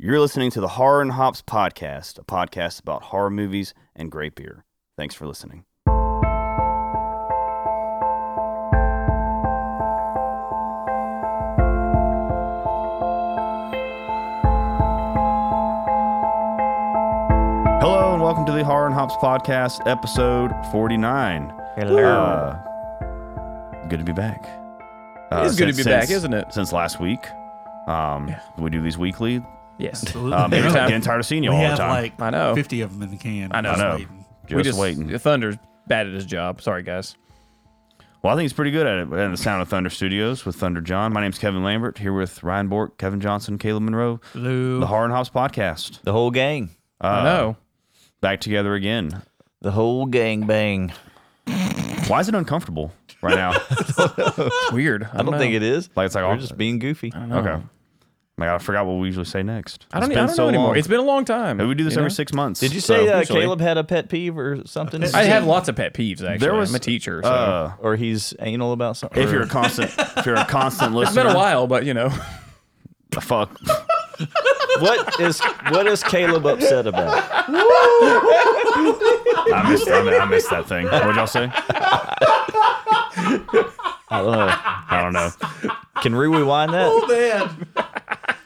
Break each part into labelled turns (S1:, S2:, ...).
S1: You're listening to the Horror and Hops podcast, a podcast about horror movies and great beer. Thanks for listening. Hello and welcome to the Horror and Hops podcast, episode 49.
S2: Hello.
S1: Uh, good to be back. Uh,
S2: It is good to be back, isn't it?
S1: Since last week, um, we do these weekly.
S2: yes.
S1: Um,
S2: Every
S1: every
S2: time.
S1: getting tired of seeing you
S3: We
S1: all the
S3: have
S1: time.
S3: like
S2: I know.
S3: 50 of them in the can.
S2: I know.
S3: Just
S1: I know.
S3: waiting.
S1: just,
S2: we just
S1: waiting.
S2: The Thunder's bad at his job. Sorry, guys.
S1: Well, I think he's pretty good at it. And the sound of Thunder Studios with Thunder John. My name's Kevin Lambert here with Ryan Bork, Kevin Johnson, Caleb Monroe,
S3: Lou.
S1: the Horror and Hops podcast.
S4: The whole gang.
S2: I know.
S1: Back together again.
S4: The whole gang bang.
S1: Why is it uncomfortable right now?
S2: It's weird. I
S4: I don't think it is.
S1: like it's like
S4: We're
S1: all,
S4: just being goofy.
S1: okay. Like, I forgot what we usually say next.
S2: I don't, e,
S1: It's
S2: I don't
S1: so
S2: know anymore.
S1: long.
S2: It's been a long time.
S1: we do this
S2: you
S1: every
S2: know?
S1: six months.
S4: Did you say
S1: So-
S4: uh,
S2: usually.
S4: Caleb had a pet peeve or something?
S2: I have lots of pet peeves, actually.
S1: there was
S2: I'm a teacher. So.
S1: Uh,
S4: Or he's anal about something?
S1: if
S4: Or-
S1: you're a constant, if you're a constant
S2: it's
S1: listener,
S2: been a while, but you know.
S1: Fuck.
S4: what is what is Caleb upset about?
S1: I missed, I, mi- I missed that thing. What'd y'all say?
S4: I don't know.
S1: I don't know.
S4: Can we rewind
S2: Oh,
S4: that?
S3: man.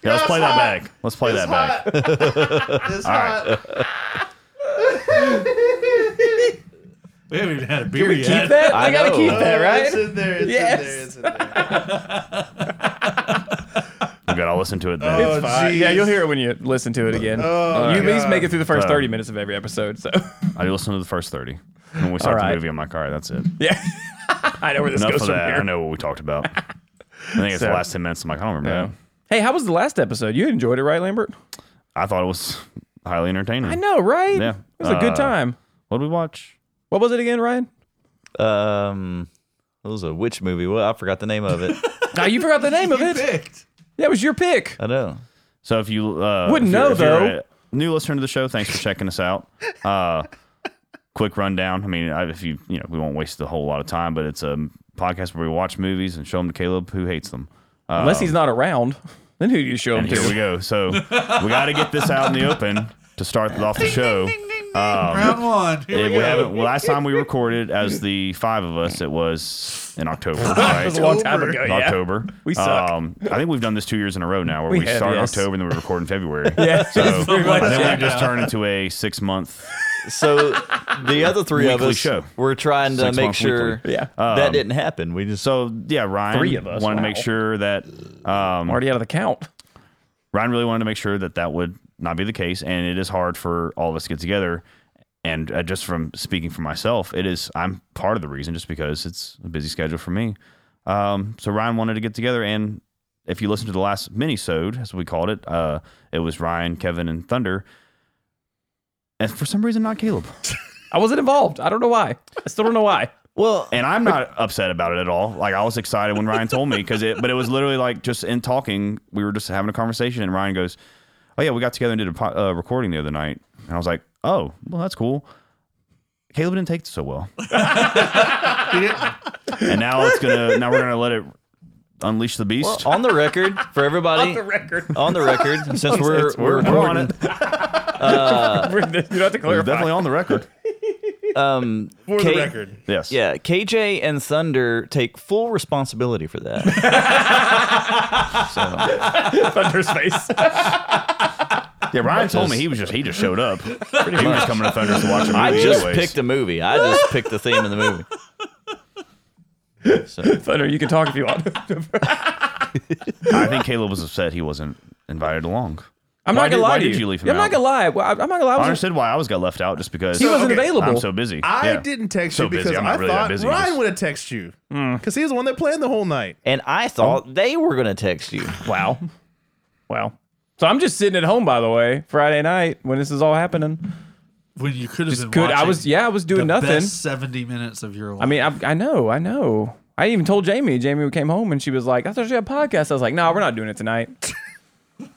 S1: Yeah, let's play that back. Let's play that back.
S3: It's hot. we haven't even had a beer yet.
S2: Keep that? I,
S4: I
S2: gotta
S4: know.
S2: keep that, right?
S5: in there. It's
S2: Yes.
S5: in there. It's in there.
S1: I'm good. I'll listen to it then.
S5: Oh,
S2: Fine. yeah,
S5: jeez.
S2: you'll hear it when you listen to it again. you at least
S5: God.
S2: make it through the first
S1: Uh,
S2: 30 minutes of every episode. So,
S1: I do listen to the first 30. When we start
S2: All right.
S1: the movie, I'm like, all right, that's it.
S2: yeah. I know where this
S1: Enough
S2: goes
S1: of
S2: from
S1: that.
S2: here.
S1: I know what we talked about. I think it's
S2: So-
S1: the last 10 minutes. I'm like, I don't remember.
S2: Yeah. Hey, how was the last episode? You enjoyed it, right, Lambert?
S1: I thought it was highly entertaining.
S2: I know, right?
S1: Yeah.
S2: It was a good
S1: Uh,
S2: time.
S1: What did we watch?
S2: What was it again, Ryan?
S4: Um, it was a witch movie. Well, I forgot the name of it.
S2: Oh, you forgot the name of it.
S3: Picked.
S2: Yeah, it was your pick.
S4: I know.
S1: So if you uh,
S2: Wouldn't
S1: if you're-
S2: know,
S1: if you're
S2: though.
S1: a new listener to the show, thanks for checking us out. Uh, quick rundown. I mean, I- if you you know, we won't waste a whole lot of time, but it's a podcast where we watch movies and show them to Caleb who hates them.
S2: Unless he's not around, then who do you show him
S1: Oh. And here we
S2: to?
S1: go. So we got to get this out in the open to start off the show.
S3: Round one. Here
S1: Yeah,
S3: we
S1: um, we
S3: go.
S1: haven't. well, Last time we recorded as the five of us, it was in October. Right?
S2: That was a long time ago. Yeah.
S1: October.
S2: We suck.
S1: Um, I think we've done this two years in a row now, where
S2: We
S1: we,
S2: have,
S1: start in
S2: yes.
S1: October and then we record in February.
S2: Yeah.
S1: So
S2: Pretty much,
S1: I think
S2: yeah.
S1: we've just turned into a six month.
S4: So the other three of
S1: Weekly
S4: us
S1: show.
S4: were trying to
S1: Six
S4: make
S1: months
S4: sure
S1: weekly. Um,
S2: Yeah.
S4: that didn't happen. We just
S1: So yeah, Ryan
S2: Three of us,
S1: wanted to
S2: wow.
S1: make sure that um,
S2: I'm already out of the count.
S1: Ryan really wanted to make sure that that would not be the case, and it is hard for all of us to get together. And uh, just from speaking for myself, it is I'm part of the reason, just because it's a busy schedule for me. Um, so Ryan wanted to get together, and if you listen to the last mini-sode, as we called it, uh, it was Ryan, Kevin, and Thunder, and for some reason not Caleb.
S2: I wasn't involved. I don't know why. I still don't know why.
S4: well.
S1: And I'm not upset about it at all. Like I was excited when Ryan told me because it, but it was literally like just in talking, we were just having a conversation, and Ryan goes, "Oh yeah, we got together and did a po- uh, recording the other night," and I was like, "Oh, well that's cool." Caleb didn't take it so well, and now it's gonna now we're gonna let it unleash the beast.
S4: Well, on the record, for everybody, on the
S2: record.
S4: record, since we're, we're
S1: we're on it.
S2: you don't have to
S1: We're
S2: clarify.
S1: definitely on the record.
S4: um,
S5: For
S4: Kate-
S5: the record.
S1: Yes.
S4: Yeah, KJ and Thunder take full responsibility for that.
S2: Thunder's face.
S1: Yeah. Ryan told me he was just he just showed up. Pretty he was coming to Thunder to watch a movie.
S4: I just
S1: anyways.
S4: picked a movie. I just picked the theme of the movie.
S2: Thunder, you can talk if you want.
S1: I think Caleb was upset he wasn't invited along.
S2: I'm
S1: Why
S2: not
S1: did-
S2: gonna lie
S1: why
S2: to
S1: did you leave him
S2: I'm
S1: out?
S2: not gonna lie. Well, I- I'm not gonna lie. I
S1: I
S2: was-
S1: understood why I was got left out just because
S2: he wasn't
S5: okay.
S2: available.
S1: I'm so busy.
S5: I
S1: Yeah.
S5: didn't text
S1: So
S5: you
S1: busy.
S5: because
S1: I'm
S5: I
S1: not really that
S5: thought
S1: busy.
S5: Ryan
S1: Just-
S5: would have texted you because he was the one that planned the whole night.
S4: And I thought they were going to text you.
S2: Wow. Wow. So I'm just sitting at home, by the way, Friday night when this is all happening.
S3: When you could have been
S2: Good. I
S3: watching
S2: was. Yeah, I was doing
S3: the
S2: nothing.
S3: Best 70 minutes of your life.
S2: I mean, I, I know, I know. I even told Jamie. Jamie came home and she was like, "I thought you had a podcast." I was like, "No, we're not doing it tonight."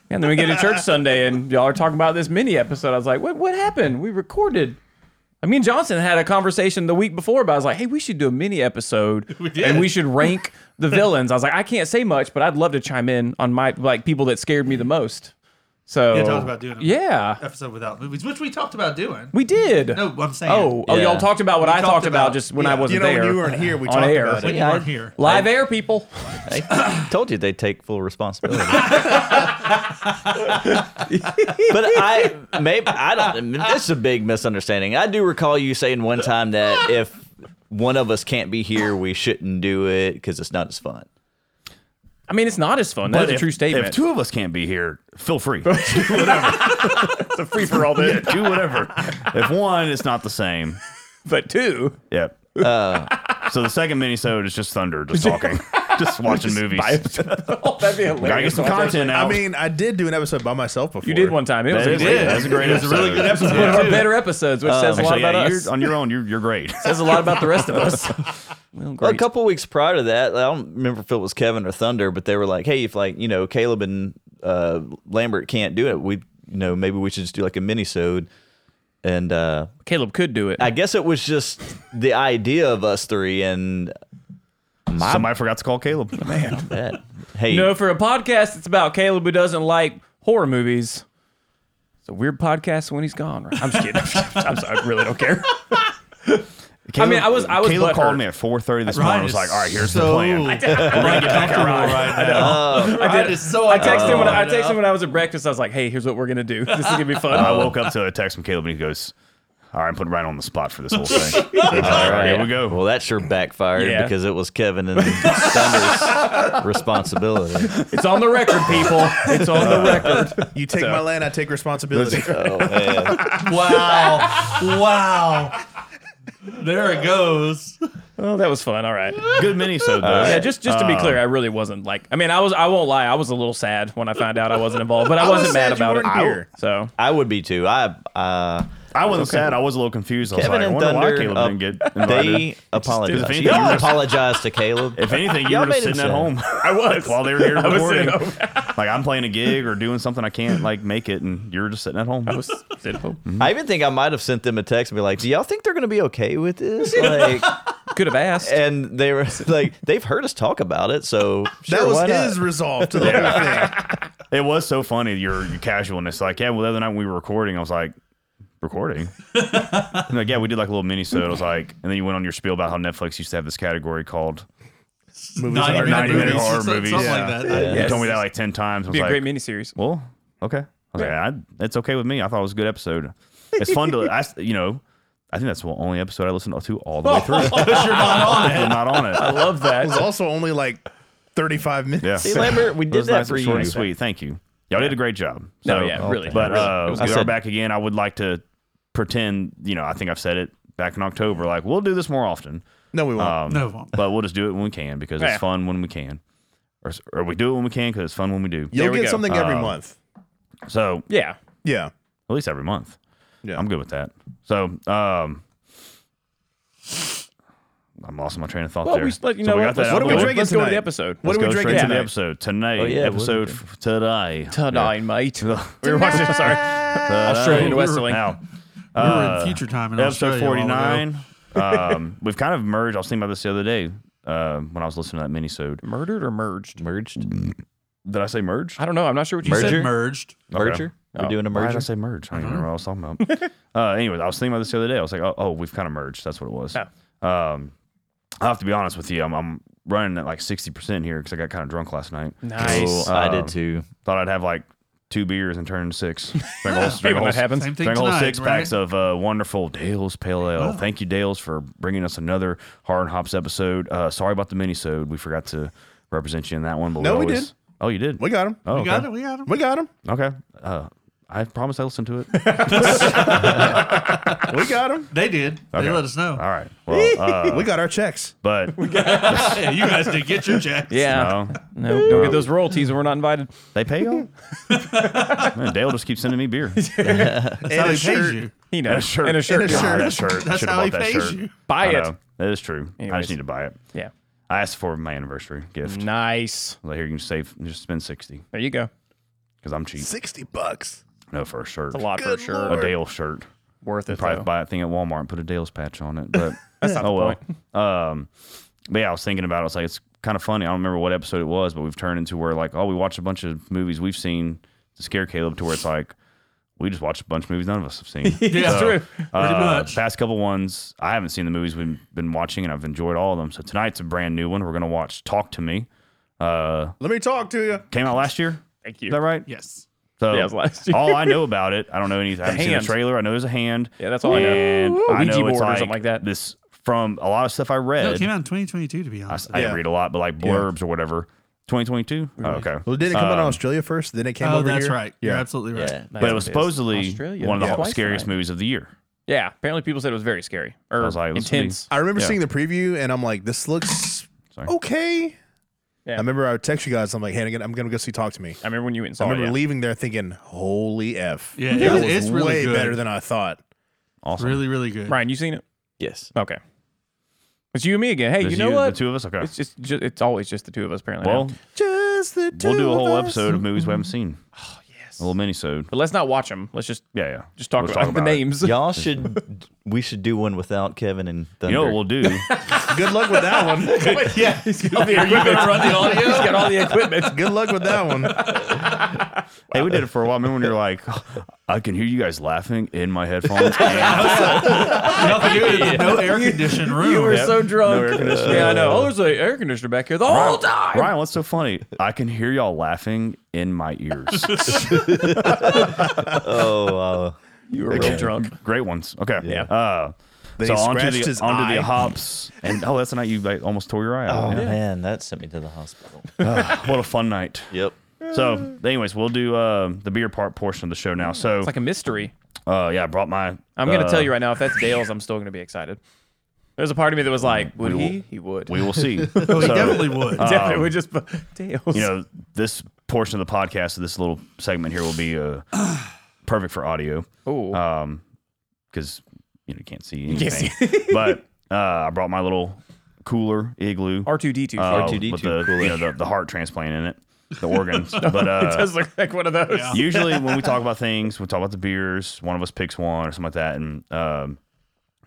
S2: and then we get to church Sunday, and y'all are talking about this mini episode. I was like, "What? What happened? We recorded." I mean, Johnson had a conversation the week before, but I was like, "Hey, we should do a mini episode,
S3: We did.
S2: and we should rank the villains." I was like, "I can't say much, but I'd love to chime in on my like people that scared me the most." So
S3: Yeah, talked about doing it.
S2: Yeah,
S3: episode without movies, which we talked about doing.
S2: we did.
S3: No, I'm saying.
S2: Oh, oh,
S4: Yeah.
S2: y'all talked about what
S3: We
S2: I
S3: talked
S2: talked about,
S3: about-
S2: just when
S3: yeah.
S2: I
S3: You
S5: You
S2: wasn't
S5: know,
S2: there.
S5: when you weren't here, we
S2: On
S5: talked
S2: air.
S5: about
S3: when
S5: it.
S3: you
S4: Yeah, I-
S3: weren't here.
S2: Live air, people.
S4: I told you they take full responsibility. but I maybe I don't. This is a big misunderstanding. I do recall you saying one time that if one of us can't be here, we shouldn't do it because it's not as fun.
S2: I mean, it's not as fun. That's a
S1: if-
S2: true statement.
S1: If two of us can't be here, feel free. Do whatever. it's a free for all, man. do whatever. If one, it's not the same.
S2: but two,
S1: Yep.
S2: Uh,
S1: so the second minisode is just Thunder, just talking, just watching movies.
S2: Oh, that'd be
S1: Gotta get
S2: hilarious.
S1: some content out.
S5: I mean, I did do an episode by myf before.
S2: You did one time. It was
S1: that is,
S2: a
S3: did.
S1: that's a great
S3: It was a
S1: episode.
S3: really good episode.
S2: one of our
S3: too.
S2: better episodes, which says a lot
S1: Actually, Um, yeah,
S2: about us.
S1: you're, on your own, you're, you're great.
S2: Says a lot about the rest of us. well,
S4: Well, a
S2: great.
S4: couple weeks prior to that, I don't remember if it was Kevin or Thunder, but they were like, "Hey, if like you know Caleb and uh, Lambert can't do it, we you know maybe we should just do like a minisode." And uh,
S2: Caleb could do it.
S4: I guess it was just the idea of us three and
S1: Somebody forgot to call Caleb. Man,
S4: that. Hey,
S2: you know, for a podcast, it's about Caleb who doesn't like horror movies. It's a weird podcast when he's gone. Right? I'm just kidding. I'm sorry. I really don't care. I mean, I was- I was
S1: Caleb
S2: butthurt.
S1: called me at 4:30 this morning. I was like, "All right, here's the plan."
S3: We're gonna get back on right now. Ryan is so
S2: I texted him when I, I
S1: Oh,
S3: uncomfortable
S2: texted
S3: right
S2: him when I was at breakfast. I was like, "Hey, here's what we're gonna do. This is gonna be fun."
S1: Uh, I woke up to a text from Caleb, and he goes, "All right, I'm putting Ryan on the spot for this whole thing." All right, here we go.
S4: Well, that sure backfired
S2: Yeah.
S4: because it was Kevin and Thunder's responsibility.
S2: it's on the record, people. It's on the record.
S5: You take my land, I take responsibility.
S4: Oh man,
S3: now. Wow, wow. There it goes.
S2: Oh, that was fun. All right.
S1: Good minisode though.
S2: Yeah, just just to be clear, I really wasn't like. I mean, I was. I won't lie. I was a little sad when I found out I wasn't involved, but I,
S5: was
S2: wasn't mad
S5: sad you
S2: about it.
S5: weren't here.
S2: So
S4: I would be too. I uh,
S1: I wasn't sad. I was a little confused. I was
S4: Kevin
S1: like, I
S4: and
S1: wonder why
S4: Thunder,
S1: Caleb
S4: uh,
S1: didn't get invited.
S4: they apologized.
S1: anything, you
S4: Y'all
S1: were-
S4: apologized to Caleb.
S1: if anything, you
S4: Y'all
S1: were just
S4: made him
S1: sitting at
S4: sad.
S1: home. I was while they were here
S2: was
S1: recording.
S2: sitting
S1: like I'm playing a gig or doing something I can't like make it, and you're just sitting at home. Mm-hmm.
S2: I was sinful.
S4: I even think I might have sent them a text and be like, "Do y'all think they're gonna be okay with this?" Like,
S2: Could have asked.
S4: and they were like, "They've heard us talk about it, so sure,
S5: that was
S4: why not?"
S5: his resolve to the whole thing.
S1: It was so funny your, your casualness. Like, yeah, well, the other night when we were recording, I was like, recording. And like, yeah, we did like a little mini. So I was like, and then you went on your spiel about how Netflix used to have this category called.
S5: Movies are-
S1: even- 90 minute horror
S3: something
S1: movies.
S3: something
S5: Yeah.
S3: like that. I-
S1: You told me that like ten times. I was
S2: be a
S1: like,
S2: great miniseries.
S1: well, okay. I was like, I, it's okay with me. I thought it was a good episode. It's fun to, I, you know, I think that's the only episode I listened to all the way through.
S3: But Oh, you're not on it.
S1: I'm not on it.
S2: I love
S5: It was
S2: that.
S5: also only like 35 minutes.
S1: Yeah.
S4: See, Lambert, we
S1: It
S4: did
S1: was
S4: that
S1: nice
S4: for
S1: and
S4: you.
S1: short and sweet. Thank you. Y'all did a great job.
S2: No,
S1: So-
S2: yeah, really.
S1: But
S2: really.
S1: uh,
S4: I
S1: we are
S4: said-
S1: back again. I would like to pretend, you know, I think I've said it back in October. Like we'll do this more often,
S5: No, we won't.
S1: Um,
S3: No, it won't.
S1: but we'll just do it when we can because
S2: Yeah.
S1: it's fun when we can, or, s- or we do it when we can because it's fun when we do.
S5: You'll
S2: there we
S5: get
S2: go.
S5: something every month.
S1: So
S2: yeah.
S5: Yeah.
S1: at least every month,
S5: Yeah.
S1: I'm good with that. So um, I'm lost in my train of thought
S2: Well,
S1: there.
S2: we should let you
S1: so
S2: know
S1: we
S2: what-
S1: got that.
S5: what are
S1: out of
S5: we
S1: the way.
S5: drinking
S2: Let's go to
S5: tonight?
S2: the episode.
S5: What
S1: Let's
S5: are we
S1: go
S5: drinking
S1: straight to the
S5: tonight?
S1: episode tonight.
S4: yeah, what are we
S1: episode f- today.
S2: Tonight, mate. we were watching. Sorry,
S1: Australian
S2: wrestling.
S1: Now,
S3: We were in future time in
S1: Uh, episode
S3: Australia a while ago.
S1: 49 um, we've kind of merged i was thinking about this the other day uh, when i was listening to that minisode
S2: murdered or merged?
S4: merged
S1: did i say merge
S2: I don't know. I'm not sure what you
S4: Merger?
S2: said.
S3: merged.
S4: merger. We're
S2: Oh,
S4: doing a
S1: why did
S4: merger.
S1: i say merge i don't even remember what i was talking about uh, anyways i was thinking about this the other day i was like oh, oh we've kind of merged that's what it was um, i'll have to be honest with you i'm, I'm running at like 60% here because i got kind of drunk last night
S2: Nice.
S4: Oh, I
S1: Um,
S4: did too.
S1: thought i'd have like two beers and turn six drink a whole,
S2: Hey,
S1: drink a
S2: when
S1: whole-
S2: that happens.
S3: Same thing
S1: Drank a whole
S3: tonight,
S1: six
S3: right?
S1: packs of uh, wonderful Dale's Pale
S5: Oh.
S1: Ale. Thank you, Dale's, for bringing us another Hard and Hops episode. Uh, sorry about the minisode. We forgot to represent you in that one. But
S5: No, we
S1: always-
S5: did.
S1: Oh, you did?
S5: We got him.
S1: oh,
S3: We got
S1: okay.
S3: it. We got him.
S5: We got him.
S1: Okay. Uh, I promise I'll listen to it.
S5: We got him.
S3: They did.
S1: Okay.
S3: They let us know.
S1: All right. Well, uh,
S5: we got our checks.
S1: but
S3: Yeah, you guys did get your checks.
S2: Yeah.
S1: no,
S2: No, don't get those royalties when we're not invited.
S1: they pay y'all. Man, Dale just keeps sending me beer.
S5: That's
S3: That's how
S5: and
S3: he
S5: a
S3: pays
S5: shirt.
S3: you.
S2: He knows.
S1: And a shirt.
S2: And a shirt.
S5: And a
S1: God,
S5: shirt.
S1: that shirt.
S3: That's
S1: Should've
S3: how he
S1: bought that
S3: pays
S1: shirt.
S3: you.
S2: Buy
S1: I
S2: it.
S1: know. That is true. I
S2: Anyways.
S1: just need to buy it.
S2: Yeah.
S1: I asked for my anniversary gift.
S2: Nice.
S1: I was like, here you can save, just spend sixty
S2: There you go.
S1: because I'm cheap.
S5: 60 bucks.
S1: No, for a shirt.
S2: It's a lot for a
S5: Good
S2: shirt.
S1: a
S5: Lord.
S1: Dale shirt.
S2: Worth it.
S1: Probably
S2: though.
S1: buy a thing at Walmart and put a Dale's patch on it. But that's
S2: not
S1: oh
S2: the
S1: well. Um, but yeah, I was thinking about it. I was like, it's kind of funny. I don't remember what episode it was, but we've turned into where like, oh, we watch a bunch of movies we've seen scare Caleb to where it's like we just watched a bunch of movies none of us have seen.
S2: It's true.
S1: Uh,
S3: much.
S1: Past couple ones, I haven't seen the movies we've been watching, and I've enjoyed all of them. So tonight's a brand new one. We're gonna watch Talk to Me. Uh,
S5: Let me talk to you.
S1: came out last year.
S2: Thank
S1: Is
S2: you.
S1: that right?
S3: Yes.
S1: So
S2: Yeah, it was last year.
S1: all I know about it, I don't know anything. I haven't seen
S2: hand.
S1: the trailer. I know there's a hand.
S2: Yeah, that's all I know.
S1: And I
S2: Ouija
S1: know
S2: board
S1: it's
S2: or
S1: like
S2: something like that.
S1: This from a lot of stuff I read.
S3: No, it came out in 2022, to be
S1: I,
S3: honest.
S1: I didn't
S5: Yeah.
S1: read a lot, but like blurbs or whatever. 2022. Oh, okay.
S5: Well, didn't it come out in Australia first? Then it came
S3: oh,
S5: over
S3: that's
S5: here?
S3: right. You're
S5: Yeah.
S3: absolutely right.
S4: Yeah.
S1: but it was supposedly
S2: Australia.
S1: one of the
S2: Yeah. Twice
S1: scariest
S2: tonight.
S1: movies of the year.
S2: Yeah, apparently people said it was very scary or
S1: I was like, this would be-
S2: intense.
S5: I remember
S1: Yeah.
S5: seeing the preview and I'm like, this looks
S1: Sorry.
S5: okay.
S2: Yeah.
S5: I remember I would text you guys. I'm like, hey, I'm gonna- I'm going to go see Talk to Me.
S2: I remember when you went and
S5: I
S2: saw it.
S5: remember
S2: Oh, yeah.
S5: leaving there thinking, holy F.
S3: Yeah, it
S5: That
S3: was-
S5: was
S3: it's really
S5: way
S3: good.
S5: better than I thought.
S1: Awesome.
S3: Really, really good.
S2: Brian, you seen it?
S4: Yes.
S2: Okay. It's you and me again. Hey,
S1: Just
S2: you know what?
S1: The two of us. Okay.
S2: It's just, ju- it's always just the two of us apparently. now.
S1: well,
S5: Just the
S1: we'll do
S5: two
S1: a
S5: of
S1: whole
S5: us.
S1: episode of movies we haven't seen. Oh yes. A little mini sode.
S2: but let's not watch them. Let's just
S1: Yeah, yeah.
S2: just talk,
S1: Let's
S2: about, the
S1: it.
S2: names.
S4: Y'all should. we should do one without Kevin and
S1: You
S4: Thunder.
S1: know what we'll do?
S5: Good luck with that one.
S3: yeah. He's got the, are you going to run the audio?
S2: He's got all the equipment.
S5: Good luck with that one.
S1: hey, we did it for a while. Remember when you're like, I can hear you guys laughing in my headphones.
S3: Nothing to do with it. No air conditioned room.
S2: You were
S1: Yep.
S2: so drunk.
S1: No air conditioning.
S2: yeah, I know. Oh, there's an air conditioner back here the whole time.
S1: Ryan, what's so funny? I can hear y'all laughing in my ears.
S4: Oh, uh,
S2: You were real drunk.
S1: Great ones. Okay.
S4: Yeah.
S1: Uh,
S5: They
S1: so onto
S5: scratched
S1: the
S5: his
S1: onto
S5: eye.
S1: the hops, and oh, that's the night you like, almost tore your eye
S4: oh
S1: out. Yeah.
S4: man, that sent me to the hospital.
S1: What a fun night.
S4: yep.
S1: So, anyways, we'll do uh, the beer part portion of the show now. So,
S2: It's like a mystery.
S1: uh, yeah, I brought my.
S2: I'm gonna
S1: uh,
S2: tell you right now, if that's Dale's, I'm still gonna be excited. There's a part of me that was like, would he? He would.
S1: Mm. We will see.
S3: Oh, he
S1: So, uh,
S3: definitely would.
S2: Definitely would just Dale's.
S1: you know, this portion of the podcast, this little segment here, will be uh, perfect for audio.
S2: Ooh.
S1: um because you know you can't see
S2: can't
S1: anything but uh i brought my little cooler igloo
S2: R2D2.
S1: uh,
S2: R2.
S4: R2D2
S1: with the you know the, the heart transplant in it the organs but
S2: it
S1: uh
S2: does look like one of those.
S3: Yeah.
S1: usually when we talk about things we talk about the beers one of us picks one or something like that and um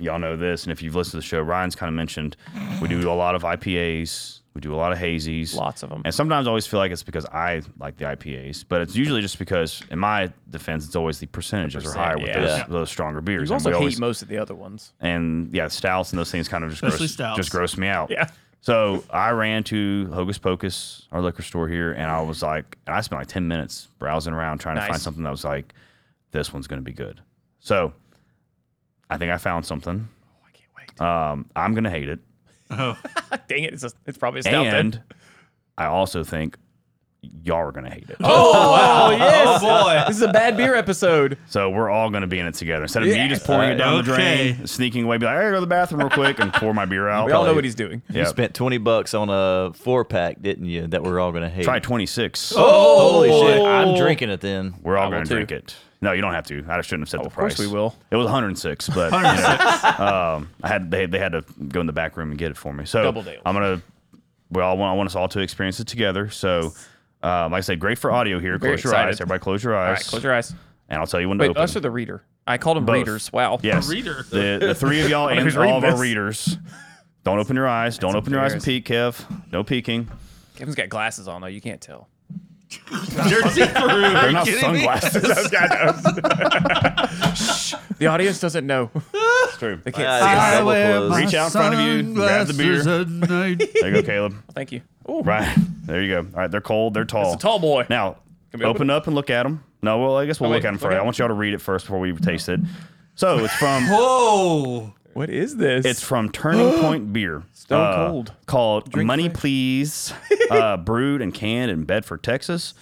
S1: y'all know this and if you've listened to the show ryan's kind of mentioned we do a lot of ipas we do a lot of hazies
S2: Lots of them.
S1: and sometimes I always feel like it's because I like the IPAs, but it's usually just because, in my defense, it's always the percentages are higher with
S2: yeah.
S1: those,
S4: Yeah.
S1: those stronger beers. And
S2: You also
S1: we
S2: hate
S1: always-
S2: most of the other ones.
S1: and yeah, stouts and those things kind of just
S3: Especially
S1: gross,
S3: stouts.
S1: just gross me out.
S2: Yeah.
S1: So I ran to Hocus Pocus, our liquor store here, and I was like, and I spent like ten minutes browsing around trying to find
S2: Nice.
S1: something that was like, this one's going to be good. So I think I found something.
S2: I can't wait.
S1: Um, I'm going to hate it,
S3: Oh,
S2: Dang it, it's, a, it's probably a stout then.
S1: and I also think y'all are going to hate it.
S2: Oh, wow. yes.
S3: boy.
S2: This is a bad beer episode. Uh,
S1: So we're all going to be in it together. Instead of me
S2: Yes.
S1: just pouring it down the
S3: Okay.
S1: drain, sneaking away, be like, I gotta go to the bathroom real quick and pour my beer out.
S2: We all know what he's doing.
S1: Yeah.
S4: You spent twenty bucks on a four pack, didn't you? That we're all gonna hate.
S1: Try 26.
S4: Holy shit! I'm drinking it then.
S1: We're all
S2: will
S1: going to
S2: too. Oh,
S1: drink it. No, you don't have to. I shouldn't have said the
S2: of course
S1: price.
S2: we will.
S1: It was 106, but you know, um, I had they, they had to go in the back room and get it for me. So
S2: Double deal.
S1: I'm gonna. We all want, I want us all to experience it together. So, um, like I said, great for audio here.
S2: Very
S1: close your
S2: excited.
S1: eyes, everybody. Close your
S2: All
S1: eyes.
S2: right, close your eyes.
S1: and I'll tell you when to
S2: Wait,
S1: open.
S2: us or the reader? I called them
S1: Both.
S2: readers. Wow.
S1: yes,
S3: reader.
S1: The, the three of y'all and
S2: who's reading
S1: all of our
S2: this.
S1: readers. Don't open your eyes. Don't open your eyes and peek, Kev. No peeking.
S2: Kevin's got glasses on, though. You can't tell.
S3: They're see
S1: They're
S3: through.
S1: not sunglasses.
S2: The audience doesn't know.
S1: That's true.
S2: They can't
S4: Ah,
S2: see.
S4: yeah.
S2: us.
S4: I wear my
S1: Reach out in front of you, grab the beer.
S3: beer.
S1: There you go, Caleb.
S2: Thank you. Oh,
S1: Right. There you go. All right. They're cold. They're tall.
S2: It's a tall boy.
S1: Now, open,
S2: Can we open
S1: up and look at them. No, well, I guess we'll
S2: Oh,
S1: look
S2: wait,
S1: at them
S2: look
S1: first.
S2: at
S1: I
S2: 'em.
S1: want y'all to read it first before we taste it. So it's from
S3: Whoa.
S2: what is this?
S1: it's from Turning Point Beer. uh,
S2: Stone cold.
S1: Called Money Please, uh, brewed and canned in Bedford, Texas.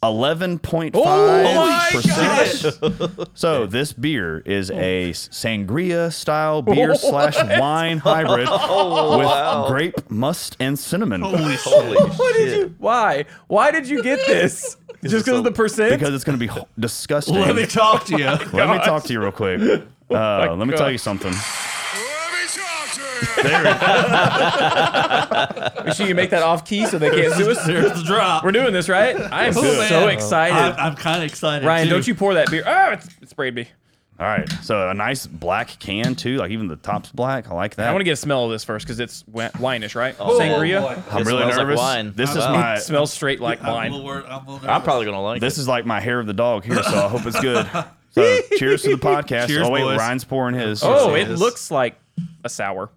S2: Oh
S1: Eleven point five percent. So this beer is a sangria style beer slash wine hybrid
S2: Oh,
S1: with grape must and cinnamon.
S3: Holy shit.
S2: Why did you? Why? Why did you get this? Just because of the percent?
S1: because it's going to be h- disgusting.
S3: Let me talk to you.
S1: Let me talk to you real quick. Uh,
S2: Oh
S1: let me tell
S2: God.
S1: you something.
S2: Make sure you make that off key so they can't sue us.
S3: There's the drop.
S2: We're doing this, right? I am
S3: Oh,
S2: so
S3: man.
S2: excited.
S3: I'm, I'm kind of excited.
S2: Ryan,
S3: too.
S2: don't you pour that beer? Oh, Ah, it's, it sprayed me.
S1: All right. So a nice black can too. Like even the top's black. I like that.
S2: I want to get a smell of this first because it's wa- wineish, right?
S4: Oh,
S2: Sangria.
S3: boy.
S1: I'm
S4: It
S1: really
S4: smells like
S1: nervous.
S4: wine.
S1: This is
S5: It
S1: my
S2: It smells straight like
S3: I'm, a
S2: wine.
S3: little wor- I'm, a little
S4: I'm
S3: nervous.
S4: probably gonna like
S1: this is like my hair of the dog here. So I hope it's good. So cheers to the podcast.
S5: Cheers,
S1: oh wait,
S5: boys.
S1: Ryan's pouring his.
S2: Oh,
S5: Yes,
S2: it
S5: it is.
S2: looks like a sour.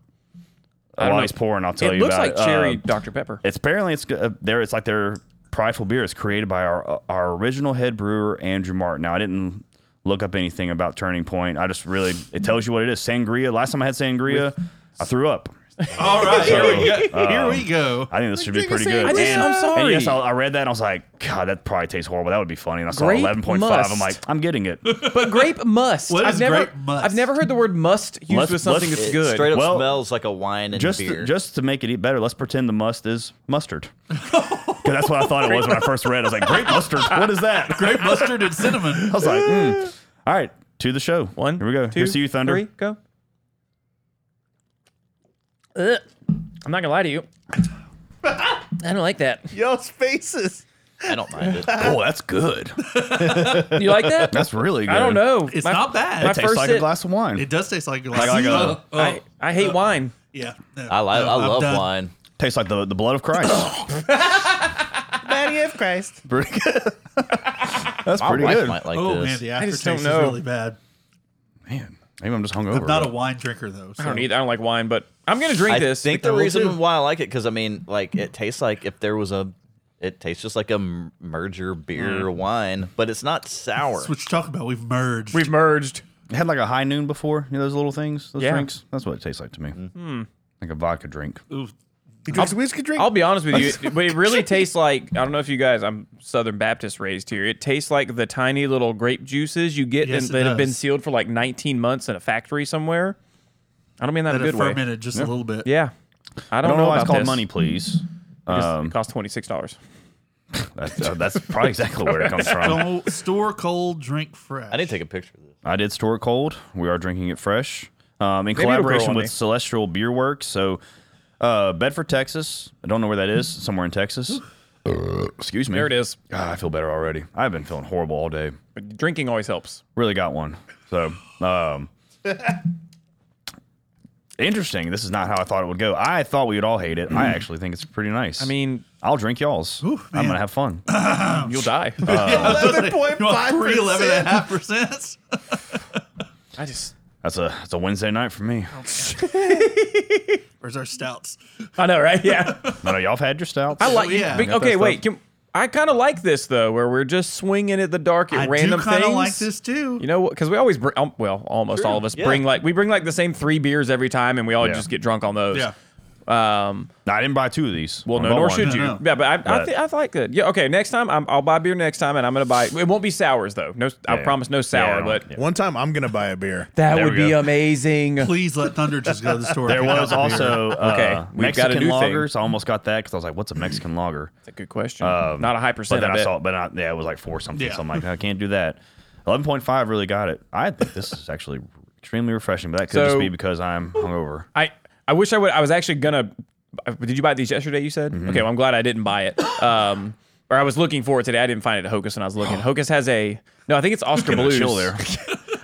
S1: I
S2: don't know.
S1: he's pouring. I'll tell
S2: It
S1: you
S2: looks
S1: about
S2: like
S1: it.
S2: cherry
S1: Um,
S2: Dr Pepper.
S1: It's apparently it's uh, there. It's like their prideful beer is created by our our original head brewer Andrew Martin. Now I didn't look up anything about Turning Point. I just really it tells you what it is. Sangria. Last time I had sangria, I threw up.
S3: All right, here we go.
S5: Here we go.
S1: I think this should be pretty
S2: I
S1: good.
S2: just-
S1: and,
S2: I'm sorry.
S1: And yes, I, I read that and I was like, God, that probably tastes horrible. That would be funny. And I saw
S2: Grape
S1: 11.5. I'm like,
S2: must.
S1: I'm getting it.
S2: But grape must.
S3: What
S2: I've
S3: is
S2: never,
S3: grape must?
S2: I've never heard the word must used
S1: Let's-
S2: with something
S1: let's-
S2: that's
S4: it.
S2: good.
S4: Straight up
S1: Well,
S4: smells like a wine and
S1: just
S4: beer.
S1: just to make it eat better, let's pretend the must is mustard. Because that's what I thought it was when I first read. it. I was like, grape mustard. What is that?
S3: Grape mustard and cinnamon.
S1: I was like, hmm. all right, to the show.
S2: One.
S1: Here we go.
S2: Two,
S1: Here's to you, Thunder.
S2: Three, go. Ugh. I'm not gonna lie to you. I don't like that.
S5: Y'all's faces.
S4: I don't mind it.
S1: Oh, that's good.
S2: You like that?
S1: That's really good.
S2: I don't know.
S3: It's
S2: My-
S3: not bad.
S2: my
S3: It
S1: Tastes
S2: first
S1: like a
S2: sip-
S1: glass of wine.
S3: It does taste like glass.
S1: Like- like a-
S3: oh, oh,
S2: I, I hate wine.
S3: yeah. no,
S4: I like.
S3: no,
S4: I
S3: I'm
S4: love
S3: done.
S4: wine.
S1: tastes like the, the blood of Christ.
S5: Body of Christ.
S1: Pretty good. that's pretty
S4: My wife
S1: good.
S4: might like
S3: Oh man,
S4: this.
S3: the
S2: I just don't
S3: aftertaste is
S2: know.
S3: really bad.
S1: Man, maybe I'm just hungover.
S3: I'm not a wine drinker though. So.
S2: I don't either. I don't like wine, but I'm gonna drink
S4: I
S2: this.
S4: think the
S3: will
S4: reason
S3: too.
S4: why I like it because I mean, like it tastes like if there was a, it tastes just like a m- merger beer
S3: Mm.
S4: or wine, but it's not sour.
S3: That's what you're talking about. We've merged.
S2: We've merged.
S1: It had like a high noon before. You know those little things, those
S2: Yeah. Hmm.
S1: drinks. That's what it tastes like to me. Like a vodka drink.
S5: He drinks whiskey drink.
S2: I'll be honest with you, but it really tastes like I don't know if you guys. I'm Southern Baptist raised here. It tastes like the tiny little grape juices you get
S3: Yes,
S2: in,
S3: it
S2: that have been
S3: does.
S2: sealed for like 19 months in a factory somewhere. I don't mean that,
S3: that
S2: in a
S3: have
S2: good way.
S3: fermented just a little bit.
S2: Yeah, I
S1: I
S2: don't,
S1: don't
S2: know,
S1: know why
S2: about
S1: it's called
S2: this.
S1: money, please.
S2: Because
S1: Um,
S2: it costs twenty six dollars.
S1: That's, uh, that's probably exactly where it comes from.
S3: Don't store cold, drink fresh.
S4: I need to take a picture of this.
S1: I did store it cold. We are drinking it fresh um, in
S2: it'll grow
S1: collaboration
S2: on
S1: with
S2: me.
S1: Celestial Beer Works. So, uh, Bedford, Texas. I don't know where that is. Somewhere in Texas. Uh, excuse me.
S2: There it is.
S1: Ah, I feel better already. I've been feeling horrible all day.
S2: But drinking always helps.
S1: Really got one. So, um, interesting. This is not how I thought it would go. I thought we would all hate it. I actually think it's pretty nice.
S2: Mm. I mean,
S1: I'll drink y'all's. I'm gonna have fun.
S3: Oh,
S2: you'll die. Uh,
S5: Eleven point
S3: You want
S5: five
S3: three eleven and a
S5: percent.
S3: half percent.
S2: I just,
S1: That's a that's a Wednesday night for me.
S2: Oh.
S3: Where's our stouts?
S2: I know, right? Yeah,
S1: No, no, y'all have had your stouts.
S2: I like.
S3: yeah.
S2: be-
S3: Got
S1: that
S2: okay,
S1: stuff.
S2: wait. Can, I kind of like this though, where we're just swinging at the dark at
S3: I
S2: random
S3: do
S2: things.
S3: kind of like this too.
S2: You know, because we always bring, um, well, almost all of us
S4: yeah.
S2: bring like we bring like the same three beers every time, and we all
S1: Yeah.
S2: just get drunk on those.
S3: yeah.
S2: Um.
S1: No, I didn't buy two of these.
S2: Well,
S1: I
S2: no,
S1: bought
S2: nor
S1: one.
S2: should
S3: No,
S2: you.
S3: no.
S2: Yeah, but I, I,
S1: But-
S2: thi- I like that. Yeah. Okay. Next time, I'm, I'll buy beer next time, and I'm gonna buy. It won't be sours though. No, I
S1: Yeah.
S2: promise, no
S1: Yeah,
S2: sour.
S1: I
S2: but
S1: don't- yeah.
S5: One time I'm gonna buy a beer.
S2: that
S1: There
S2: would
S1: we
S2: be
S1: go.
S2: amazing.
S3: Please let Thunder just go to the store.
S1: There was also uh,
S2: Okay, we've gotta
S1: Mexican
S2: do
S1: lagers. I almost got that because I was like, "What's a Mexican lager?"
S2: That's a good question. Not a high
S1: Um, But
S2: percent.
S1: then
S2: I
S1: I
S2: bet.
S1: saw, it, but I, yeah, it was like four something.
S3: Yeah.
S1: So I'm like, I can't do that. Eleven point five really got it. I think this is actually extremely refreshing, but that could just
S2: So-
S1: be because I'm hungover.
S2: I I wish I would. I was actually gonna. uh, Did you buy these yesterday? You said.
S1: Mm-hmm.
S2: Okay. Well, I'm glad I didn't buy it. Um, or I was looking for it today. I didn't find it at Hocus when I was looking. Hocus has a no. I think it's Oscar
S1: Getting a
S2: Blues.
S1: chill there.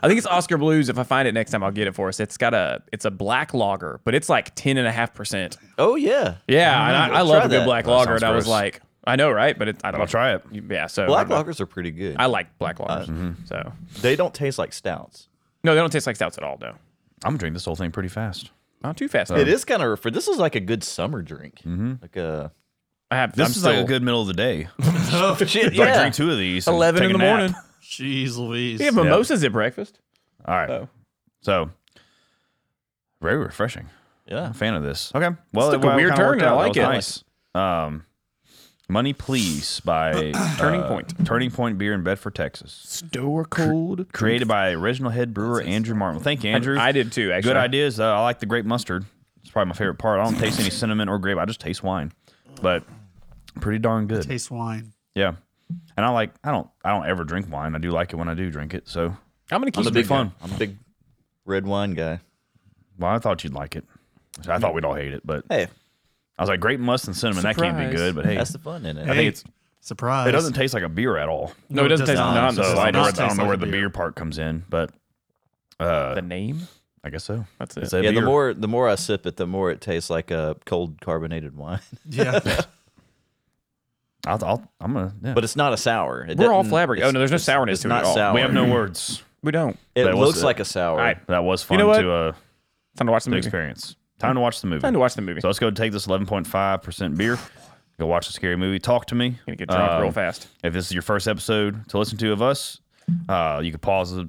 S2: I think it's Oscar Blues. If I find it next time, I'll get it for us. It's got a it's a black lager, but it's like ten and a half percent.
S4: Oh yeah,
S2: Yeah, and I, I
S4: I'll
S2: love
S4: try
S2: a good
S4: that.
S2: black
S1: Mm, That
S2: lager, and
S1: sounds
S2: I was
S1: gross.
S2: like, I know, right? But it, I don't.
S1: I'll try Uh, it.
S2: Yeah. So
S4: black
S2: I,
S4: lagers are pretty good.
S2: I like black lagers.
S1: mm-hmm.
S2: So
S4: they don't taste like stouts.
S2: no, they don't taste like stouts at all. No,
S1: I'm gonna drink this whole thing pretty fast.
S2: not too fast.
S4: It is kind of for this is like a good summer drink. Like a
S2: I have.
S1: This
S2: I'm
S1: is
S2: still,
S1: like a good middle of the day.
S3: Oh,
S4: shit.
S1: Like, drink two of these. and
S2: eleven
S1: take
S2: in
S1: a
S2: the
S1: nap.
S2: morning.
S3: Jeez Louise.
S2: We have mimosas at breakfast.
S1: All right.
S2: Oh.
S1: So very refreshing.
S4: Yeah.
S1: I'm a fan of this. Okay. Well,
S2: took a
S1: well,
S2: weird
S1: kinda
S2: turn,
S1: worked
S2: and I
S1: out.
S2: like
S1: That
S2: it.
S1: was Nice. Um, Money Please by
S2: Turning
S1: uh,
S2: Point.
S1: Turning Point Beer in Bedford, Texas.
S2: Store cold.
S1: Created by original head brewer Andrew Martin. Well, thank you, Andrew.
S2: I did too. Actually,
S1: Good ideas. Uh, I like the grape mustard. It's probably my favorite part. I don't taste any cinnamon or grape. I just taste wine, but pretty darn good.
S3: Taste wine.
S1: Yeah. And I like. I don't. I don't ever drink wine. I do like it when I do drink it. So,
S2: I'm gonna keep.
S4: I'm a
S2: it.
S4: big
S1: fun.
S4: fun. I'm a big red wine guy.
S1: well, I thought you'd like it. I thought we'd all hate it, but
S4: Hey,
S1: I was like, grape must and cinnamon. That can't be
S2: Surprise.
S1: good. But hey,
S4: that's the fun in it.
S1: I think it's.
S3: Surprise.
S1: It doesn't taste like a beer at all.
S2: no, it doesn't taste
S3: not.
S2: not.
S1: So
S3: does
S1: I
S3: not
S1: don't, know where- I
S3: taste
S1: don't know
S3: like
S1: where
S3: a
S1: the
S3: beer.
S1: beer part comes in, but uh,
S2: the name.
S1: I guess so.
S2: That's
S1: It's
S2: it.
S1: a
S4: Yeah, the
S1: beer.
S4: more the more I sip it, the more it tastes like a cold carbonated wine.
S3: Yeah.
S1: I'll, I'll, I'm gonna. Yeah.
S4: But it's not a sour. It
S2: We're all
S4: doesn't-
S2: flabbergasted.
S4: it's-
S2: Oh no, there's no
S4: it's-
S2: sourness
S4: it's
S2: to
S4: not
S2: it at all.
S4: sour.
S1: we have no words.
S2: We don't.
S4: It
S1: But it was
S4: looks
S1: a-
S4: like a sour.
S2: right.
S1: That was fun
S2: know what?
S1: to uh,
S2: Time to watch the
S1: to
S2: movie.
S1: experience. Time to watch the movie.
S2: Time to watch the movie.
S1: So let's go take this 11.5 percent beer. Go watch the scary movie. Talk to me.
S2: Gonna get drunk
S1: Um,
S2: real fast.
S1: If this is your first episode to listen to of us, uh, you can pause the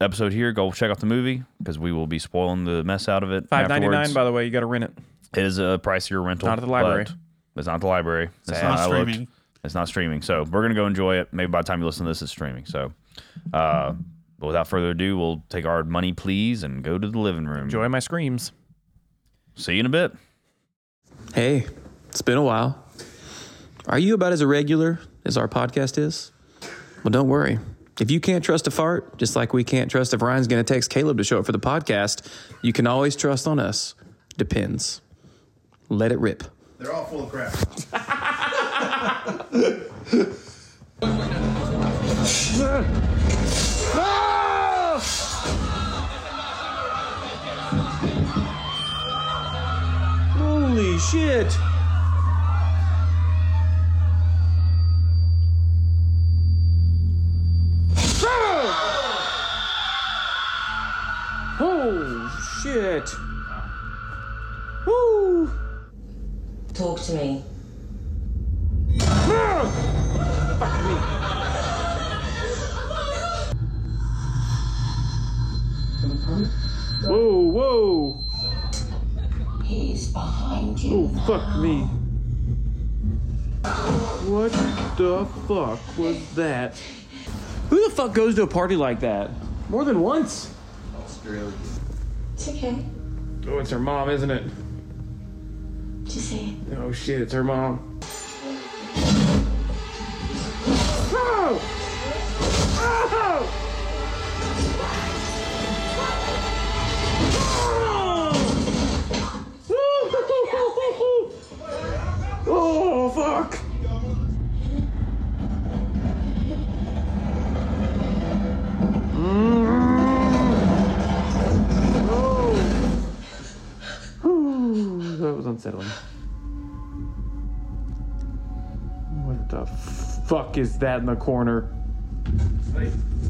S1: episode here. Go check out the movie because we will be spoiling the mess out of it.
S2: Five ninety nine.
S1: afterwards.
S2: By the way, you got to rent it.
S1: It is a pricier rental.
S2: Not at the library.
S1: but It's not at the library. It's,
S3: not
S1: I looked.
S3: streaming.
S1: It's not streaming. So we're gonna go enjoy it. Maybe by the time you listen to this, it's streaming. So, uh, but without further ado, we'll take our money, please, and go to the living room.
S2: Enjoy my screams.
S1: See you in a bit.
S6: Hey, it's been a while. Are you about as irregular as our podcast is? Well, don't worry. If you can't trust a fart, just like we can't trust if Ryan's going to text Caleb to show up for the podcast, you can always trust on us. Depends. Let it rip.
S5: They're all full of crap.
S6: Holy shit. Oh shit. Woo!
S7: Talk to me.
S6: Whoa, whoa!
S7: He's behind you.
S6: Fuck me. What the fuck was that? Who the fuck goes to a party like that? More than once?
S7: It's okay.
S6: Oh, it's her mom, isn't it?
S7: Just say it.
S6: Oh shit, it's her mom. Oh! Oh! Oh! Oh, fuck! Ooh, that was unsettling. What the fuck is that in the corner?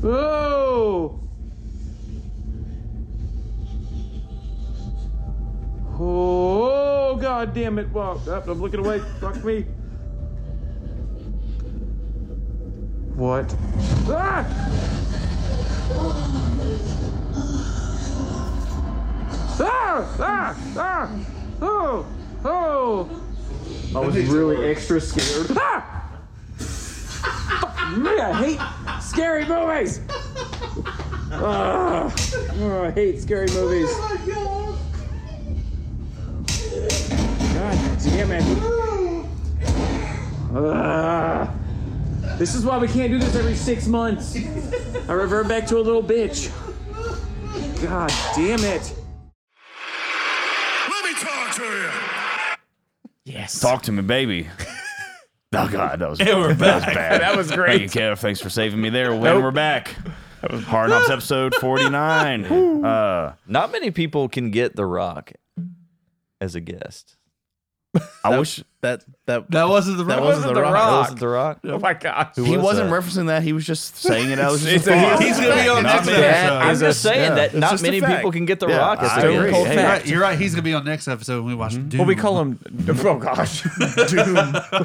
S6: Oh! Oh, god damn it. Wow, up, I'm looking away. Fuck me. What? Ah! Ah! Ah! Ah! Oh! Oh! I was really extra scared. Ah! Fuck me, I hate scary movies. Ah, oh, I hate scary movies. God damn it. Ah. this is why we can't do this every six months. I revert back to a little bitch. God damn it.
S5: Let me talk to you.
S1: Talk to me, baby. oh God, that was, that was bad. That was great. Thank you, Kev. Thanks for saving me there. When we're back, Hard Knocks episode forty nine. Uh,
S4: Not many people can get The Rock as a guest.
S1: I wish
S5: That that
S3: That wasn't the rock.
S5: that wasn't the rock.
S4: That wasn't The Rock.
S2: Oh my gosh.
S1: he
S4: was
S1: wasn't
S4: that?
S1: referencing that. He was just saying it. I was
S2: It's
S1: just
S2: a-
S1: thought.
S3: He's gonna be on
S1: Not
S3: next
S1: me.
S3: episode.
S4: I'm just saying that
S5: it's
S4: not
S5: just a
S4: many
S5: fact.
S4: people can get The
S1: Yeah,
S4: Rock as
S1: I
S4: a
S1: agree.
S4: guest.
S1: Cold
S4: Hey,
S1: fact.
S3: You're right, you're right. He's gonna be on next episode when we watch Doom.
S2: Well, we call him. Oh gosh.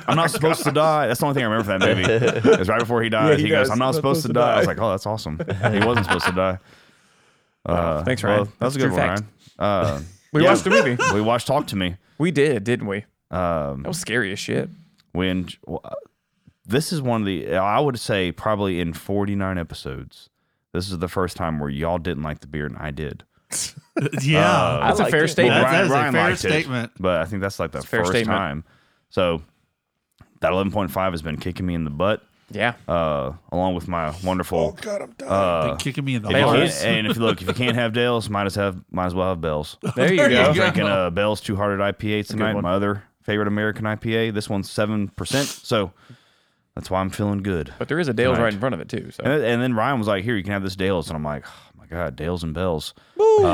S1: I'm not supposed to die. That's the only thing I remember from that movie. It's right before he dies.
S2: he
S1: he goes,
S2: does.
S1: "I'm not supposed, to die. I was like, "Oh, that's awesome." He wasn't supposed to die. Uh,
S2: Thanks,
S1: well,
S2: Ryan.
S1: that was a
S2: True
S1: good one,
S2: fact.
S1: Ryan. Uh,
S2: We
S1: yeah.
S2: watched the movie.
S1: We watched Talk to Me.
S2: We did, didn't we?
S1: Um,
S2: That was scary as shit.
S1: when uh, this is one of the I would say probably in 49 episodes this is the first time where y'all didn't like the beer and I did.
S3: yeah.
S2: That's a
S4: liked
S2: fair
S4: it.
S2: statement.
S3: That- that is a fair
S1: liked it,
S3: statement.
S1: but I think that's like the
S2: a fair
S1: first
S2: statement.
S1: time. So that 11.5 has been kicking me in the butt,
S2: Yeah.
S1: uh, along with my wonderful.
S5: God, I'm done.
S3: They're kicking me in the
S1: If you
S2: Dales.
S1: can't- and if you look, if you can't have Dales, might as have might as well have Bells.
S2: There you go.
S1: I'm drinking uh, Bell's Two Hearted IPA tonight.
S2: one.
S1: My other favorite American IPA. This one's seven percent, so that's why I'm feeling good.
S2: But there is a Dale's
S1: Tonight.
S2: right in front of it too. So
S1: And, and then Ryan was like, "Here, you can have this Dale's," and I'm like, "Oh my God, Dales and Bells. Um,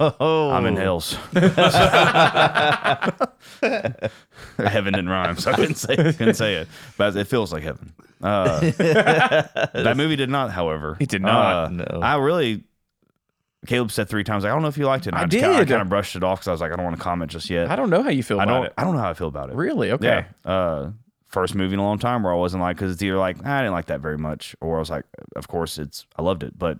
S1: I'm
S2: Oh.
S1: in Hells. heaven in rhymes. I couldn't say, couldn't say it, but it feels like heaven. Uh, that movie did not, however. It
S2: did not,
S4: no.
S1: I really. Caleb said three times, like, I don't know if you liked it. And I,
S2: I
S1: just Kinda, I
S2: did.
S1: kind of brushed it off because I was like, I don't want to comment just yet.
S2: I don't know how you feel
S1: I
S2: about
S1: don't.
S2: it.
S1: I don't know how I feel about it.
S2: Really? Okay.
S1: Yeah. Uh, first movie in a long time where I wasn't like, because it's either like "Ah, I didn't like that very much, or I was like, of course it's I loved it, but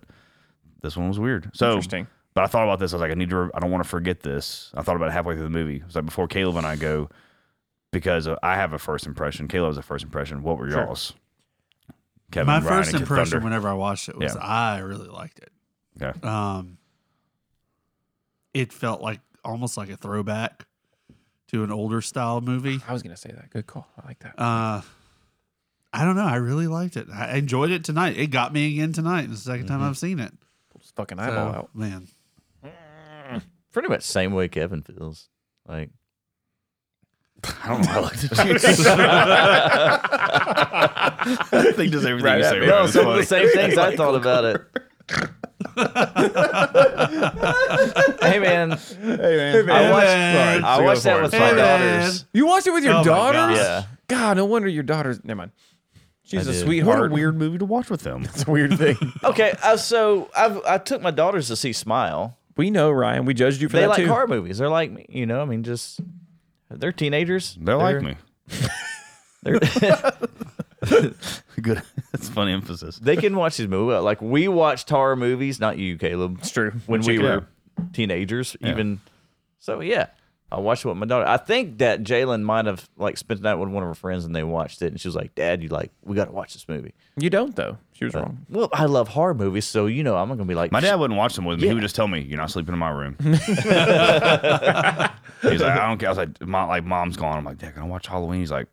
S1: this one was weird. So
S2: Interesting.
S1: But I thought about this. I was like, I need to. re- I don't want to forget this. I thought about it halfway through the movie. It was like before Caleb and I go because uh, I have a first impression. Caleb has a first impression. What were y'all's? Kevin,
S8: My
S1: Ryan,
S8: first
S1: and Kid
S8: impression
S1: Thunder.
S8: whenever I watched it was
S1: Yeah.
S8: I really liked it.
S1: Okay.
S8: Um, it felt like almost like a throwback to an older style movie.
S2: I was gonna say that. Good call. I like that.
S8: Uh, I don't know. I really liked it. I enjoyed it tonight. It got me again tonight. It's the 2nd time I've seen it.
S2: Just fucking eyeball
S8: So,
S2: out.
S8: man.
S4: Pretty much same way Kevin feels. Like
S1: I don't know. I liked it. I think just everything you say.
S4: no,
S1: Ryan, is
S4: some of
S1: funny.
S4: the same things I thought about it. hey man, I watched,
S8: man.
S4: I watched that with my
S8: Hey, man.
S4: daughters.
S2: You watched it with your
S8: Oh my God.
S2: daughters?
S4: Yeah.
S2: God, no wonder your daughters. Never mind. She's
S4: I
S2: a
S4: did.
S2: sweetheart.
S1: What a weird movie to watch with them.
S2: It's a weird thing.
S4: Okay, uh, so I've, I took my daughters to see Smile.
S2: we know, Ryan. We judged you for
S4: They
S2: that
S4: like
S2: too.
S4: horror movies. They're like me, you know. I mean, just they're teenagers.
S1: They're like me.
S4: They're,
S1: Good. That's funny emphasis.
S4: they can watch these movies. Like we watched horror movies, not you, Caleb. It's
S2: true.
S4: When
S2: Which
S4: we
S2: you-
S4: were teenagers, even so, yeah. I watched it with my daughter. I think that Jalen might have like spent the night with one of her friends, and they watched it, and she was like, "Dad, you like we got to watch this movie."
S2: You don't though. She was
S4: Uh,
S2: wrong.
S4: Well, I love horror movies, so you know I'm not gonna be like
S1: My dad wouldn't watch them with me. He would just tell me, "You're not sleeping in my room." He's like, "I don't care." I was like, "Mom, like mom's gone." I'm like, "Dad, can I watch Halloween?" He's like,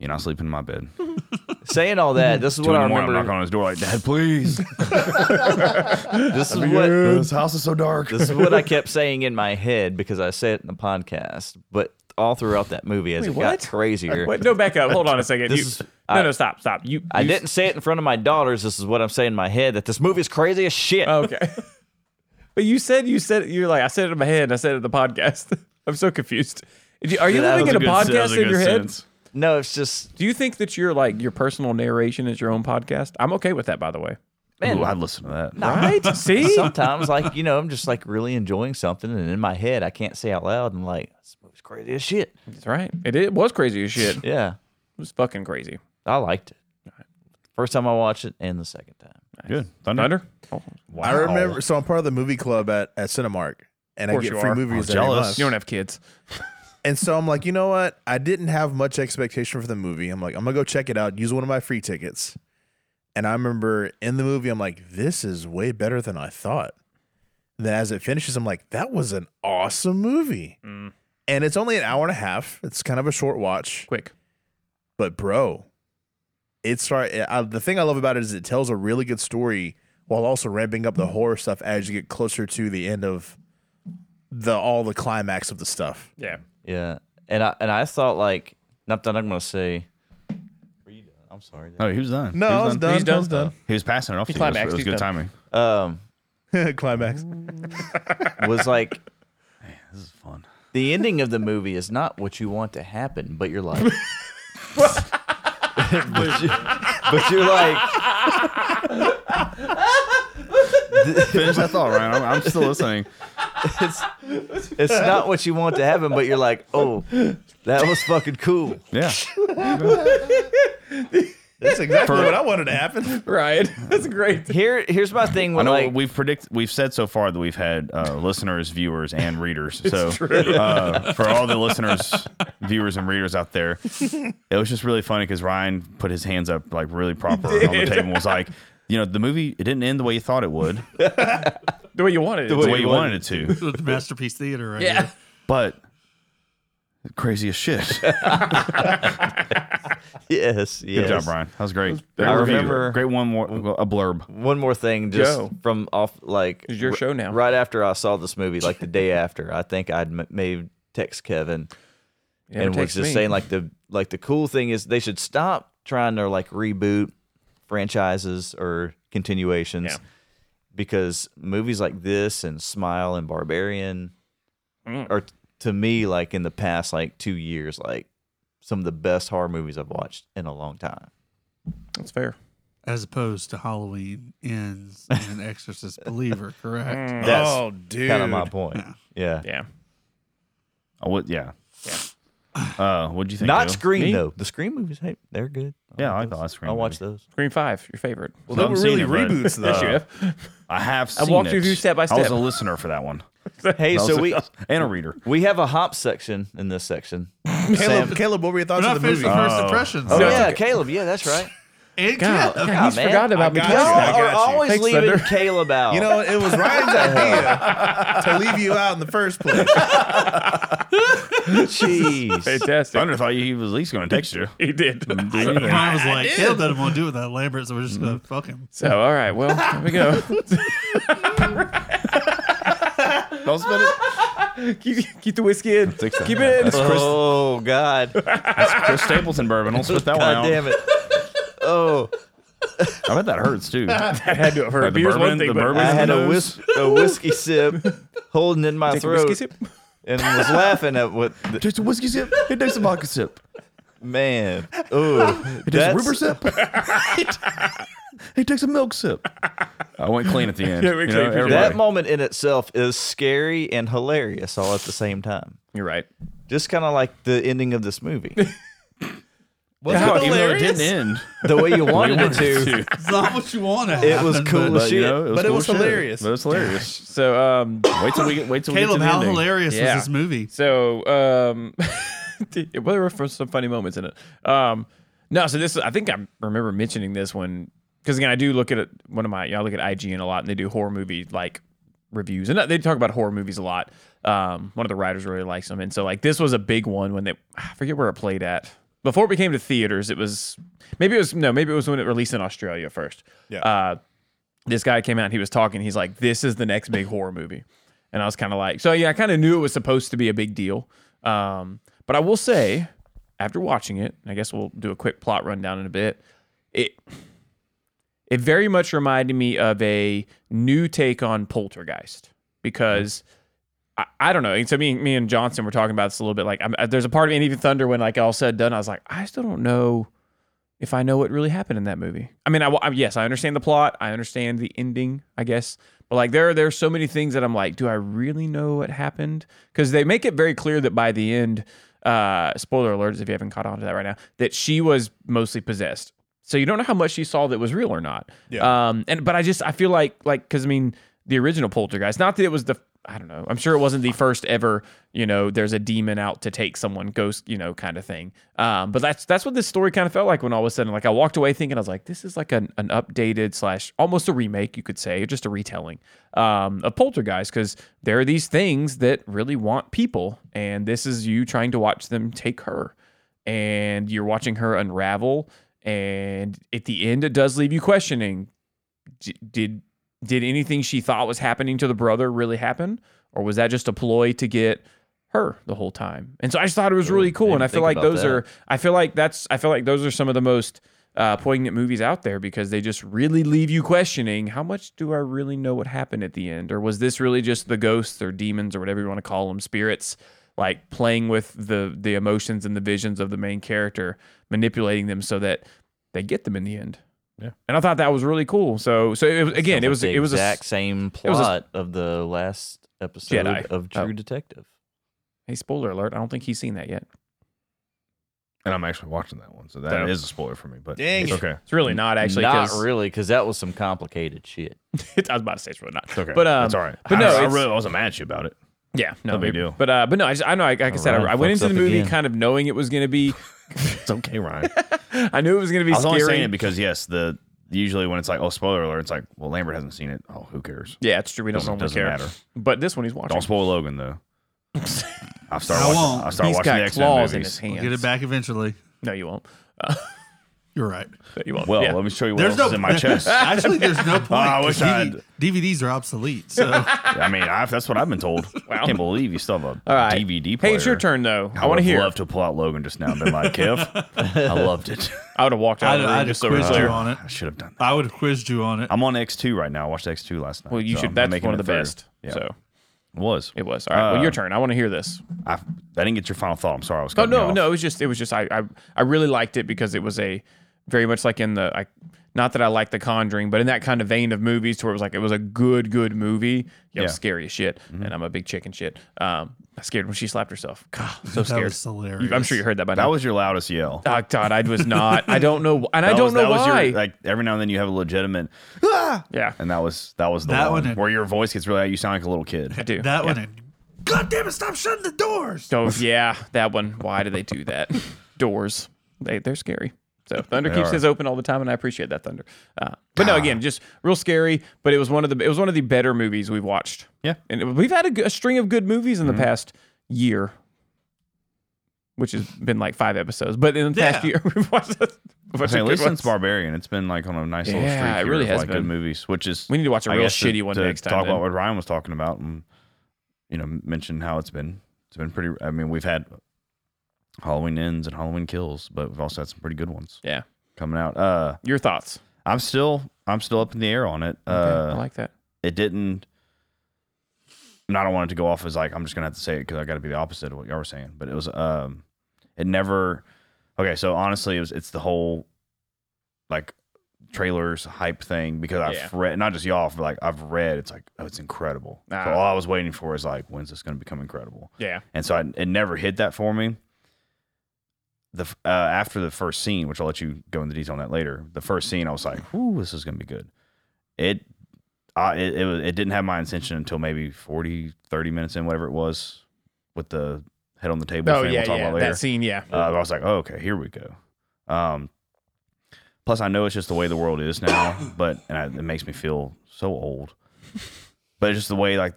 S1: "You're not sleeping in my bed." Two
S4: saying all that. This is what
S1: in
S4: I
S1: the morning, I'm
S4: remember.
S1: knocking on his door like, "Dad, please."
S4: this is what
S1: this house is so dark.
S4: this is what I kept saying in my head because I said it in the podcast, but all throughout that movie as
S2: Wait,
S4: it
S2: what?
S4: got crazier.
S2: Wait, no, back up. Hold on a second.
S4: This
S2: You-
S4: is-
S2: no,
S4: I-
S2: no, stop, stop. You.
S4: I
S2: you-
S4: didn't say it in front of my daughters. This is what I'm saying in my head that this movie is crazy as shit.
S2: Okay. But you said you said you're like I said it in my head. and I said it in the podcast. I'm so confused. Do you- Are you
S4: Yeah, that
S2: living
S4: was
S2: in
S4: a
S2: a podcast in your head?
S4: No, it's just
S2: Do you think that your like your personal narration is your own podcast? I'm okay with that, by the way.
S4: man.
S1: Ooh, I'd listen to that.
S2: Right? See,
S4: Sometimes, like you know, I'm just like really enjoying something, and in my head, I can't say out loud. I'm like, this movie's crazy as shit.
S2: that's right. It, it was crazy as shit. It
S4: Yeah,
S2: was fucking crazy.
S4: I liked it. First time I watched it, and the second time.
S1: Good. Thunder.
S2: Thunder.
S1: Wow.
S5: I remember. So I'm part of the movie club at, at Cinemark, and I
S2: course
S5: get
S2: you
S5: free
S2: are.
S5: movies.
S1: Oh,
S5: every
S1: jealous.
S5: month.
S2: You don't have kids.
S5: And so I'm like, you know what? I didn't have much expectation for the movie. I'm like, I'm gonna go check it out. Use one of my free tickets. And I remember in the movie, I'm like, this is way better than I thought. And then as it finishes, I'm like, that was an awesome movie. And it's only an hour and a half. It's kind of a short watch,
S2: Quick.
S5: but bro, it start. I, the thing I love about it is it tells a really good story while also ramping up the horror stuff as you get closer to the end of the all the climax of the stuff.
S2: Yeah.
S4: Yeah, and I and I thought like, not that I'm gonna say. I'm sorry.
S1: Oh, he was done.
S5: No,
S1: he
S5: I
S1: was
S5: was
S1: done.
S5: done.
S2: He's
S5: I was
S2: done.
S5: done.
S1: He was passing it off. to you. It was,
S2: climaxed.
S1: it was
S2: He's
S1: good
S2: done.
S1: timing.
S4: Um,
S5: Climax.
S4: was like
S1: This is fun.
S4: the ending of the movie is not what you want to happen, but you're like, but, you, but you're like,
S1: Finish that thought, Ryan. I'm, I'm still listening.
S4: it's not what you want to happen, but you're like, oh, that was fucking cool.
S1: Yeah.
S5: That's exactly what I wanted to happen. Oh,
S2: Right. That's great.
S4: Here, here's my thing
S1: I
S4: with
S1: know
S4: like,
S1: we've predict we've said so far that we've had uh, listeners, viewers, and readers. so uh, for all the listeners, viewers, and readers out there, it was just really funny because Ryan put his hands up like really proper on the table and was like, you know, the movie it didn't end the way you thought it would, the
S2: The way you wanted it. The
S1: way you wanted it to,
S8: It's Masterpiece Theater right
S2: Yeah.
S8: here.
S1: but crazy as shit.
S4: yes, yes.
S1: Good job, Ryan. That was great. great
S4: I
S1: review.
S4: remember-
S1: great one more a blurb.
S4: One more thing, just
S2: Go.
S4: from off like
S2: It's your
S4: r-
S2: show now.
S4: Right after I saw this movie, like the day after, I think I'd m- maybe text Kevin and was just saying like the like the cool thing is they should stop trying to like reboot franchises or continuations because movies like this and Smile and Barbarian
S1: Mm.
S4: are to me like in the past like two years like some of the best horror movies I've watched in a long time.
S2: That's fair.
S8: as opposed to Halloween ends in an Exorcist believer, correct?
S4: That's
S5: oh, dude.
S4: kind of my point. Yeah,
S2: Yeah.
S1: I would, yeah. Uh, what'd you think?
S4: not
S1: Joe?
S4: Scream
S2: Me?
S4: though. The Scream movies, hey, they're good.
S1: Yeah, I like
S4: those.
S1: the last Scream
S4: I watch
S1: movie.
S4: those.
S2: Green Five, your favorite.
S5: Well, they
S1: I've
S5: were
S1: seen
S5: really
S1: it, but-
S5: reboots, though.
S2: Yes, you have.
S1: I have. Seen
S2: walked
S1: it.
S2: you through step by
S1: I was
S2: step.
S1: a listener for that one.
S4: Hey,
S1: I was
S4: so
S1: a-
S4: we
S1: and a reader.
S4: we have a hop section in this section.
S5: Caleb,
S4: Sam-
S5: Caleb, what were your
S8: We're
S5: thoughts
S8: not
S5: of the movie?
S8: finishing first impressions.
S4: Oh
S8: though.
S4: yeah, Caleb. Yeah, that's right.
S8: And
S2: God,
S8: Kev.
S2: God, he's
S4: man.
S2: forgotten about me.
S5: I got
S4: Y'all
S2: twice.
S5: you, I
S4: are
S5: you.
S4: always
S2: Thanks,
S4: leaving
S2: Thunder.
S4: Caleb
S2: Uh,
S4: out.
S5: you know, it was Ryan's idea to leave you out in the first place.
S4: jeez.
S2: Fantastic.
S1: Thunder thought he was at least going to text you. Mm,
S2: He did.
S8: I was like, Caleb doesn't want to do it that Lambert, so we're just gonna fuck him.
S2: So, all right. Well, here we go.
S1: Don't spend it.
S2: keep, keep the whiskey in.
S1: that.
S2: Keep it in.
S4: Oh God,
S1: Chris Stapleton bourbon. Don't spit that one
S4: God
S1: out.
S4: damn it. Oh,
S1: I bet that hurts too.
S2: I had to for
S1: Or the
S2: beer's
S1: bourbon-
S2: one thing,
S1: the
S2: but-
S1: bourbon-
S4: I had a,
S1: Nose.
S4: whis- a whiskey sip holding in my
S2: Take a
S4: throat
S2: whiskey sip.
S4: and was laughing at what the,
S1: Just a whiskey sip. It takes a vodka sip.
S4: man. Oh,
S1: It takes a river sip. He takes a milk sip. I went clean at the end.
S2: Yeah, we
S1: you
S2: clean
S1: know,
S2: for sure.
S1: everybody.
S4: that moment in itself is scary and hilarious all at the same time.
S2: You're right.
S4: Just kind of like the ending of this movie,
S5: Was
S1: even though
S2: How-
S5: it
S1: it
S5: hilarious?
S1: didn't end.
S4: the way you wanted it
S1: wanted
S4: to.
S8: It's not what you want to have.
S4: It was cool as
S1: But, you
S4: shit.
S1: know, it was
S5: But it
S1: cool
S5: was
S1: shit.
S5: hilarious.
S1: But it was hilarious.
S2: So, um,
S1: Wait till we get. Wait till we get
S8: Caleb,
S1: to the
S8: how
S1: ending.
S8: hilarious
S2: Yeah.
S8: was this movie?
S2: so, um, there were for some funny moments in it. Um, no, so this is- I think I remember mentioning this one because again, I do look at it, one of my, you know, I look at IGN a lot and they do horror movie like reviews and they talk about horror movies a lot. Um, one of the writers really likes them. And so like, this was a big one when they, I forget where it played at before it became to theaters. It was, maybe it was, no, maybe it was when it released in Australia first.
S5: Yeah.
S2: Uh, this guy came out and he was talking. He's like, "This is the next big horror movie," and I was kind of like, "So yeah, I kind of knew it was supposed to be a big deal." Um, but I will say, after watching it, and I guess we'll do a quick plot rundown in a bit. It it very much reminded me of a new take on Poltergeist because. I, I don't know. And so me, me and Johnson were talking about this a little bit. Like, I'm, uh, there's a part of me, and even Thunder, when like all said and done, I was like, I still don't know if I know what really happened in that movie. I mean, I, I yes, I understand the plot, I understand the ending, I guess, but like there are there are so many things that I'm like, do I really know what happened? Because they make it very clear that by the end, uh, spoiler alerts if you haven't caught on to that right now, that she was mostly possessed. So you don't know how much she saw that was real or not.
S5: Yeah.
S2: Um, and but I just I feel like like because I mean the original Poltergeist, not that it was the I don't know. I'm sure it wasn't the first ever, you know, there's a demon out to take someone, ghost, you know, kind of thing. Um, but that's that's what this story kind of felt like when all of a sudden, like I walked away thinking I was like, this is like an, an updated slash almost a remake, you could say, or just a retelling um, of Poltergeist, because there are these things that really want people, and this is you trying to watch them take her and you're watching her unravel and at the end it does leave you questioning d- did did anything she thought was happening to the brother really happen or was that just a ploy to get her the whole time and so i just thought it was really cool and i feel
S4: think
S2: like
S4: about
S2: those
S4: that.
S2: are i feel like that's i feel like those are some of the most uh, poignant movies out there because they just really leave you questioning how much do i really know what happened at the end or was this really just the ghosts or demons or whatever you want to call them spirits like playing with the the emotions and the visions of the main character, manipulating them so that they get them in the end. Yeah, and I thought that was really cool. So so it was, again, it was
S4: the
S2: it was a
S4: exact
S2: s-
S4: same
S2: was a s-
S4: plot of the last episode
S2: Jedi.
S4: of
S2: Oh.
S4: True Detective.
S2: hey spoiler alert. I don't think he's seen that yet.
S1: And I'm actually watching that one, so that is
S2: Damn.
S1: a spoiler for me. But
S5: Dang
S1: it's
S5: it.
S1: okay.
S2: It's really not actually.
S4: not
S2: 'cause-
S4: really, because that was some complicated shit.
S2: I was about to say it's really not.
S1: It's okay.
S2: But um,
S1: it's all right.
S2: But
S1: I,
S2: no,
S1: I
S2: it's-
S1: really wasn't mad at you about it.
S2: yeah, no
S1: No big
S2: it-
S1: deal.
S2: But uh, but no, I just I know like, like I said, I,
S4: Ryan
S2: I
S4: fucks
S2: went into the
S4: up
S2: movie
S4: again.
S2: kind of knowing it was going to be.
S1: It's okay, Ryan.
S2: I knew it was going to be
S1: I was
S2: scary.
S1: only saying it because yes, the usually when it's like oh spoiler alert, it's like well Lambert hasn't seen it. Oh who cares?
S2: yeah, it's true. We don't
S1: Doesn't-
S2: normally
S1: doesn't
S2: care.
S1: matter.
S2: But this one he's watching.
S1: Don't spoil Logan though. I've started
S8: I
S1: watching.
S8: won't.
S1: I started
S2: He's
S1: watching the
S2: got
S1: X Men
S2: claws in his
S1: movies.
S2: hands.
S8: Get it back eventually.
S2: No, you won't.
S8: You're right.
S2: That you won't.
S1: Well,
S2: yeah.
S1: let me show you what
S8: There's
S1: else
S8: no
S1: is in my chest.
S8: Actually, there's no point.
S1: Oh, I wish
S8: 'cause
S1: I
S8: DV DVDs are obsolete. So
S1: I mean, I, that's what I've been told. I can't believe you still have a
S2: All right.
S1: DVD player.
S2: Hey, it's your turn though.
S1: I
S2: I, want to
S1: would've
S2: hear.
S1: loved to pull out Logan just now and been like, Kev, I loved it.
S2: I would have walked out.
S8: I'd,
S2: of the room
S8: I'd have
S2: just over
S1: uh,
S8: quizzed
S2: there.
S8: you on it.
S1: I should have done that.
S8: I would have quizzed you on it.
S1: I'm on X2 right now. I watched X2 last night.
S2: Well, you
S1: so
S2: should.
S1: I'm
S2: That's
S1: making
S2: one of
S1: it
S2: the
S1: through.
S2: best.
S1: Yeah.
S2: So
S1: It was.
S2: it was. All right.
S1: Uh,
S2: well, your turn. I want to hear this.
S1: I, I didn't get your final thought. I'm sorry. I was
S2: Oh
S1: cutting you
S2: no,
S1: off.
S2: no. It was just. It was just. I, I. I really liked it because it was a very much like in the. I, not that I like The Conjuring, but in that kind of vein of movies, to where it was like it was a good, good movie.
S1: Yeah.
S2: Yo,
S1: Mm-hmm.
S2: scary as shit, and I'm a big chicken shit. Um, I scared when she slapped herself. God, so
S8: That
S2: scared.
S8: was hilarious.
S2: You- I'm sure you heard that by
S1: That
S2: now.
S1: was your loudest yell.
S2: Oh, God, I was not. I don't know, and I
S1: That
S2: don't
S1: was-
S2: know
S1: that was
S2: why.
S1: your, like every now and then you have a legitimate,
S2: yeah,
S1: and that was that was the
S8: That
S1: one
S8: one-
S1: where your voice gets really. You sound like a little kid.
S2: I do.
S8: that
S2: yeah.
S8: one. And, God damn it! Stop shutting the doors.
S2: Oh yeah, that one. Why do they do that? Doors. They they're scary. So Thunder keeps
S1: are. Ah.
S2: his open all the time, and I appreciate that Thunder. Uh, but no, again, just real scary. But it was one of the it was one of the better movies we've watched.
S1: Yeah. Mm-hmm.
S2: and it- we've had a, g- a string of good movies in the past year, which has been like five episodes. But in the past
S8: Yeah.
S2: year, we've watched. A,
S1: I
S2: bunch
S1: say, at
S2: of good
S1: least since
S2: ones.
S1: Barbarian, it's been like on a nice little
S2: Yeah,
S1: streak
S2: it
S1: here
S2: really
S1: of,
S2: has
S1: like
S2: been.
S1: good movies, which is
S2: We need to watch a
S1: I
S2: real
S1: guess, to-
S2: shitty one
S1: to
S2: next time.
S1: Talk
S2: then.
S1: about what Ryan was talking about, and you know, mention how it's been. It's been pretty. I mean, we've had Halloween ends and Halloween kills, but we've also had some pretty good ones
S2: yeah,
S1: coming out. Uh,
S2: your thoughts.
S1: I'm still I'm still up in the air on it.
S2: Okay,
S1: Uh,
S2: I like that.
S1: it didn't. And I don't want it to go off as like I'm just gonna have to say it because I got to be the opposite of what y'all were saying. But it was um, it never. Okay, so honestly, it was it's the whole like trailers hype thing because I've
S2: Yeah.
S1: read not just y'all, but like I've read it's like oh it's incredible. So
S2: Ah.
S1: all I was waiting for is like when's this gonna become incredible?
S2: Yeah,
S1: And so I, it never hit that for me. The f- uh, after the first scene, which I'll let you go into detail on that later. The first scene, I was like, "Ooh, this is gonna be good." It, I, it, it, was, it didn't have my intention until maybe 40, 30 minutes in, whatever it was, with the head on the table.
S2: oh
S1: thing
S2: yeah,
S1: we'll talk
S2: yeah.
S1: about later.
S2: That scene, yeah.
S1: Uh, I was like, oh, okay, here we go. Um, plus, I know it's just the way the world is now, but and I, it makes me feel so old. But it's just the way like,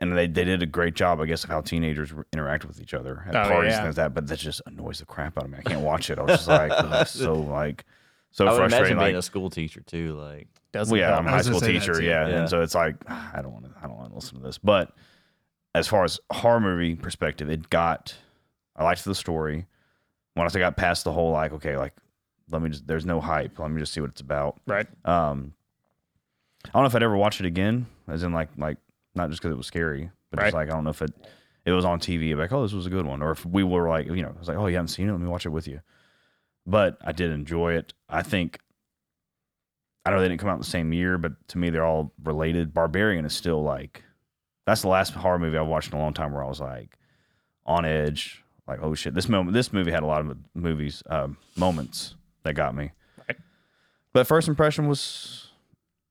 S1: and they, they did a great job, I guess, of how teenagers interact with each other at
S2: Oh,
S1: parties
S2: yeah.
S1: and things like that. But that just annoys the crap out of me. I can't watch it. I was just like, ugh, so like, so
S4: I would
S1: frustrating.
S4: imagine
S1: Like,
S4: being a school teacher too. Like
S2: Doesn't
S1: well, yeah,
S2: help.
S1: I'm a
S8: I
S1: high
S8: was gonna
S1: school
S8: say that
S1: teacher.
S8: too.
S1: Yeah.
S4: Yeah.
S1: and so it's like "Ah, I don't want to. I don't want to listen to this. But as far as horror movie perspective, it got. I liked the story. Once I got past the whole like, okay, like, let me just. There's no hype. Let me just see what it's about.
S2: Right.
S1: Um, I don't know if I'd ever watch it again. As in, like, like not just because it was scary, but just like I don't know if it it was on TV. Like, oh, this was a good one, or if we were like, you know, I was like, oh, you haven't seen it. Let me watch it with you. But I did enjoy it. I think I know they didn't come out in the same year, but to me, they're all related. Barbarian is still like that's the last horror movie I watched in a long time where I was like on edge, like oh shit. This moment, this movie had a lot of movies um, moments that got me.
S2: Right.
S1: But first impression was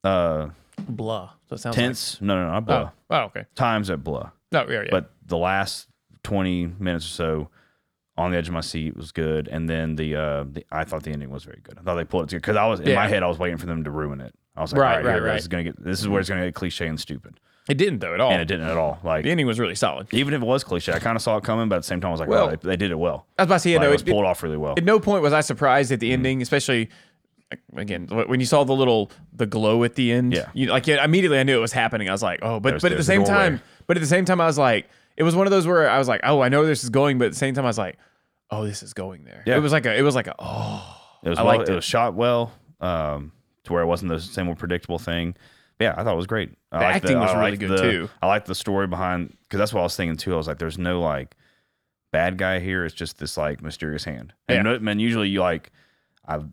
S1: uh
S2: Blah. So it sounds
S1: tense. No, no, no, not
S2: Like,
S1: blah.
S2: oh, oh, okay.
S1: Times at blah.
S2: No, yeah, yeah.
S1: But the last twenty minutes or so on the edge of my seat was good, and then the uh the I thought the ending was very good. I thought they pulled it together because I was in
S2: Yeah.
S1: my head I was waiting for them to ruin it. I was like,
S2: Right,
S1: all right,
S2: right,
S1: here,
S2: right.
S1: this is gonna get this is where it's gonna get cliche and stupid,
S2: it didn't though at all.
S1: and it didn't at all. Like
S2: The ending was really solid.
S1: even if it was cliche, I kind of saw it coming, but at the same time, I was like,
S2: Well-
S1: wow, they, they did it well.
S2: I was about to say, yeah,
S1: Like,
S2: no,
S1: it was
S2: it,
S1: pulled off really well.
S2: at no point was I surprised at
S1: Mm-hmm.
S2: the ending, especially like, again wh- when you saw the little the glow at the end.
S1: Yeah.
S2: you, like yeah, immediately I knew it was happening. I was like, oh, but
S1: There's-
S2: but at the
S1: there's a
S2: same
S1: doorway.
S2: time, but at the same time, I was like, it was one of those where I was like, oh, I know where this is going, but at the same time, I was like, oh, this is going there.
S1: Yeah.
S2: It was like a, it was like a, oh,
S1: It was
S2: I
S1: well,
S2: liked
S1: it.
S2: it.
S1: was shot well, um, to where it wasn't the same old predictable thing. But yeah, I thought it was great. I
S2: The
S1: liked
S2: acting was
S1: I
S2: really
S1: liked
S2: good,
S1: the-
S2: too.
S1: I liked the story behind because that's what I was thinking too. I was like, there's no like bad guy here. It's just this like mysterious hand. And
S2: Yeah.
S1: no- man, usually you like I've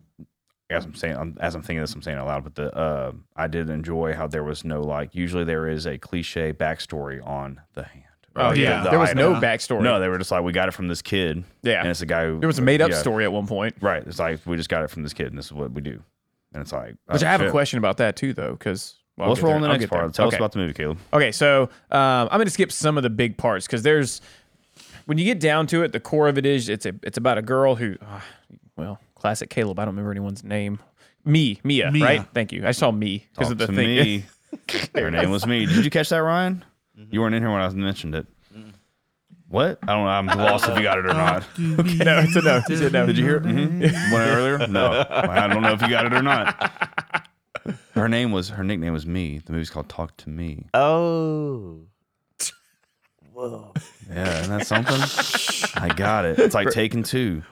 S1: as I'm saying, I'm, as I'm thinking this, I'm saying it out loud, but the uh, I did enjoy how there was no like. Usually there is a cliche backstory on the hand. Or, like, the-
S8: yeah.
S1: the
S2: Oh, there was
S1: item.
S2: no backstory.
S1: No, they were just like, we got it from this kid.
S2: Yeah.
S1: and it's a guy who
S2: there was a made up
S1: yeah.
S2: story at one point.
S1: Right. It's like we just got it from this kid, and this is what we do. And it's like,
S2: Which
S1: oh,
S2: I have a
S1: shit.
S2: question about that too, though, because well,
S1: Let's
S2: I'll get
S1: roll on
S2: there.
S1: the
S2: I'll
S1: next
S2: get there.
S1: part. Tell
S2: Okay.
S1: us about the movie, Caleb.
S2: Okay, so um, I'm going to skip some of the big parts because there's when you get down to it, the core of it is it's a it's about a girl who, ah, well, classic Caleb. I don't remember anyone's name. Me, Mia,
S8: Mia.
S2: right? Thank you. I saw me because of
S1: Talk
S2: the
S1: to
S2: thing.
S1: me. Mm-hmm. Your name was me. Did you catch that, Ryan? You weren't in here when I mentioned it. What? I don't know. I'm lost if you got it or not.
S2: No, it's a no. It's a no. Mm-hmm.
S1: Did you hear it? hmm One earlier? No. I don't know if you got it or not. Her name was her nickname was Me. The movie's called Talk to Me.
S4: Oh.
S1: Yeah, isn't that something? I got it. It's like Taken Two.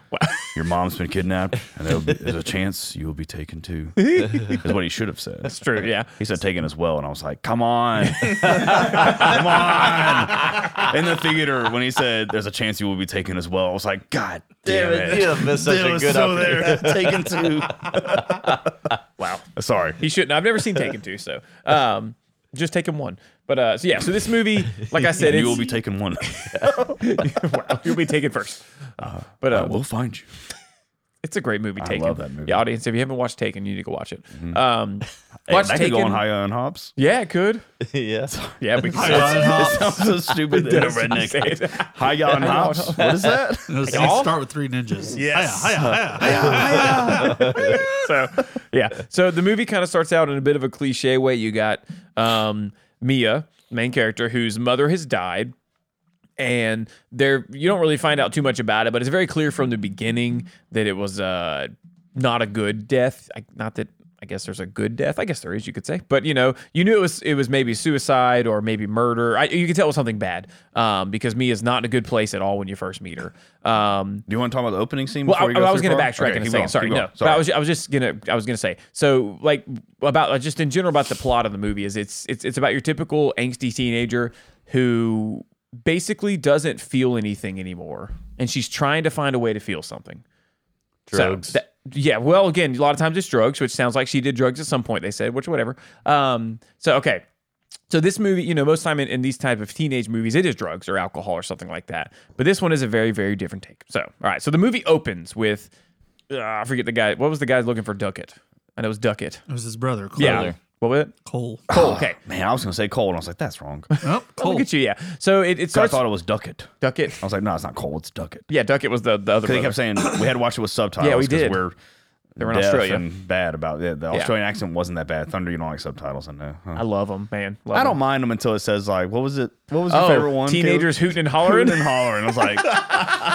S1: Your mom's been kidnapped, and there'll be, there's a chance you will be taken too. is what he should have said.
S2: It's true. Yeah.
S1: He said taken as well, and I was like, "Come on, come on!" In the theater, when he said, "There's a chance you will be taken as well," I was like, "God damn, it!"
S4: Yeah, that's such
S1: It
S4: a
S1: was
S4: good
S1: so
S4: opportunity.
S1: there. Taken two. wow. Sorry.
S2: He shouldn't. I've never seen Taken Two, so um, just Taken One. But uh, so yeah, so this movie, like I said,
S1: you
S2: it's-
S1: will be taken one.
S2: wow, you'll be taken first. but uh,
S1: we'll find you.
S2: it's a great movie. Taken.
S1: love that movie. Mm-hmm.
S2: Yeah, audience, if you haven't watched Taken, you need to go watch it. Um, watch
S1: that
S2: Taken.
S1: could go on high on hops.
S2: yeah, it could.
S4: yeah.
S2: Yeah, we
S8: High on
S2: can.
S8: hops.
S1: Sounds so stupid. in a
S2: does. You say it.
S1: redneck. High on hops. What is that?
S8: No, so
S2: all-
S8: you start with three ninjas.
S5: Yes.
S8: Hiya, hiya, hiya, hiya.
S2: so yeah, so the movie kind of starts out in a bit of a cliche way. You got um, Mia, main character, whose mother has died. and there you don't really find out too much about it, but it's very clear from the beginning that it was uh, not a good death. I, not that I guess there's a good death. I guess there is, you could say, but you know, you knew it was it was maybe suicide or maybe murder. I, you could tell it was something bad um, because Mia's not in a good place at all when you first meet her. Um,
S1: Do you want to talk about the opening scene?
S2: well, I,
S1: before we go
S2: I was
S1: too
S2: going to
S1: far?
S2: backtrack
S1: Okay,
S2: in a
S1: keep
S2: second.
S1: going,
S2: Sorry,
S1: keep
S2: no.
S1: going.
S2: But I was, I was just gonna, I was gonna say. So, like, about uh, just in general about the plot of the movie is it's, it's, it's about your typical angsty teenager who basically doesn't feel anything anymore, and she's trying to find a way to feel something. So
S4: Drugs.
S2: that- yeah. Well, again, a lot of times it's drugs, which sounds like she did drugs at some point. They said, which whatever. Um. So okay. So this movie, you know, most time in, in these type of teenage movies, it is drugs or alcohol or something like that. But this one is a very, very different take. So, all right. So the movie opens with uh, I forget the guy. What was the guy looking for? Duckett. I know it was Duckett.
S8: It was his brother, Cole.
S2: Yeah. What was it?
S8: Cole.
S2: Cole. Okay.
S1: Ah, Man, I was going to say cold, and I was like, that's wrong.
S8: Oh,
S2: Oh,
S8: Cole.
S2: look at you. Yeah. So it, it
S1: I
S2: starts.
S1: thought it was Duckett.
S2: Duckett.
S1: I was like, no, it's not cold, it's Duckett.
S2: Yeah, Duckett was the, the
S1: Because
S2: other. Brother.
S1: he kept saying we had to watch it with subtitles.
S2: Yeah, we
S1: 'cause
S2: did.
S1: We're
S2: They were in
S1: deaf
S2: Australia.
S1: and bad about it. The Australian accent wasn't that bad. Thunder, you don't like subtitles, I know. Huh.
S2: I love him, man. Love
S1: I
S2: him.
S1: don't mind them until it says like, what was it? What was your
S2: Oh,
S1: favorite one?
S2: teenagers hooting and
S1: Caleb?
S2: hollering.
S1: hooting and hollering. I was like,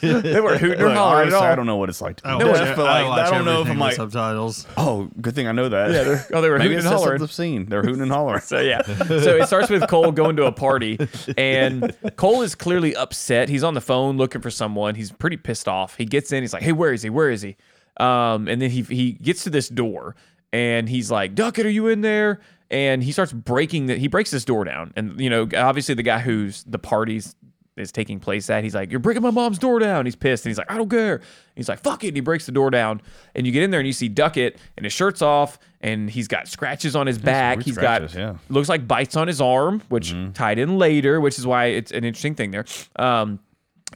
S2: they were hooting
S1: look,
S2: and hollering at
S1: honestly,
S2: all.
S1: I don't know what it's like. To be
S8: I
S1: no,
S8: watch-
S1: but like,
S8: watch
S1: I, don't know if
S8: everything
S1: I'm
S8: with
S1: like,
S8: subtitles.
S1: oh, good thing I know that. Yeah,
S2: they're- oh, they were
S1: Maybe
S2: hooting and
S1: it says
S2: hollering.
S1: something obscene. They're hooting and hollering.
S2: So yeah. So it starts with Cole going to a party and Cole is clearly upset. He's on the phone looking for someone. He's pretty pissed off. He gets in, he's like, "Hey, where is he? Where is he?" Um and then he he gets to this door and he's like, "Duckett, are you in there?" And he starts breaking the he breaks this door down. And you know, obviously the guy who's the party's is taking place at. He's like, You're breaking my mom's door down. He's pissed and he's like, I don't care. And he's like, Fuck it. And he breaks the door down. And you get in there and you see Duckett and his shirt's off and he's got scratches on his back.
S1: weird
S2: He's
S1: scratches,
S2: got,
S1: yeah. Mm-hmm.
S2: looks like bites on his arm, which tied in later, which is why it's an interesting thing there. Um,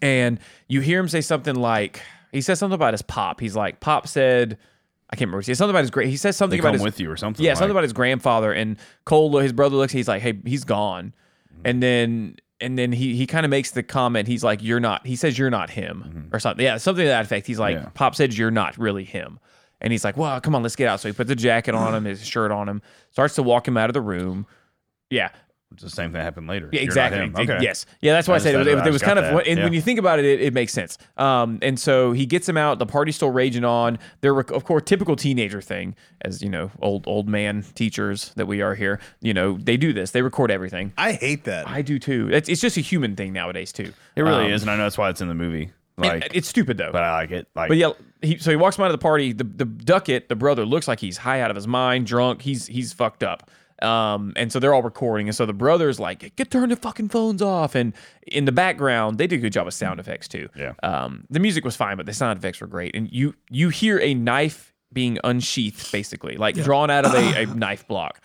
S2: and you hear him say something like, He says something about his pop. He's like, Pop said, I can't remember. He says something about his great. He says something
S1: They
S2: about
S1: come
S2: his
S1: with you or something.
S2: yeah,
S1: like,
S2: something about his grandfather and Cole. lo- His brother looks. He's like, hey, he's gone.
S1: Mm-hmm.
S2: And then and then he he kind of makes the comment. He's like, you're not. He says you're not him or something. Yeah, something to that effect. He's like,
S1: Mm-hmm. Yeah.
S2: Pop says you're not really him. And he's like, well, come on, let's get out. So he puts a jacket on him, his shirt on him, starts to walk him out of the room. Yeah,
S1: It's the same thing that happened later.
S2: yeah,
S1: You're not
S2: exactly.
S1: him.
S2: E-
S1: Okay.
S2: Yes. Yeah, that's why I,
S1: I
S2: said
S1: just-
S2: it was, it
S1: I
S2: was- it
S1: just
S2: was
S1: got
S2: kind of
S1: that.
S2: when- and when
S1: Yeah.
S2: you think about it, it, it makes sense. Um, and so he gets him out. The party's still raging on. They're rec- of course typical teenager thing, as you know, old old man teachers that we are here. You know, they do this. They record everything.
S5: I hate that.
S2: I do too. It's, it's just a human thing nowadays too.
S1: It really
S2: Um,
S1: is, and I know that's why it's in the movie. Like,
S2: it- it's stupid though.
S1: but I like it. Like,
S2: But yeah, he so he walks him out of the party. The the Duckett, the brother, looks like he's high out of his mind, drunk. He's he's fucked up. Um, and so they're all recording, and so the brother's like, "Get turn the fucking phones off." And in the background, they did a good job of sound effects too.
S1: Yeah.
S2: Um, the music was fine, but the sound effects were great. And you you hear a knife being unsheathed, basically, like drawn out of a, a knife block.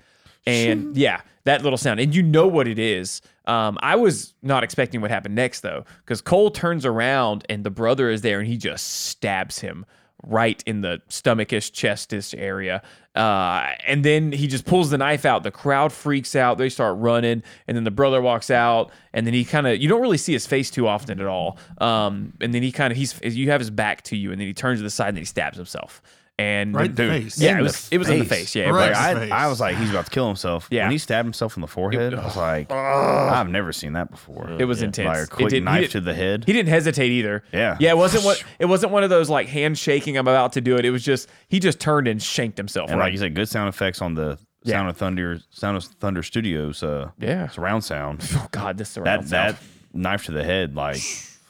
S2: And yeah, that little sound, and you know what it is. Um, I was not expecting what happened next though, because Cole turns around and the brother is there, and he just stabs him right in the stomachish chestish area. Uh, and then he just pulls the knife out. The crowd freaks out. They start running. And then the brother walks out. And then he kind of, you don't really see his face too often at all. Um, and then he kind of, he's, you have his back to you. And then he turns to the side and then he stabs himself. and
S8: Right in
S2: the
S8: the
S2: dude,
S8: face.
S2: yeah,
S8: In
S2: it
S8: the
S2: was it was in the
S5: face.
S2: face, yeah.
S8: Right.
S2: Like, I-
S1: I,
S8: face.
S1: I was like, he's about to kill himself.
S2: Yeah.
S1: When he stabbed himself in the forehead, I was like, I've never seen that before.
S2: it was
S1: Yeah.
S2: intense.
S1: Like a
S2: It
S1: quick
S2: didn't- he
S1: knife
S2: didn't-
S1: to the head.
S2: He didn't hesitate either.
S1: Yeah.
S2: yeah. It wasn't what it wasn't one of those like handshaking. I'm about to do it. It was just he just turned and shanked himself.
S1: and
S2: right.
S1: like you said, good sound effects on the
S2: Yeah.
S1: Sound of Thunder, Sound of Thunder Studios, uh,
S2: Yeah.
S1: surround sound.
S2: oh God, this surround
S1: that
S2: sound,
S1: that knife to the head, like,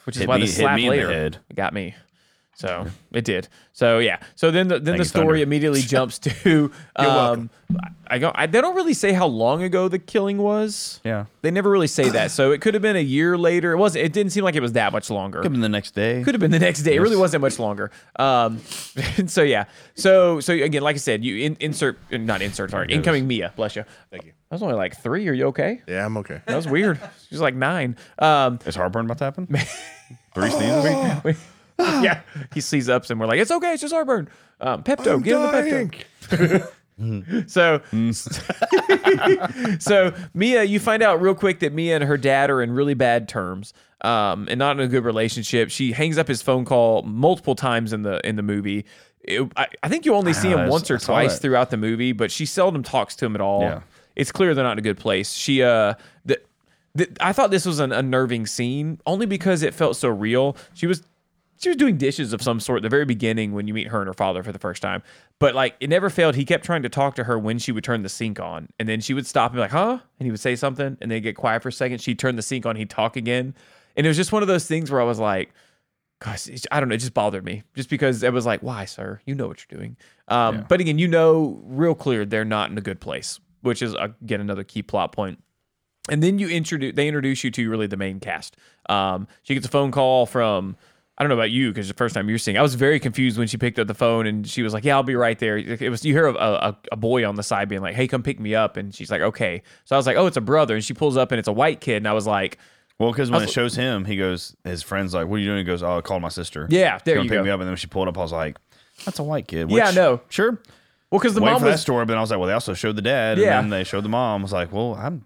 S2: which is
S1: hit
S2: why
S1: me-
S2: the
S1: hit
S2: slap
S1: me in the
S2: later
S1: head.
S2: got me. So it did. So yeah. So then the then
S1: Thank
S2: the
S1: you,
S2: story
S1: Thunder.
S2: immediately jumps to. um,
S5: welcome.
S2: I go. I, they don't really say how long ago the killing was.
S1: yeah.
S2: They never really say that. So it could have been a year later. It was. not It didn't seem like it was that much longer.
S1: Could have been the next day.
S2: Could have been the next day. It really wasn't much longer. Um, and so yeah. So so again, like I said, you in, insert not insert. Sorry, incoming Mia. Bless you. Thank you. I was only like three. Are you okay?
S5: Yeah, I'm okay.
S2: That was weird. She was like nine. Um,
S1: Is heartburn about to happen? Three sneezes?
S2: we- yeah, he sees ups and we're like, it's okay, it's just heartburn. Um, Pepto, get him the Pepto. so,
S1: Hmm.
S2: so Mia, you find out real quick that Mia and her dad are in really bad terms, um, and not in a good relationship. She hangs up his phone call multiple times in the in the movie. It- I, I think you only see
S1: Ah,
S2: him
S1: I
S2: once
S1: s-
S2: or
S1: I saw
S2: twice
S1: that.
S2: throughout the movie, but she seldom talks to him at all
S1: Yeah.
S2: it's clear they're not in a good place. She uh the, the, I thought this was an unnerving scene only because it felt so real. She was she was doing dishes of some sort at the very beginning when you meet her and her father for the first time. But like it never failed. He kept trying to talk to her when she would turn the sink on. And then she would stop and be like, huh? And he would say something and then get quiet for a second. She'd turn the sink on, he'd talk again. And it was just one of those things where I was like, gosh, it's- I don't know. It just bothered me just because it was like, why, sir? You know what you're doing. Um, But again, you know, real clear, they're not in a good place, which is, again, another key plot point. And then you introduce, they introduce you to really the main cast. Um, she gets a phone call from, I don't know about you because the first time you're seeing, I was very confused when she picked up the phone and she was like, "Yeah, I'll be right there." It was you hear a, a, a boy on the side being like, "Hey, come pick me up," and she's like, "Okay." So I was like, "Oh, it's a brother," and she pulls up and it's a white kid, and I was like,
S1: Well, because when it shows him, he goes, his friend's like, What are you doing? He goes, Oh, I called my sister.
S2: Yeah,
S1: She
S2: there
S1: gonna
S2: you
S1: pick
S2: go.
S1: me up. And then when she pulled up, I was like, That's a white kid.
S2: Yeah, I
S1: which-
S2: know.
S1: Sure.
S2: "Well, because the
S1: Wait
S2: mom
S1: for that
S2: was."
S1: story. But I was like, Well, they also showed the dad.
S2: Yeah.
S1: And then they showed the mom. I was like, Well, I'm,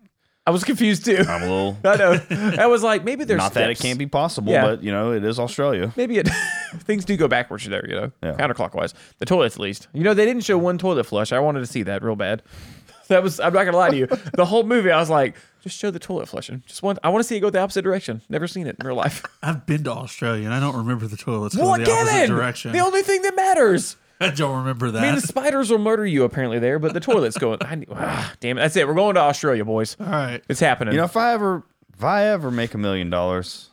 S2: I was confused too.
S1: I'm a little.
S2: I know. I was like, maybe there's
S1: not that it
S2: steps.
S1: can't be possible,
S2: Yeah.
S1: but, you know, it is Australia.
S2: Maybe it things do go backwards there, you know,
S1: Yeah.
S2: counterclockwise. The toilets, at least. You know, they didn't show one toilet flush. I wanted to see that real bad. That was I'm not gonna lie to you. The whole movie, I was like, just show the toilet flushing. Just one. I want to see it go the opposite direction. Never seen it in real life.
S8: I've been to Australia and I don't remember the toilets
S2: What,
S8: going the opposite
S2: Kevin?
S8: direction.
S2: The only thing that matters.
S8: I don't remember
S2: I mean,
S8: that.
S2: the spiders will murder you apparently there, but the toilet's going. I, need- ah, damn it. That's it. We're going to Australia, boys.
S8: All right.
S2: It's happening.
S1: You know, if I ever, if I ever make a million dollars,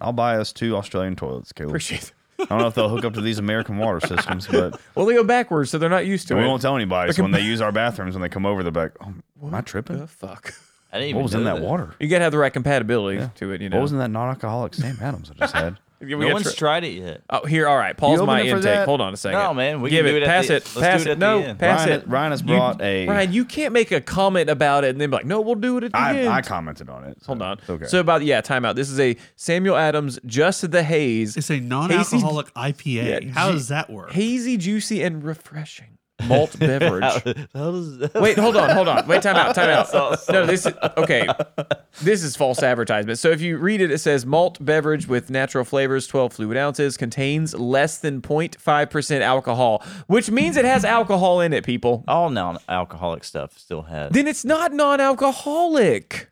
S1: I'll buy us two Australian toilets, Caleb.
S2: appreciate. It.
S1: I don't know if they'll hook up to these American water systems, but
S2: Well, they go backwards, so they're not used to
S1: we
S2: it.
S1: won't tell anybody. So when they use our bathrooms, when they come over, they're like, oh, am I tripping?
S2: the fuck.
S4: I didn't even
S1: What was in
S4: know
S1: that water?
S2: You gotta have the right compatibility to it. You know.
S1: What was in that non-alcoholic Sam Adams I just had?
S2: Yeah, we
S4: No
S2: got
S4: one's
S2: tri-
S4: tried it yet.
S2: Oh, here, all right. Pause
S1: You
S2: my
S1: open it for
S2: intake.
S1: that?
S2: Hold on a second.
S4: No, man, we
S2: give
S4: can do
S2: it.
S4: it at
S2: pass
S4: the-
S2: it.
S4: let's
S2: pass
S4: do it at the
S2: no,
S4: end.
S2: pass
S1: Ryan,
S2: it.
S1: Ryan has brought a.
S2: Ryan, you can't make a comment about it and then be like, "No, we'll do it at the
S1: I,
S2: end."
S1: I commented on it. so
S2: Hold on.
S1: it's Okay.
S2: So about yeah, timeout. This is a Samuel Adams, just the haze.
S8: It's a non-alcoholic IPA.
S2: Yeah,
S8: How
S2: ju-
S8: does that work?
S2: hazy, juicy, and refreshing malt beverage.
S4: How does
S2: Wait, hold on, hold on. Wait, time out, time out. No, this is okay. This is false advertisement. So if you read it, it says malt beverage with natural flavors, 12 fluid ounces, contains less than 0.5% alcohol, which means it has alcohol in it, people.
S4: all non-alcoholic stuff still has?
S2: Then it's not non alcoholic.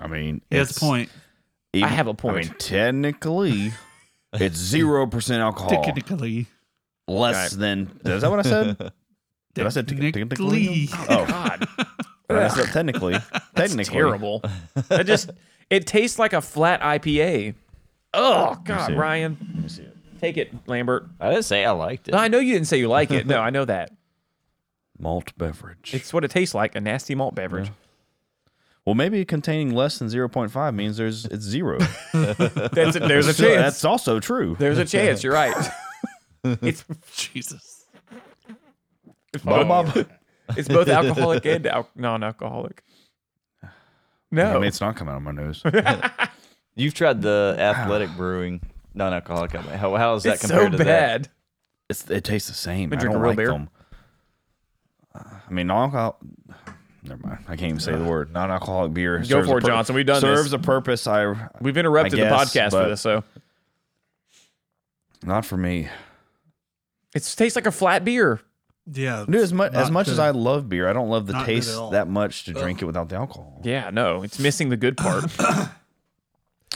S1: I mean,
S8: He has a point.
S1: even-
S2: I have a point.
S1: I mean, technically, it's zero percent alcohol,
S8: Technically.
S1: less than. Is that what I said? Did I said tick- tick- tick-
S8: Technically.
S1: Oh God! I said technically. Technically,
S2: Terrible. That just, it tastes like a flat IPA. Oh, God, Ryan. Take it, Lambert.
S4: I didn't say I liked it.
S2: No, I know you didn't say you like it. No, I know that.
S1: malt beverage.
S2: It's what it tastes like a nasty malt beverage.
S1: well, maybe containing less than zero point five means there's it's zero.
S2: That's there's a
S1: So
S2: chance.
S1: that's also true.
S2: there's a chance. You're right. It's
S8: Jesus.
S2: it's both, it's both alcoholic and al- non-alcoholic.
S1: I
S2: No,
S1: mean, it's not coming out of my nose.
S4: You've tried the Athletic Brewing non-alcoholic. IPA. How, how is that
S2: It's so
S4: compared to that?
S2: bad.
S1: It's, it tastes the same. I
S2: Been drinking
S1: don't
S2: real
S1: like
S2: beer?
S1: them. Uh, I mean, non-alcohol. Never mind. I can't even say the word. Non-alcoholic beer. serves
S2: for
S1: a
S2: it, Johnson. We've done
S1: serves a
S2: this.
S1: purpose. I
S2: We've interrupted
S1: I guess,
S2: the podcast for
S1: but-
S2: this, so
S1: not for me.
S2: It tastes like a flat beer.
S8: Yeah.
S1: Dude, as much as
S8: not
S1: much as
S8: good.
S1: I love beer, I don't love the
S8: Not good at
S1: taste
S8: all.
S1: that much to drink it without the alcohol.
S2: Yeah, no, it's missing the good part.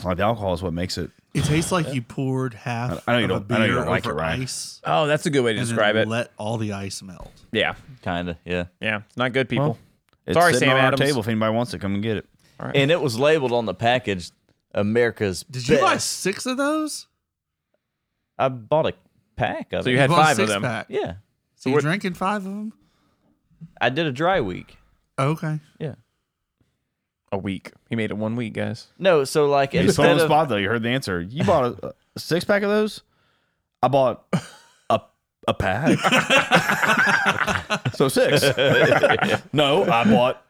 S1: Like the alcohol is what makes it.
S8: It tastes like you poured half
S1: I know you
S8: of a
S1: don't- I know you
S8: beer
S1: don't like it,
S8: over
S1: Ryan.
S8: ice
S2: oh, that's a good way to
S8: and then
S2: describe it.
S8: let all the ice melt.
S2: yeah,
S4: kind of, yeah.
S2: yeah, it's not good, people.
S1: Well, It's
S2: Sorry,
S1: sitting
S2: Sam
S1: on
S2: Adams.
S1: our table. If anybody wants it, come and get it.
S4: And it was labeled on the package, America's
S8: Did you buy
S4: best.
S8: six of those?
S4: I bought a pack of
S2: so
S4: it.
S2: you had
S8: bought a
S2: five of
S8: six
S2: them.
S8: Pack.
S4: yeah,
S8: So you're drinking five of them?
S4: I did a dry week.
S8: Okay.
S4: Yeah.
S2: A week. He made it one week, guys.
S4: No, so like
S1: You put on
S4: instead
S1: the
S4: of
S1: spot though. You heard the answer. You bought a, a six pack of those. I bought a a pack. so six. no, I bought.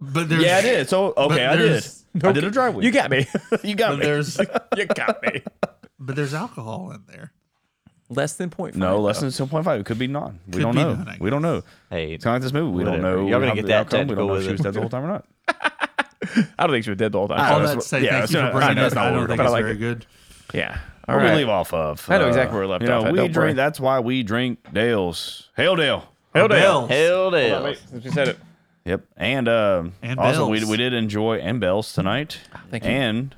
S8: But there's
S1: Yeah, I did. So okay, I did.
S8: there's-
S1: I did a dry week.
S2: You got me.
S1: you got
S8: But
S1: me.
S8: there's
S2: you got me.
S8: but there's alcohol in there.
S2: Less than point five.
S1: No, less than two point five. It could be non. We
S8: Could
S1: don't
S8: be
S1: know.
S8: none, I
S1: we don't know.
S4: hey,
S1: It's kind of like this movie. We don't
S4: Whatever.
S1: know.
S4: Y'all gonna
S1: how
S4: get
S1: the
S4: that
S1: outcome. We don't
S4: technical
S1: know if
S4: with
S1: she was
S4: it.
S1: dead the whole time or not.
S2: I don't think she was dead the whole time.
S8: All
S1: Oh,
S8: that
S1: that's
S8: to say,
S1: what- yeah,
S8: thank you
S1: so
S8: for
S1: I
S8: bringing
S1: know
S8: this.
S1: it's not
S8: I
S1: what
S8: don't
S1: we're-
S8: think
S2: but I
S8: it's
S2: like
S8: very
S2: it.
S8: good.
S2: yeah. All
S1: Where
S2: right.
S1: we leave off of. uh,
S2: I know exactly where we left
S1: you know,
S2: off at,
S1: we
S2: don't worry.
S1: drink. That's why we drink Dale's. Hail Dale.
S2: Hail to
S8: Bells.
S4: hell
S2: Hell.
S4: no.
S2: Wait, since you said it.
S1: Yep. And um,
S8: And
S1: also we
S8: Bells.
S1: we did enjoy and Bells tonight.
S2: Ah, Thank you.
S1: and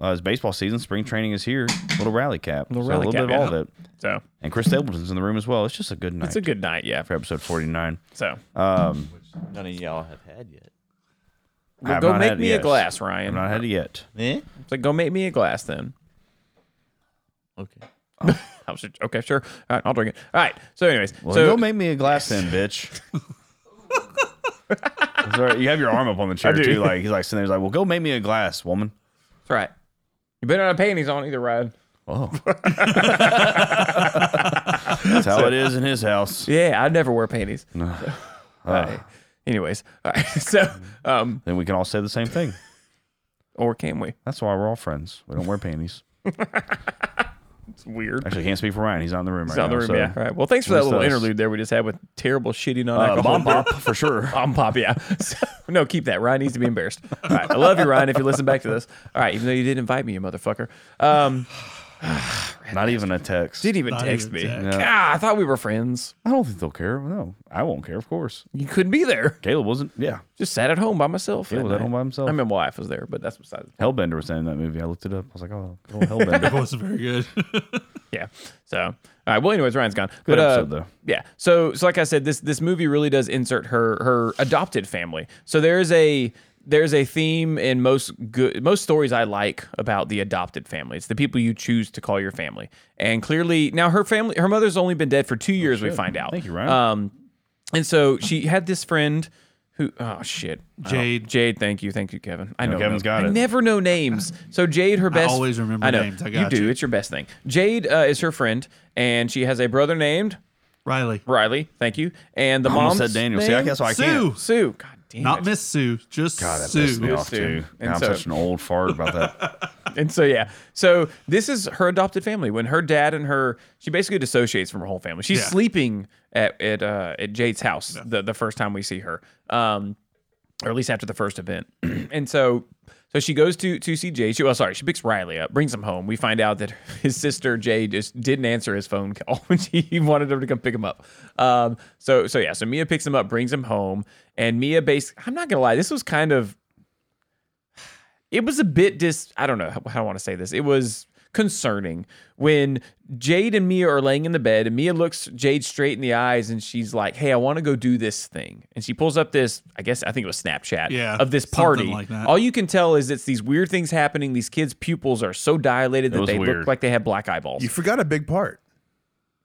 S1: uh, it's baseball season. Spring training is here. Little rally cap.
S2: Little
S1: so
S2: rally
S1: a little
S2: cap,
S1: bit of
S2: yeah.
S1: all of it.
S2: So
S1: And Chris Stapleton's in the room as well. It's just a good night.
S2: it's a good night, yeah.
S1: for episode forty nine.
S2: So
S1: Um,
S4: None of y'all have had yet.
S1: I have
S2: go
S1: not
S2: make
S1: had it
S2: me
S1: yet.
S2: a glass,
S1: I've
S2: Ryan.
S1: not had it yet.
S4: Eh?
S2: It's like go make me a glass then.
S4: Okay.
S2: I was just- okay, sure. All right, I'll drink it. All right. So, anyways,
S1: Well,
S2: so
S1: go make me a glass then, bitch. I'm Sorry, you have your arm up on the chair
S2: do.
S1: too. Like he's like sitting there, he's like, "Well, go make me a glass, woman."
S2: that's right. You better not have panties on either, Ryan.
S1: Oh, that's how it is in his house.
S2: Yeah, I never wear panties. Uh, anyways, all right. So, um,
S1: Then we can all say the same thing.
S2: or can we?
S1: That's why we're all friends. We don't wear panties.
S2: It's weird.
S1: Actually, I can't speak for Ryan. He's not in the room
S2: It's
S1: right
S2: not the
S1: now.
S2: room,
S1: so-
S2: yeah. All right. Well, thanks for that
S1: Just
S2: little
S1: us.
S2: interlude there we just had with terrible shitty
S1: Uh,
S2: non-alcoholic
S1: bomb pop for sure.
S2: Bomb pop, yeah. So- no, keep that. Ryan needs to be embarrassed. All right, I love you, Ryan. If you listen back to this, all right, even though you didn't invite me, you motherfucker. Um,
S1: Not even a text.
S2: didn't even
S8: Not
S2: text
S8: even
S2: me.
S8: text.
S2: God, I thought we were friends.
S1: I don't think they'll care. No, I won't care. Of course,
S2: You couldn't be there.
S1: Caleb wasn't. Yeah,
S2: Just sat at home by myself.
S1: Caleb
S2: that
S1: was at
S2: night.
S1: home by himself.
S2: I mean, my wife was there, but that's besides.
S1: Hellbender was in that movie. I looked it up. I was like, "Oh, good old Hellbender."
S8: It wasn't very good.
S2: Yeah. So, all right. Well, anyways, Ryan's gone. Good
S1: episode, though.
S2: Yeah. So, so like I said, this this movie really does insert her her adopted family. So there is a there's a theme in most good most stories I like about the adopted family. It's the people you choose to call your family, and clearly now her family her mother's only been dead for two years. we find out.
S1: Oh, Thank you, Ryan.
S2: Um, and so she had this friend who oh shit I don't-
S8: Jade.
S2: Jade. Thank you, thank you, Kevin. I know
S1: Kevin's
S2: no-
S1: got
S2: I
S1: it.
S2: never know names. So Jade, her best.
S8: always remember
S2: I know.
S8: names. I got
S2: you do.
S8: you.
S2: It's your best thing. Jade uh, is her friend, and she has a brother named
S8: Riley.
S2: Riley. Thank you. And the
S1: I
S2: mom
S1: almost said Daniel. See, I guess I can't.
S8: Sue.
S2: Sue. God damn
S8: Not
S2: it.
S8: Miss Sue, just
S1: God, that pissed me
S8: Sue.
S1: off
S2: Sue.
S1: too.
S2: And
S1: I'm
S2: so-
S1: such an old fart about that.
S2: And so yeah, so this is her adopted family. When her dad and her, she basically dissociates from her whole family. She's
S8: Yeah.
S2: sleeping at at uh, at Jade's house the the first time we see her, um, or at least after the first event. and so so she goes to to see Jade. She well, sorry, she picks Riley up, brings him home. We find out that his sister Jade just didn't answer his phone call when she he wanted her to come pick him up. Um, so so yeah, so Mia picks him up, brings him home, and Mia base. I'm not gonna lie, this was kind of it was a bit dis I don't know how, how I want to say this. It was concerning when Jade and Mia are laying in the bed and Mia looks Jade straight in the eyes and she's like, "Hey, I want to go do this thing." And she pulls up this, I guess I think it was Snapchat
S8: Yeah,
S2: of this
S8: something
S2: party.
S8: like that.
S2: All you can tell is it's these weird things happening. These kids' pupils are so dilated that
S1: was
S2: they look
S1: weird.
S2: like they have black eyeballs.
S5: You forgot a big part.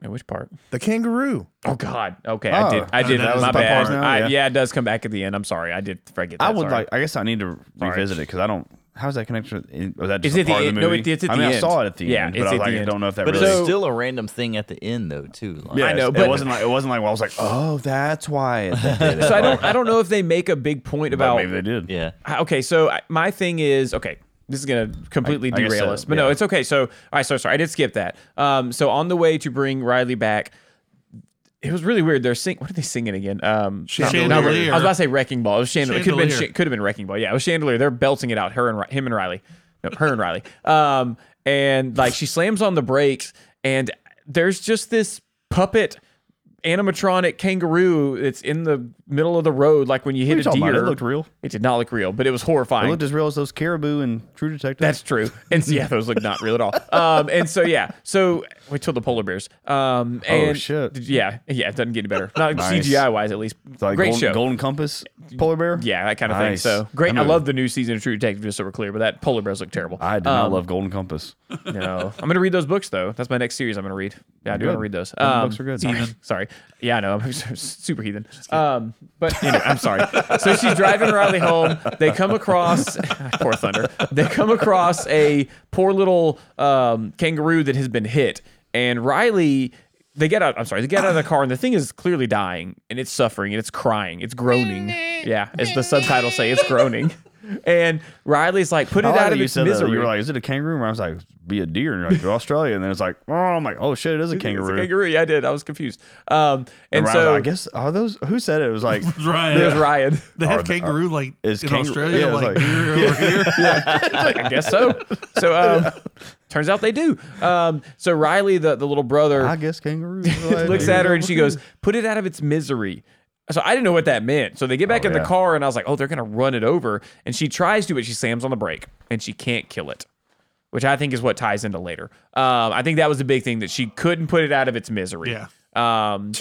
S2: Man, which part?
S5: The kangaroo.
S2: Oh God. Okay, I did.
S1: Oh,
S2: I did.
S8: that was
S2: my
S8: the part
S2: bad.
S1: now,
S2: I,
S1: yeah.
S2: yeah, it does come back at the end. I'm sorry. I did forget. That.
S1: I would
S2: Sorry.
S1: like. I guess I need to revisit it because I don't. How's that connected? with- Was that just
S2: It's
S1: a
S2: at the
S1: part of
S2: end-
S1: the
S2: no,
S1: movie?
S2: it- it's at
S1: I
S2: the
S1: mean, I
S2: end.
S1: saw it at the
S2: Yeah,
S1: end,
S2: it's
S1: but I
S2: at
S1: was
S2: the
S1: like, I
S2: end.
S1: don't know if that
S4: But
S1: really.
S4: it's
S2: So-
S4: still a random thing at the end, though. Too. Like,
S1: Yes,
S2: I know,
S1: it
S2: but-
S1: wasn't like it wasn't like well, I was like, oh, that's why. It, they did it.
S2: So I don't. I don't know if they make a big point about
S1: maybe they did.
S4: Yeah.
S2: I- okay so I- my thing is okay this is gonna completely
S1: I- I guess
S2: derail
S1: so,
S2: us but no
S1: yeah.
S2: it's okay so all right so sorry i did skip that um so on the way to bring riley back it was really weird. They're sing. What are they singing again? Um, not-
S8: Chandelier.
S2: not- I was about to say wrecking ball. It was chandelier. It could have
S8: Chandelier.
S2: been could have been wrecking ball. Yeah, it was chandelier. They're belting it out. Her and Ri- him and Riley, no, her and Riley. Um, and like she slams on the brakes, and there's just this puppet animatronic kangaroo that's in the middle of the road, like when you hit
S1: you
S2: a
S1: talking
S2: deer.
S1: about? It looked real.
S2: It did not look real, but it was
S1: It
S2: horrifying.
S1: looked as real as those caribou and True Detective.
S2: That's true. And so, yeah, those look not real at all. Um, and so yeah, so wait till the polar bears. Um, and
S1: Oh, shit.
S2: Yeah, yeah, it doesn't get any better. Not
S1: Nice.
S2: CGI wise, at least.
S1: It's like
S2: Great
S1: Golden,
S2: show.
S1: Golden Compass polar bear.
S2: Yeah, that kind of thing.
S1: Nice.
S2: So great.
S1: I'm
S2: I
S1: gonna-
S2: love the new season of True Detective. Just so we're clear, but that polar bears look terrible. Um,
S1: I do not love Golden Compass.
S2: No, I'm gonna read those books though. That's my next series. I'm gonna read. Yeah, I do want to read those.
S1: Golden
S2: Um,
S1: books are good.
S2: Sorry. sorry. Yeah, I know. I'm super heathen. Um, but anyway, I'm sorry. So she's driving Riley home. They come across poor Thunder. They come across a poor little um, kangaroo that has been hit, and Riley. They get out. I'm sorry. They get out of the car, and the thing is clearly dying, and it's suffering, and it's crying, it's groaning. Yeah, as the subtitles say, it's groaning. And Riley's like, "Put it
S1: I like
S2: out
S1: that
S2: of
S1: you
S2: its
S1: said that.
S2: misery."
S1: You were like, "Is it a kangaroo?" And I was like, "Be a deer." And you're like, "You're Australia." And then it's like, "Oh, I'm like, oh shit, it is a kangaroo."
S2: It's a kangaroo. Yeah, I did. I was confused. Um,
S1: And
S2: and
S1: Ryan was
S2: so
S1: like, I guess are those who said it? It was like
S8: Right.
S2: there's Ryan.
S8: They have kangaroo like
S1: is
S8: in
S1: kangaroo-
S8: Australia,
S1: yeah, it's
S8: like,
S1: like-
S8: deer over here.
S2: I guess so. So um, turns out they do. Um, so Riley, the, the little brother,
S1: I guess kangaroo
S2: looks at her and she goes, "Put it out of its misery." So I didn't know what that meant. So they get back in
S1: yeah.
S2: the car and I was like, "Oh, they're gonna run it over." And she tries to, but she slams on the brake and she can't kill it, which I think is what ties into later. Um, I think that was the big thing that she couldn't put it out of its misery.
S8: Yeah.
S2: Um,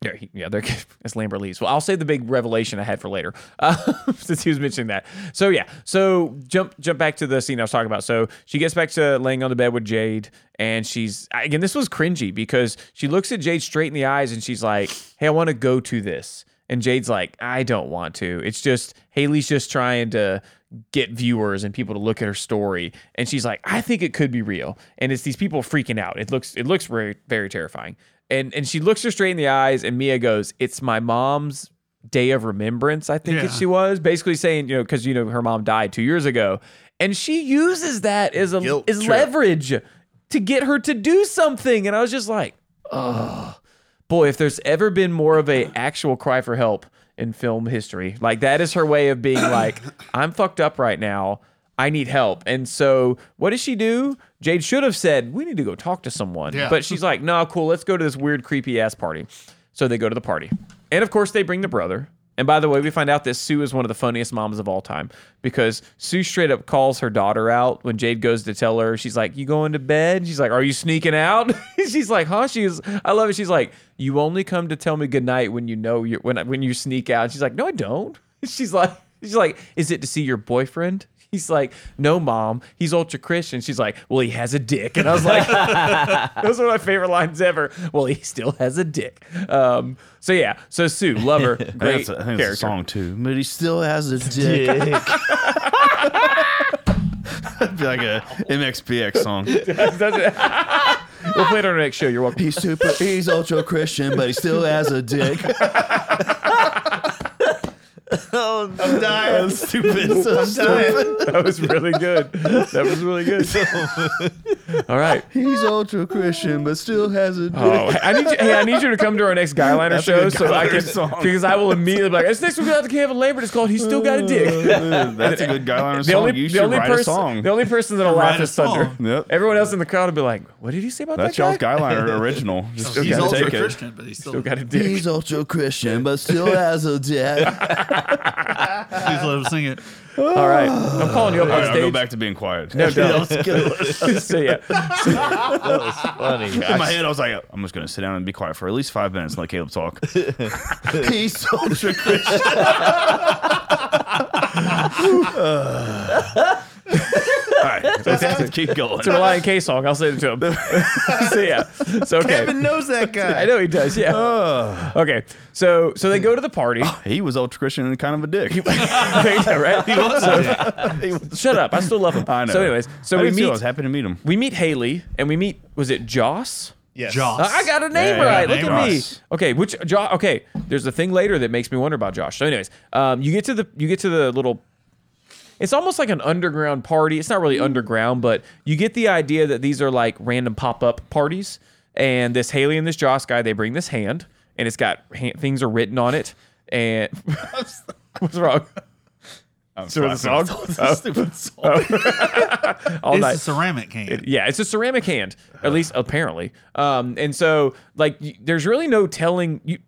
S2: there, he- yeah, there. It's Lambert Lee's. Well, I'll save the big revelation I had for later, uh, since he was mentioning that. So yeah, so jump jump back to the scene I was talking about. So she gets back to laying on the bed with Jade, and she's again. This was cringy because she looks at Jade straight in the eyes, and she's like, "Hey, I want to go to this," and Jade's like, "I don't want to." It's just Haley's just trying to get viewers and people to look at her story, and she's like, "I think it could be real," and it's these people freaking out. It looks it looks very very terrifying and and she looks her straight in the eyes and mia goes it's my mom's day of remembrance i think
S8: Yeah.
S2: that she was basically saying you know because you know her mom died two years ago and she uses that as a
S5: Guilt
S2: as
S5: trip.
S2: leverage to get her to do something and i was just like boy, if there's ever been more of a actual cry for help in film history, like that is her way of being like, I'm fucked up right now. I need help. And so what does she do? Jade should have said, We need to go talk to someone.
S8: Yeah.
S2: But she's like, No, cool, let's go to this weird, creepy ass party. So they go to the party. And of course they bring the brother. And by the way, we find out that Sue is one of the funniest moms of all time because Sue straight up calls her daughter out when Jade goes to tell her. She's like, "You going to bed?" She's like, "Are you sneaking out?" she's like, "Huh?" She's, I love it. She's like, "You only come to tell me goodnight when you know you when I- when you sneak out." She's like, "No, I don't." She's like, "She's like, is it to see your boyfriend?" He's like, "No, mom, he's ultra Christian." She's like, "Well, he has a dick," and I was like. Those are my favorite lines ever. Well, he still has a dick. Um, so yeah, so Sue, lover, great
S1: That's a, I think it's
S2: character.
S1: a song too, but he still has a dick. It'd be like a MXPX song.
S2: We'll play it on our next show. You're welcome.
S1: He's super. He's ultra Christian, but he still has a dick.
S5: I'm dying.
S1: Stupid. So stupid.
S2: That was really good. That was really good. All right.
S1: He's ultra Christian, but still has a dick.
S2: Oh, I need you, hey, I need you to come to our next Guyliner show so I can
S1: Guyliner song.
S2: because I will immediately be like, it's next week without the Kevin Lambert. It's called He's Still Got a Dick.
S1: That's a good guideline song. you should write
S2: person,
S1: a song.
S2: the only person that'll laugh
S8: write a
S2: is Thunder.
S8: song.
S1: Yep.
S2: Everyone else in the crowd will be like, "What did you say about
S1: That's
S2: that guy?"
S1: y'all's guideline original. Just
S8: He's
S1: take
S8: ultra
S1: it.
S8: Christian, but he's still,
S2: Still
S8: got
S2: got a dick.
S1: ultra Christian, but still has a dick.
S8: Please let him sing it.
S2: All right, I'm calling you up on
S1: I'll go
S2: stage.
S1: back to being quiet.
S2: No, don't. so yeah,
S1: In my head, I was like, I'm just going to sit down and be quiet for at least five minutes and let Caleb talk. He's ultra Christian. All right, let's, let's keep going.
S2: to a Lion K song. I'll send it to him. so yeah, so okay.
S5: Kevin knows that guy.
S2: I know he does. Yeah. okay. So so they go to the party.
S1: He was ultra Christian and kind of a dick.
S2: Yeah, right? Shut up. I still love him.
S1: I know.
S2: So anyways, so
S1: I
S2: we
S1: did too. I
S2: meet
S1: was happy to meet him.
S2: we meet Haley and we meet was it Joss?
S5: Yes.
S8: Joss.
S2: Uh, I I got a name
S1: Yeah, yeah,
S2: right. Look
S8: name
S2: at me.
S1: Joss.
S2: Okay, which Josh? Okay, there's a thing later that makes me wonder about Josh. So, anyways, um, you get to the you get to the little. It's almost like an underground party. It's not
S1: Mm-hmm.
S2: really underground, but you get the idea that these are like random pop up parties. And this Haley and this Josh guy, they bring this hand, and it's got ha- things are written on it. And what's wrong? So the song? Oh,
S1: Stupid song.
S2: All
S8: it's
S2: night.
S8: a ceramic can.
S2: yeah, it's a ceramic hand, at least apparently. Um, and so like y- there's really no telling you.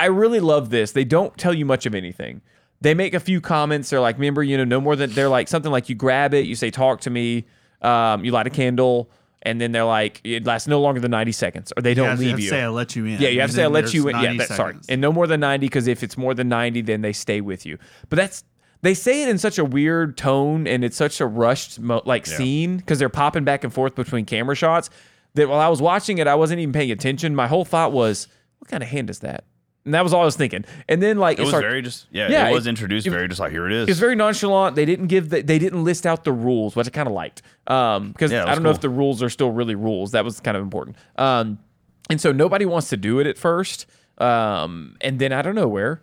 S2: I really love this. They don't tell you much of anything. They make a few comments. They're like, remember, you know, no more than they're like something like you grab it, you say, talk to me, um, you light a candle, and then they're like, it lasts no longer than 90 seconds, or they
S8: You
S2: don't
S8: have to
S2: leave
S8: have to
S2: you.
S8: say I let you in.
S2: Yeah, you have
S8: and
S2: to say I
S8: then
S2: let
S8: there's
S2: you in. Yeah,
S8: 90
S2: that, sorry,
S8: seconds.
S2: and no more than ninety because if it's more than ninety, then they stay with you. But that's they say it in such a weird tone and it's such a rushed mo- like scene because they're popping back and forth between camera shots. That while I was watching it, I wasn't even paying attention. My whole thought was, "What kind of hand is that?" And that was all I was thinking. And then like
S1: It was
S2: started-
S1: very just yeah,
S2: Yeah,
S1: it was
S2: it-
S1: introduced
S2: it-
S1: very just like here it is.
S2: it's very nonchalant. They didn't give the, they didn't list out the rules, which I kind of liked. Um, because
S1: Yeah, that
S2: I don't
S1: was
S2: know
S1: cool.
S2: if the rules are still really rules. That was kind of important. Um, and so nobody wants to do it at first. Um, and then I don't know where.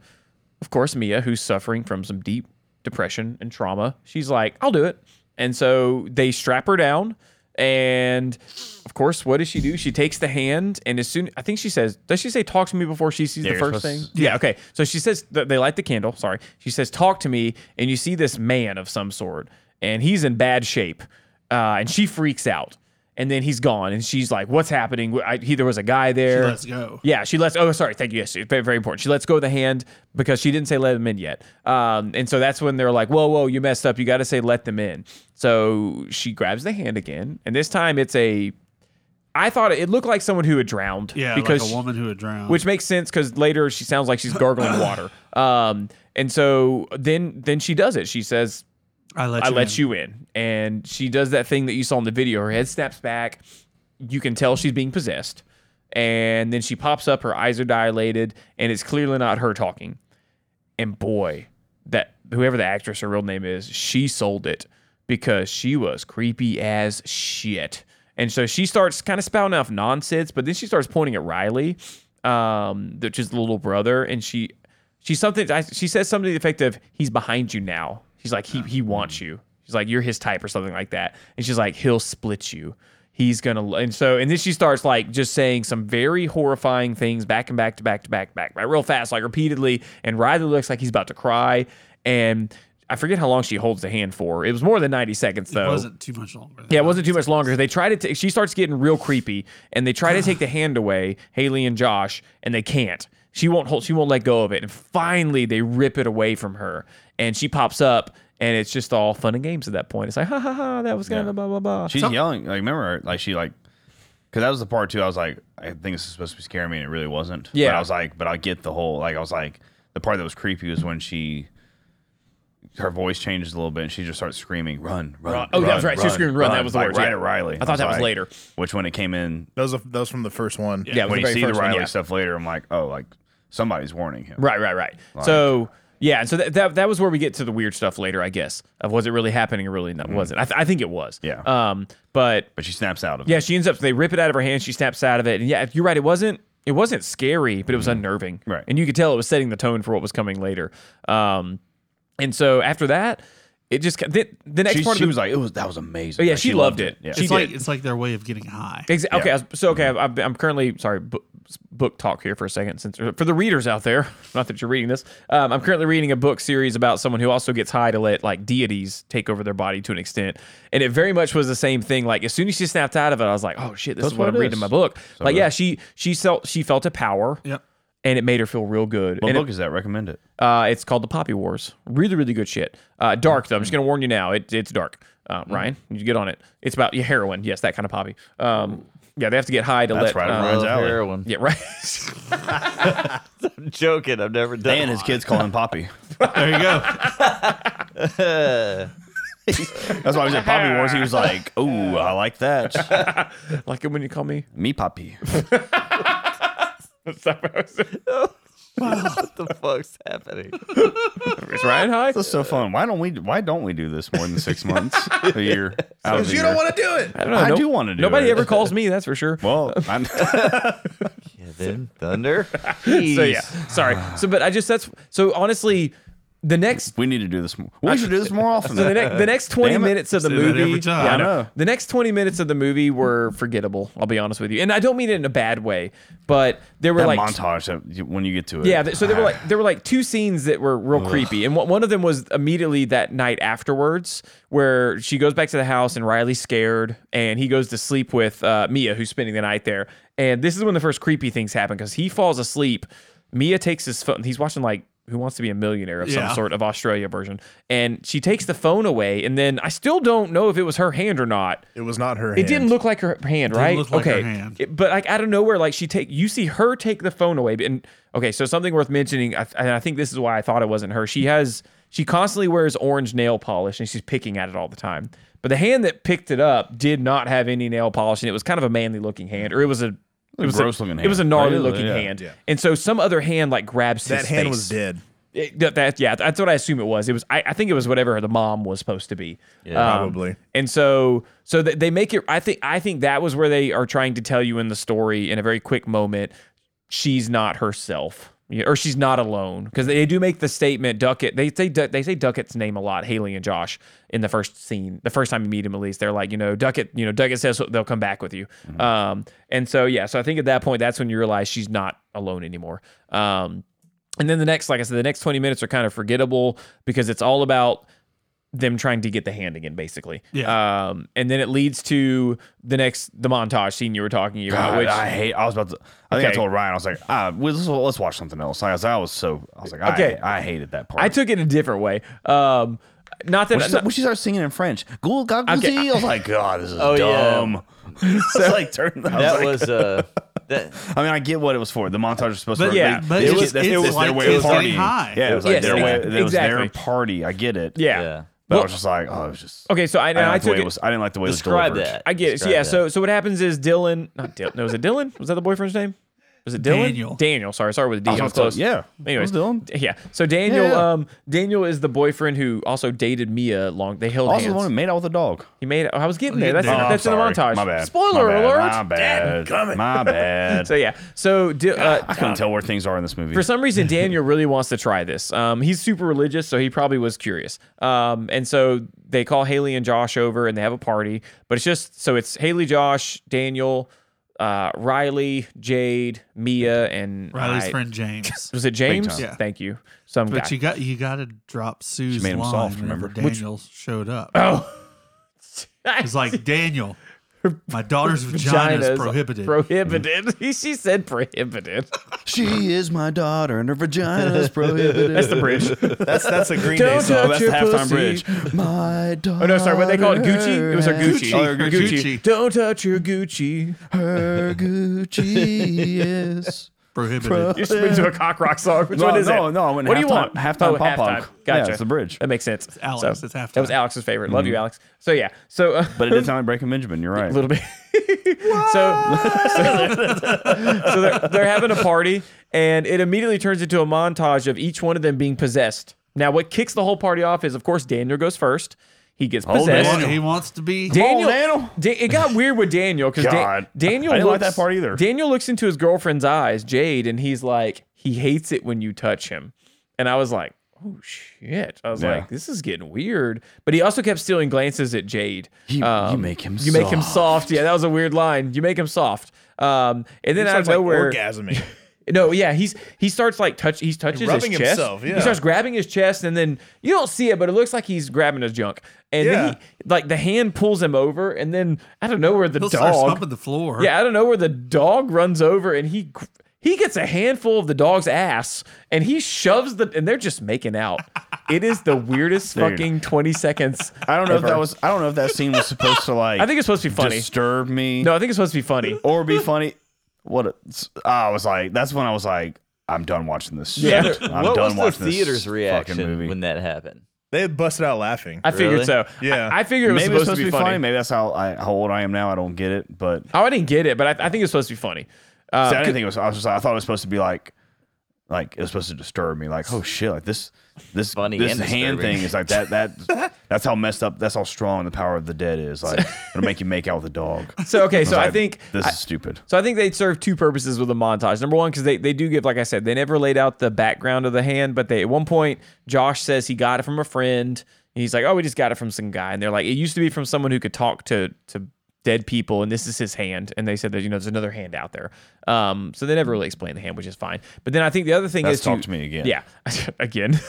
S2: Of course, Mia, who's suffering from some deep depression and trauma, she's like, "I'll do it." And so they strap her down. And of course, what does she do? She takes the hand, and as soon I think she says, "Does she say talk to me before she sees
S1: Yeah,
S2: the
S1: you're
S2: first thing?"
S1: supposed
S2: Yeah. Okay. So she says th- they light the candle. Sorry. She says, "Talk to me," and you see this man of some sort, and he's in bad shape, uh, and she freaks out, and then he's gone, and she's like, "What's happening?" I, he, there was a guy there.
S8: Let's go.
S2: Yeah, she lets. Oh, sorry. Thank you. Yes, very, very important. She lets go of the hand because she didn't say let them in yet. Um, and so that's when they're like, "Whoa, whoa, you messed up. You got to say let them in." So she grabs the hand again, and this time it's a. I thought it looked like someone who had drowned.
S8: Yeah,
S2: because
S8: like a woman who had drowned.
S2: which makes sense because later she sounds like she's gargling water. Um, and so then then she does it. She says,
S8: I let
S2: "I
S8: you
S2: let
S8: in.
S2: you in," and she does that thing that you saw in the video. Her head snaps back. You can tell she's being possessed, and then she pops up. Her eyes are dilated, and it's clearly not her talking. And boy, that whoever the actress her real name is, she sold it because she was creepy as shit. And so she starts kind of spouting off nonsense, but then she starts pointing at Riley, um, which is the little brother, and she she's something I- she says something to the effect of he's behind you now. She's like he he wants you. She's like you're his type or something like that. And she's like he'll split you. He's gonna and so and then she starts like just saying some very horrifying things back and back to back to back back right real fast like repeatedly. And Riley looks like he's about to cry. And I forget how long she holds the hand for. It was more than ninety seconds though.
S8: It wasn't too much longer. than
S2: Yeah, it
S8: that.
S2: wasn't too much longer. They try to. T- she starts getting real creepy, and they try to take the hand away, Haley and Josh, and they can't. She won't hold. She won't let go of it, and finally they rip it away from her, and she pops up, and it's just all fun and games at that point. It's like ha ha ha, that was kind of blah blah blah.
S1: She's yelling. Like remember, like she like, because that was the part too. I was like, I think this is supposed to be scaring me, and it really wasn't.
S2: Yeah.
S1: But I was like, but I get the whole like. I was like, the part that was creepy was when she, her voice changes a little bit, and she just starts screaming, "Run, run!" run
S2: Oh, that was right. She was screaming, "Run." That was the
S1: like,
S2: words,
S1: Right
S2: yeah.
S1: at Riley.
S2: I thought that was
S1: like-
S2: later.
S1: Which when it came in,
S5: That was, a, that was from the first one.
S2: yeah, it was
S1: when
S2: the
S1: you
S2: very
S1: see the
S2: first one,
S1: Riley
S2: yeah.
S1: stuff later, I'm like, oh, like somebody's warning him.
S2: Right, right, right. so yeah, and so that, that that was where we get to the weird stuff later, I guess. Of was it really happening or really not? Was it? I, th- I think it was.
S1: Mm. Yeah.
S2: Um, but
S1: But she snaps out of it.
S2: Yeah, she ends up. They rip it out of her hand. She snaps out of it. And yeah, you're right. It wasn't. It wasn't scary, but it was unnerving.
S1: Mm. Right.
S2: And you could tell it was setting the tone for what was coming later. Um, and so after that, it just the, the next
S1: She,
S2: part of
S1: she
S2: the, Oh,
S1: was like, it was that was amazing.
S2: Yeah,
S1: Like,
S2: she loved it.
S1: Yeah.
S2: She
S8: It's like
S2: did.
S8: it's like their way of getting high.
S2: Ex- Okay, I was- so okay,
S1: Mm-hmm.
S2: I've, I'm currently sorry, book, book talk here for a second, since for the readers out there, not that you're reading this, um, I'm currently reading a book series about someone who also gets high to let like deities take over their body to an extent, and it very much was the same thing. Like as soon as she snapped out of it, I was like, oh shit, this
S1: That's
S2: is what
S1: what
S2: I'm
S1: it
S2: reading
S1: is.
S2: in my book. like yeah, she she felt she felt a power,
S8: Yep.
S2: and it made her feel real good.
S1: What
S2: and it-
S1: book is that? Recommend it.
S2: uh, it's called The Poppy Wars. Really, really good shit. Uh, dark though. I'm just gonna warn you now. It, it's dark. Uh,
S1: Mm-hmm.
S2: Ryan, you get on it. It's about yeah, heroin. Yes, that kind of poppy. Um, yeah, they have to get high to
S1: That's
S2: let.
S1: right,
S2: uh,
S1: Ryan.
S4: Love
S1: Runs out.
S4: heroin.
S2: yeah, right.
S4: I'm joking. I've never done.
S1: And his kids call him Poppy.
S8: There you go.
S4: Uh,
S1: That's why he was at Poppy Wars. He was like, "Ooh, I like that.
S2: like when you call me.
S1: Me Poppy."
S4: what the fuck's happening?
S2: Is Ryan high?
S1: That's so fun. Why don't we? Why don't we do this more than six months a year? Out of
S5: Because
S1: the
S5: you
S1: year?
S5: don't want to do it.
S2: I don't know.
S1: I
S2: Nope.
S1: do wanna do
S2: Nobody
S1: it.
S2: ever calls me. That's for sure.
S1: Well, I'm,
S4: Yeah, then thunder.
S2: so yeah, sorry. So, but I just that's so honestly, the next
S1: We need to do this. More. We should do this more often.
S2: So the, ne- the next 20
S1: Damn it.
S2: minutes of the
S8: Say that
S2: movie,
S8: every time.
S2: Yeah,
S8: I
S1: know.
S2: The next 20 minutes of the movie were forgettable. I'll be honest with you, and I don't mean it in a bad way, but there were
S1: that
S2: like
S1: montage that, when you get to it.
S2: yeah, th- so there were like there were like two scenes that were real creepy, and one one of them was immediately that night afterwards, where she goes back to the house and Riley's scared, and he goes to sleep with uh, Mia, who's spending the night there. And this is when the first creepy things happen because he falls asleep. Mia takes his phone. He's watching like Who Wants to Be a Millionaire of
S8: Yeah.
S2: some sort of Australia version, and she takes the phone away. And then I still don't know if it was her hand or not.
S5: It was not her.
S2: It didn't look like her hand, right?
S8: look like her
S2: okay,
S8: hand.
S2: It- but like out of nowhere, like she take you see her take the phone away. And okay, so something worth mentioning, I, and I think this is why I thought it wasn't her. She has she constantly wears orange nail polish, and she's picking at it all the time. But the hand that picked it up did not have any nail polish, and it was kind of a manly looking hand, or it was a it was
S1: gross
S2: a,
S1: looking
S2: It was a
S1: hand.
S2: gnarly
S1: Yeah,
S2: looking
S1: yeah.
S2: hand, and so some other hand like grabs
S5: That
S2: his
S5: hand
S2: face.
S5: was dead.
S2: It- that, that- yeah, that's what I assume it was. It was I, I think it was whatever the mom was supposed to be. Yeah,
S5: probably.
S2: And so so th- they make it. I think I think that was where they are trying to tell you in the story in a very quick moment. She's not herself, yeah, or she's not alone because they do make the statement. Duckett they say Duck- they say Duckett's name a lot. Haley and Josh in the first scene, the first time you meet him at least, they're like you know Duckett. You know Duckett says they'll come back with you. Um, and so yeah, so I think at that point that's when you realize she's not alone anymore. Um. And then the next, like I said, the next 20 minutes are kind of forgettable because it's all about them trying to get the hand again, basically.
S8: Yeah.
S2: Um, and then it leads to the next, the montage scene you were talking about,
S1: God,
S2: which
S1: I hate. I was about to. I think
S2: Okay.
S1: I told Ryan. I was like, ah, well, let's, let's watch something else. Like, I was, I was so. I was like, I,
S2: Okay.
S1: I hated that part.
S2: I took it a different way. Um, not that,
S1: When she,
S2: not-
S1: when she starts singing in French, "Ghoul goggle
S2: Okay.
S1: zee," I was like, God, this is
S4: Oh, yeah.
S1: dumb. so, like, turn, I,
S4: That
S1: was like-
S4: was uh, that
S1: I mean, I get what it was for. The montage was supposed
S8: But
S1: to.
S2: yeah,
S1: they-
S8: but
S1: they
S8: it
S1: just-
S8: was-
S1: that's-
S8: it was
S1: that's their
S8: like
S1: way of
S8: it was like
S1: partying.
S8: high.
S1: Yeah, it was like
S2: Yes,
S1: their way.
S2: exactly.
S1: It was their
S2: Exactly.
S1: party. I get it.
S2: yeah.
S4: yeah.
S1: but
S2: Well-
S1: I was just like, oh, it was just.
S2: Okay. So I,
S1: I didn't,
S2: I,
S1: like the
S2: took
S1: way
S2: it,
S1: it was, I didn't like the way it was
S4: Describe
S1: delivered.
S4: that.
S2: I get it. So,
S4: Describe
S2: yeah.
S4: that.
S2: So, so what happens is Dylan, not Dylan, no, was it Dylan? Was that the boyfriend's name? Was it Dylan?
S8: Daniel.
S2: Daniel. Sorry. Sorry with the D.
S1: I
S2: I
S1: was
S2: was
S1: gonna
S2: close.
S1: say, yeah.
S2: Anyways,
S1: It was Dylan.
S2: D- Yeah. So Daniel,
S1: Yeah, yeah.
S2: um, Daniel is the boyfriend who also dated Mia long. They held
S1: Also,
S2: hands.
S1: the one who made out with a dog.
S2: He made. I was getting there. That's,
S1: Oh, I'm
S2: that's in the
S1: sorry.
S2: montage.
S1: My bad.
S2: Spoiler
S1: My bad.
S2: alert.
S1: My bad. My bad.
S2: So yeah. So Di-
S1: I
S2: uh,
S1: couldn't tell where things are in this movie.
S2: for some reason, Daniel really wants to try this. Um, he's super religious, so he probably was curious. Um, and so they call Haley and Josh over, and they have a party. But it's just so it's Haley, Josh, Daniel, uh, Riley, Jade, Mia, and
S8: Riley's
S2: I-
S8: friend James.
S2: Was it James?
S1: time.
S8: Yeah.
S2: Thank you. Some guy.
S8: But you got you got to drop Sue's
S1: made him
S8: line
S1: soft,
S8: whenever
S1: remember?
S8: Daniel showed up. It's like Daniel, my daughter's vagina,
S2: Vagina
S8: is prohibited.
S2: Prohibited. she said prohibited.
S1: she is my daughter, and her vagina is prohibited.
S2: That's the bridge.
S5: That's that's a Green
S2: Don't
S5: Day song.
S2: touch
S1: That's
S2: your
S1: the halftime
S2: pussy.
S1: bridge. My daughter.
S2: Oh no, sorry. What they call it? Gucci. It was her Gucci.
S8: Gucci.
S2: Her Gucci.
S8: Gucci.
S2: Don't touch your Gucci.
S1: Her Gucci is.
S8: Prohibited.
S2: You should move to a cock rock song. Which
S1: No,
S2: one is
S1: no,
S2: it?
S1: no, I went
S2: What do you
S1: halftime-
S2: want?
S1: halftime
S2: oh,
S1: pop
S2: halftime.
S1: punk. Yeah,
S2: Gotcha.
S1: it's the bridge. Mm-hmm.
S2: That makes sense. It's
S8: Alex, it's halftime.
S2: That was Alex's favorite. Love you, Alex. So yeah. So uh,
S1: But it did sound like Breaking Benjamin. You're right.
S2: a little bit. so, so, so they're, they're having a party, and it immediately turns into a montage of each one of them being possessed. Now, what kicks the whole party off is, of course, Daniel goes first. He gets
S1: Oh,
S2: possessed.
S8: He wants to be.
S2: Daniel,
S1: on, Daniel.
S2: Da- it got weird with Daniel because
S1: God.
S2: Daniel
S1: I didn't like that
S2: looks-
S1: part either.
S2: Daniel looks into his girlfriend's eyes, Jade, and he's like, he hates it when you touch him. And I was like, oh shit! I was
S1: Yeah.
S2: like, this is getting weird. But he also kept stealing glances at Jade.
S1: You-
S2: Um,
S1: you make him
S2: You make him soft. Yeah, that was a weird line. You make him soft. Um, and then out of
S5: Sounds like
S2: nowhere,
S5: orgasming.
S2: no, yeah, he's he starts like touch. He touches his
S5: Rubbing
S2: chest.
S5: himself, yeah.
S2: He starts grabbing his chest, and then you don't see it, but it looks like he's grabbing his junk. And
S5: Yeah.
S2: then he, like the hand pulls him over, and then I don't know where the
S8: He'll start
S2: dog.
S8: stomping the floor.
S2: Yeah, I don't know where the dog runs over, and he gr- he gets a handful of the dog's ass, and he shoves the, and they're just making out. It is the weirdest fucking twenty seconds.
S1: I don't know
S2: ever.
S1: if that was. I don't know if that scene was supposed to like.
S2: I think it's supposed to be funny.
S1: disturb me.
S2: no, I think it's supposed to be funny.
S1: or be funny. What a- I was like, that's when I was like, I'm done watching this. Shit.
S2: Yeah.
S1: I'm
S4: what
S1: done
S4: was
S1: watching
S4: the
S1: this
S4: theater's
S1: fucking
S4: reaction
S1: movie.
S4: when that happened?
S5: They busted out laughing.
S2: I figured
S4: Really?
S2: so.
S5: Yeah.
S2: I, I figured it was
S1: Maybe
S2: supposed, to be, funny.
S1: Maybe that's how I, how old I am now. I don't get it, but
S2: Oh, I didn't get it, but I, I think it's supposed to be funny. Uh,
S1: See, I didn't think it was. I was just. I thought it was supposed to be like
S9: like it was supposed to disturb me. Like, oh shit, like this this
S4: Funny
S9: this
S4: and
S9: hand
S4: disturbing.
S9: thing is like that that that's how messed up that's how strong the power of the dead is. Like it'll make you make out with a dog.
S2: So okay, so
S9: was
S2: I
S9: like,
S2: think
S9: this
S2: I-
S9: is stupid.
S2: So I think they serve two purposes with the montage. Number one, because they, they do give, like I said, they never laid out the background of the hand, but they at one point Josh says he got it from a friend. And he's like, oh, we just got it from some guy, and they're like, it used to be from someone who could talk to to dead people, and this is his hand. And they said that you know there's another hand out there. Um, so they never really explained the hand, which is fine. But then I think the other thing
S9: That's
S2: is
S9: talk to me again.
S2: Yeah, again.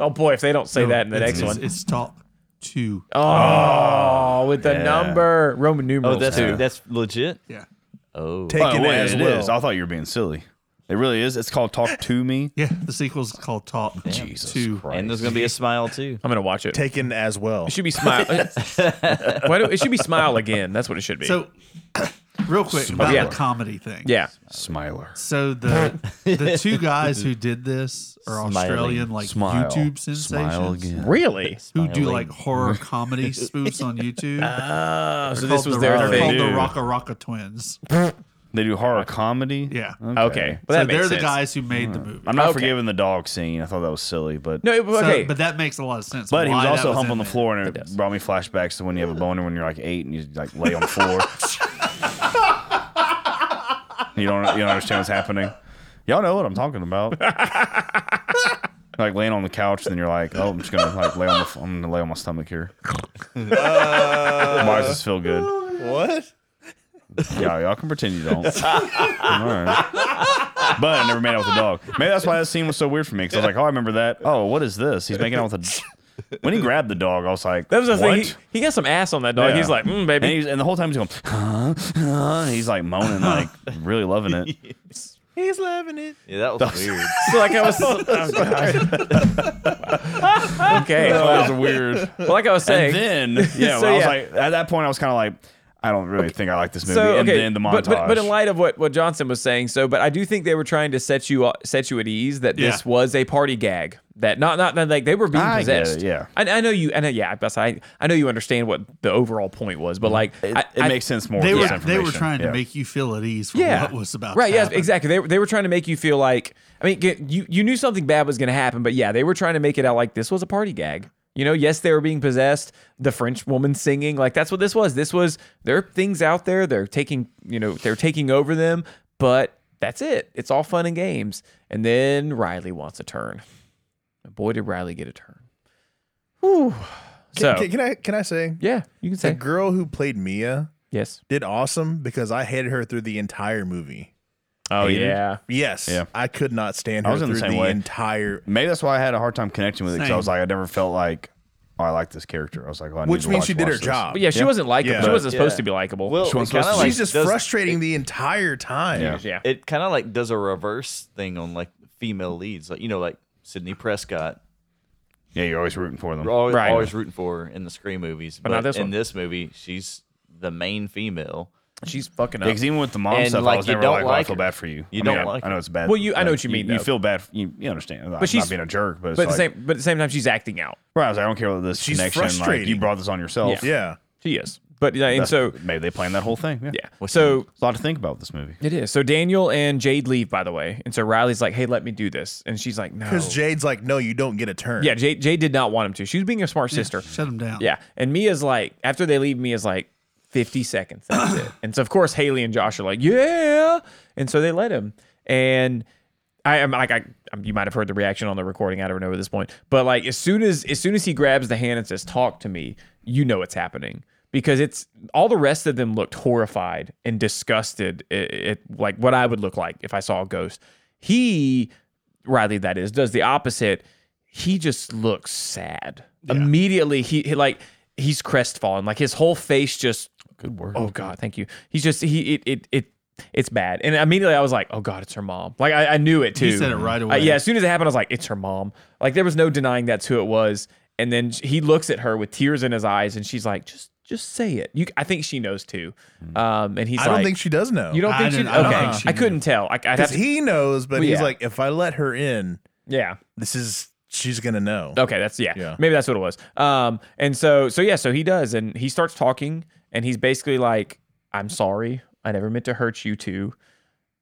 S2: oh boy, if they don't say that in the
S8: It's-
S2: next
S8: it's-
S2: one.
S8: It's top two.
S2: Oh, with the
S9: yeah.
S2: number Roman numerals.
S4: Oh, that's
S2: too.
S4: that's legit.
S8: Yeah.
S4: Oh,
S5: Taken
S9: Oh, wait,
S5: as
S9: it
S5: well.
S9: is. I thought you were being silly. It really is. It's called Talk to Me.
S8: Yeah. The sequel's called Top
S9: Jesus
S8: Two.
S9: Christ.
S4: and there's gonna be a smile too.
S2: I'm gonna watch it.
S5: Taken as well.
S2: It should be smile. Why do, it should be smile again. That's what it should be.
S8: So, real quick about
S2: yeah.
S8: the comedy thing.
S2: yeah,
S9: Smiler.
S8: So the the two guys who did this are
S4: Smiling.
S8: Australian like
S9: Smile.
S8: YouTube
S9: Smile
S8: sensations
S9: again.
S2: really.
S8: who do like horror comedy spoofs on YouTube.
S2: Oh, so this
S8: They're called
S2: was
S8: the,
S2: their
S8: they're
S2: thing.
S8: called the
S9: Dude.
S8: Rocka Rocka Twins.
S9: They do horror comedy.
S8: Yeah.
S2: Okay, Hmm. well, Oh, that
S8: so
S2: makes
S8: they're the
S2: sense.
S8: guys who made the movie.
S9: I'm not
S2: Okay.
S9: forgiving the dog scene. I thought that was silly, but
S2: No, it-
S8: So-
S2: okay,
S8: but that makes a lot of sense.
S9: But he was
S8: why that
S9: also humped
S8: in
S9: on the
S8: there.
S9: floor, and it brought me flashbacks to when you have a boner when you're like eight and you like lay on the floor. you don't you don't understand what's happening. Y'all know what I'm talking about. like laying on the couch, and then you're like, oh, I'm just gonna like lay on the I'm gonna lay on my stomach here. Why does this feel good?
S5: what?
S9: Yeah, y'all can pretend you don't. Alright. But I never made out with a dog. Maybe that's why that scene was so weird for me. Because I was like, oh, I remember that. Oh, what is this? He's making out with a. When he grabbed the dog, I was like,
S2: that was the
S9: what?
S2: thing. He, he got some ass on that dog.
S9: Yeah.
S2: He's like, mm,
S9: And,
S2: baby.
S9: he's, and the whole time he's going, huh, huh, and he's like moaning, like really loving it.
S5: He's loving it.
S4: Yeah, that was weird.
S2: So like I was. oh, God. okay. Well,
S9: That was weird.
S2: well, like I was saying.
S9: And then, yeah,
S2: So,
S9: well, I was
S2: yeah.
S9: like, at that point, I was kind of like, I don't really think I like this movie. and then the montage.
S2: But, but, but in light of what, what Johnson was saying, so but I do think they were trying to set you set you at ease that this
S8: Yeah.
S2: was a party gag. That not not that, like they were being
S9: I get it,
S2: possessed.
S9: yeah.
S2: I, I know you. I know. Yeah, I- I I know you understand what the overall point was, but like
S9: Mm-hmm. it,
S2: I,
S9: it
S2: I-
S9: makes sense more.
S8: They
S9: with
S8: were
S9: this
S8: they were
S9: information.
S8: trying
S9: Yeah.
S8: to make you feel at ease for
S2: yeah
S8: what was about.
S2: right.
S8: To
S2: Yes,
S8: happen.
S2: exactly. They were- they were trying to make you feel like I mean get- you you knew something bad was going to happen, but yeah, they were trying to make it out like this was a party gag. You know, yes, they were being possessed. The French woman singing, like that's what this was. This was there are things out there. They're taking, you know, they're taking over them. But that's it. It's all fun and games. And then Riley wants a turn. Boy, did Riley get a turn. Whew. So
S5: Can, can I can I say
S2: yeah, you can
S5: the
S2: say
S5: girl who played Mia
S2: yes.
S5: did awesome because I hated her through the entire movie.
S2: Oh
S9: Hated?
S2: yeah.
S5: Yes,
S9: Yeah.
S5: I could not stand
S9: I
S5: her
S9: was in
S5: through
S9: the
S5: the,
S9: same way.
S5: entire.
S9: Maybe that's why I had a hard time connecting with it because I
S8: Same.
S9: was like, I never felt like, oh, I like this character. I was like, oh, I need
S5: Which
S9: to
S5: means
S9: watch-
S5: she did
S9: watch
S5: her
S9: this.
S5: job.
S2: But yeah, she wasn't likable.
S5: Yeah.
S2: she wasn't
S4: But-
S2: supposed
S4: yeah.
S2: to be likable.
S4: Well,
S9: one's
S4: it kinda
S9: supposed to-
S4: like
S5: She's just
S4: does-
S5: frustrating the entire time.
S9: Yeah.
S2: yeah.
S4: It kind of like does a reverse thing on like female leads, like you know, like Sydney Prescott.
S9: Yeah, you're always rooting for them.
S4: We're always,
S2: Right.
S4: always rooting for her in the Scream movies, but,
S2: not this
S4: in
S2: one.
S4: this movie, she's the main female.
S2: She's fucking up.
S9: Because even with the mom
S4: And,
S9: stuff,
S4: like,
S9: I was
S4: you
S9: never
S4: don't
S9: like, oh, I
S4: like
S9: feel
S4: her.
S9: bad for you.
S4: You
S9: I
S4: don't
S9: mean, I-
S4: like
S9: I know
S4: her.
S9: it's bad.
S2: Well, you- I know
S9: like,
S2: what you mean,
S9: You
S2: though.
S9: feel bad. For, you, you understand. But
S2: she's-
S9: not being a jerk, but it's
S2: But at
S9: like,
S2: the same, but at the same time, she's acting out.
S9: Right, I was like, I don't care about this
S5: She's
S9: connection. Like, you
S5: frustrating.
S9: brought this on yourself.
S2: Yeah.
S5: Yeah.
S2: She is. But yeah, and
S9: That's-
S2: so
S9: maybe they planned that whole thing. Yeah.
S2: yeah.
S4: What's
S2: so
S9: There's a lot to think about with this movie.
S2: it is. So Daniel and Jade leave, by the way, and so Riley's like, "Hey, let me do this," and she's like, "No."
S5: Because Jade's like, no, you don't get a turn.
S2: yeah, Jade, Jade did not want him to. She was being a smart sister.
S8: Shut him down.
S2: Yeah, and Mia's like, after they leave, Mia's like, fifty seconds. That's it. And so of course Haley and Josh are like, "Yeah," and so they let him. And I am like, I I'm- you might have heard the reaction on the recording. I don't know at this point, but like as soon as as soon as he grabs the hand and says, "Talk to me," you know it's happening because it's all the rest of them looked horrified and disgusted at, at like what I would look like if I saw a ghost. He Riley, that is, does the opposite. He just looks sad immediately. He, he like he's crestfallen. Like his whole face just. Good word. Oh God, thank you. He's just he it it. it it's bad, and immediately I was like, "Oh God, it's her mom!" Like I, I knew it too.
S8: You said it right
S2: Uh,
S8: away.
S2: yeah, as soon as it happened, I was like, "It's her mom." Like there was no denying that's who it was. And then sh- he looks at her with tears in his eyes, and she's like, "Just, just say it." You, I think she knows too.
S8: Hmm.
S2: Um, and he's
S5: I
S2: like,
S5: don't think she does know.
S2: "You don't
S8: I
S2: think she?"
S8: didn't- I don't
S2: okay,
S8: think she
S2: I couldn't tell. I, I'd have
S5: Because
S2: to,
S5: he knows, but
S2: Well,
S5: he's
S2: yeah.
S5: like, if I let her in,
S2: yeah.
S5: this is she's gonna know.
S2: Okay, that's yeah.
S5: Yeah.
S2: Maybe that's what it was. Um, and so so yeah, so he does, and he starts talking, and he's basically like, "I'm sorry, I never meant to hurt you two.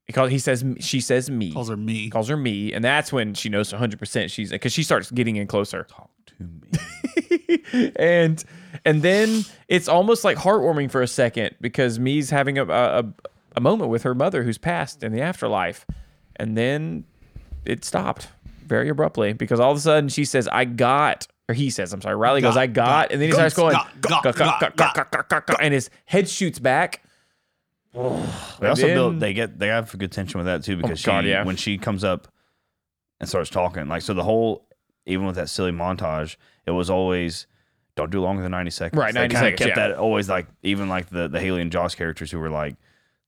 S2: He, calls, he says, she says me.
S8: Calls her me.
S2: calls her me, and that's when she knows 100% she's because she starts getting in closer. Talk to me. and and then it's almost like heartwarming for a second because me's having a, a a moment with her mother who's passed in the afterlife, and then it stopped very abruptly because all of a sudden she says, "I got." Or he says, I'm sorry, Riley goes,
S8: Got,
S2: I got. And then he
S8: got,
S2: starts going,
S8: got,
S2: "Got,
S8: got,
S2: got, got,
S8: got,
S2: got, got, got, got," and his head shoots back.
S9: They also
S2: then-
S9: build. They get. They have good tension with that too because she,
S2: Oh God, yeah.
S9: when she comes up and starts talking, like so the whole, even with that silly montage, it was always don't do longer than ninety seconds.
S2: Right,
S9: They
S2: 90
S9: kinda
S2: seconds,
S9: Kept
S2: yeah.
S9: that always like even like the the Haley and Josh characters who were like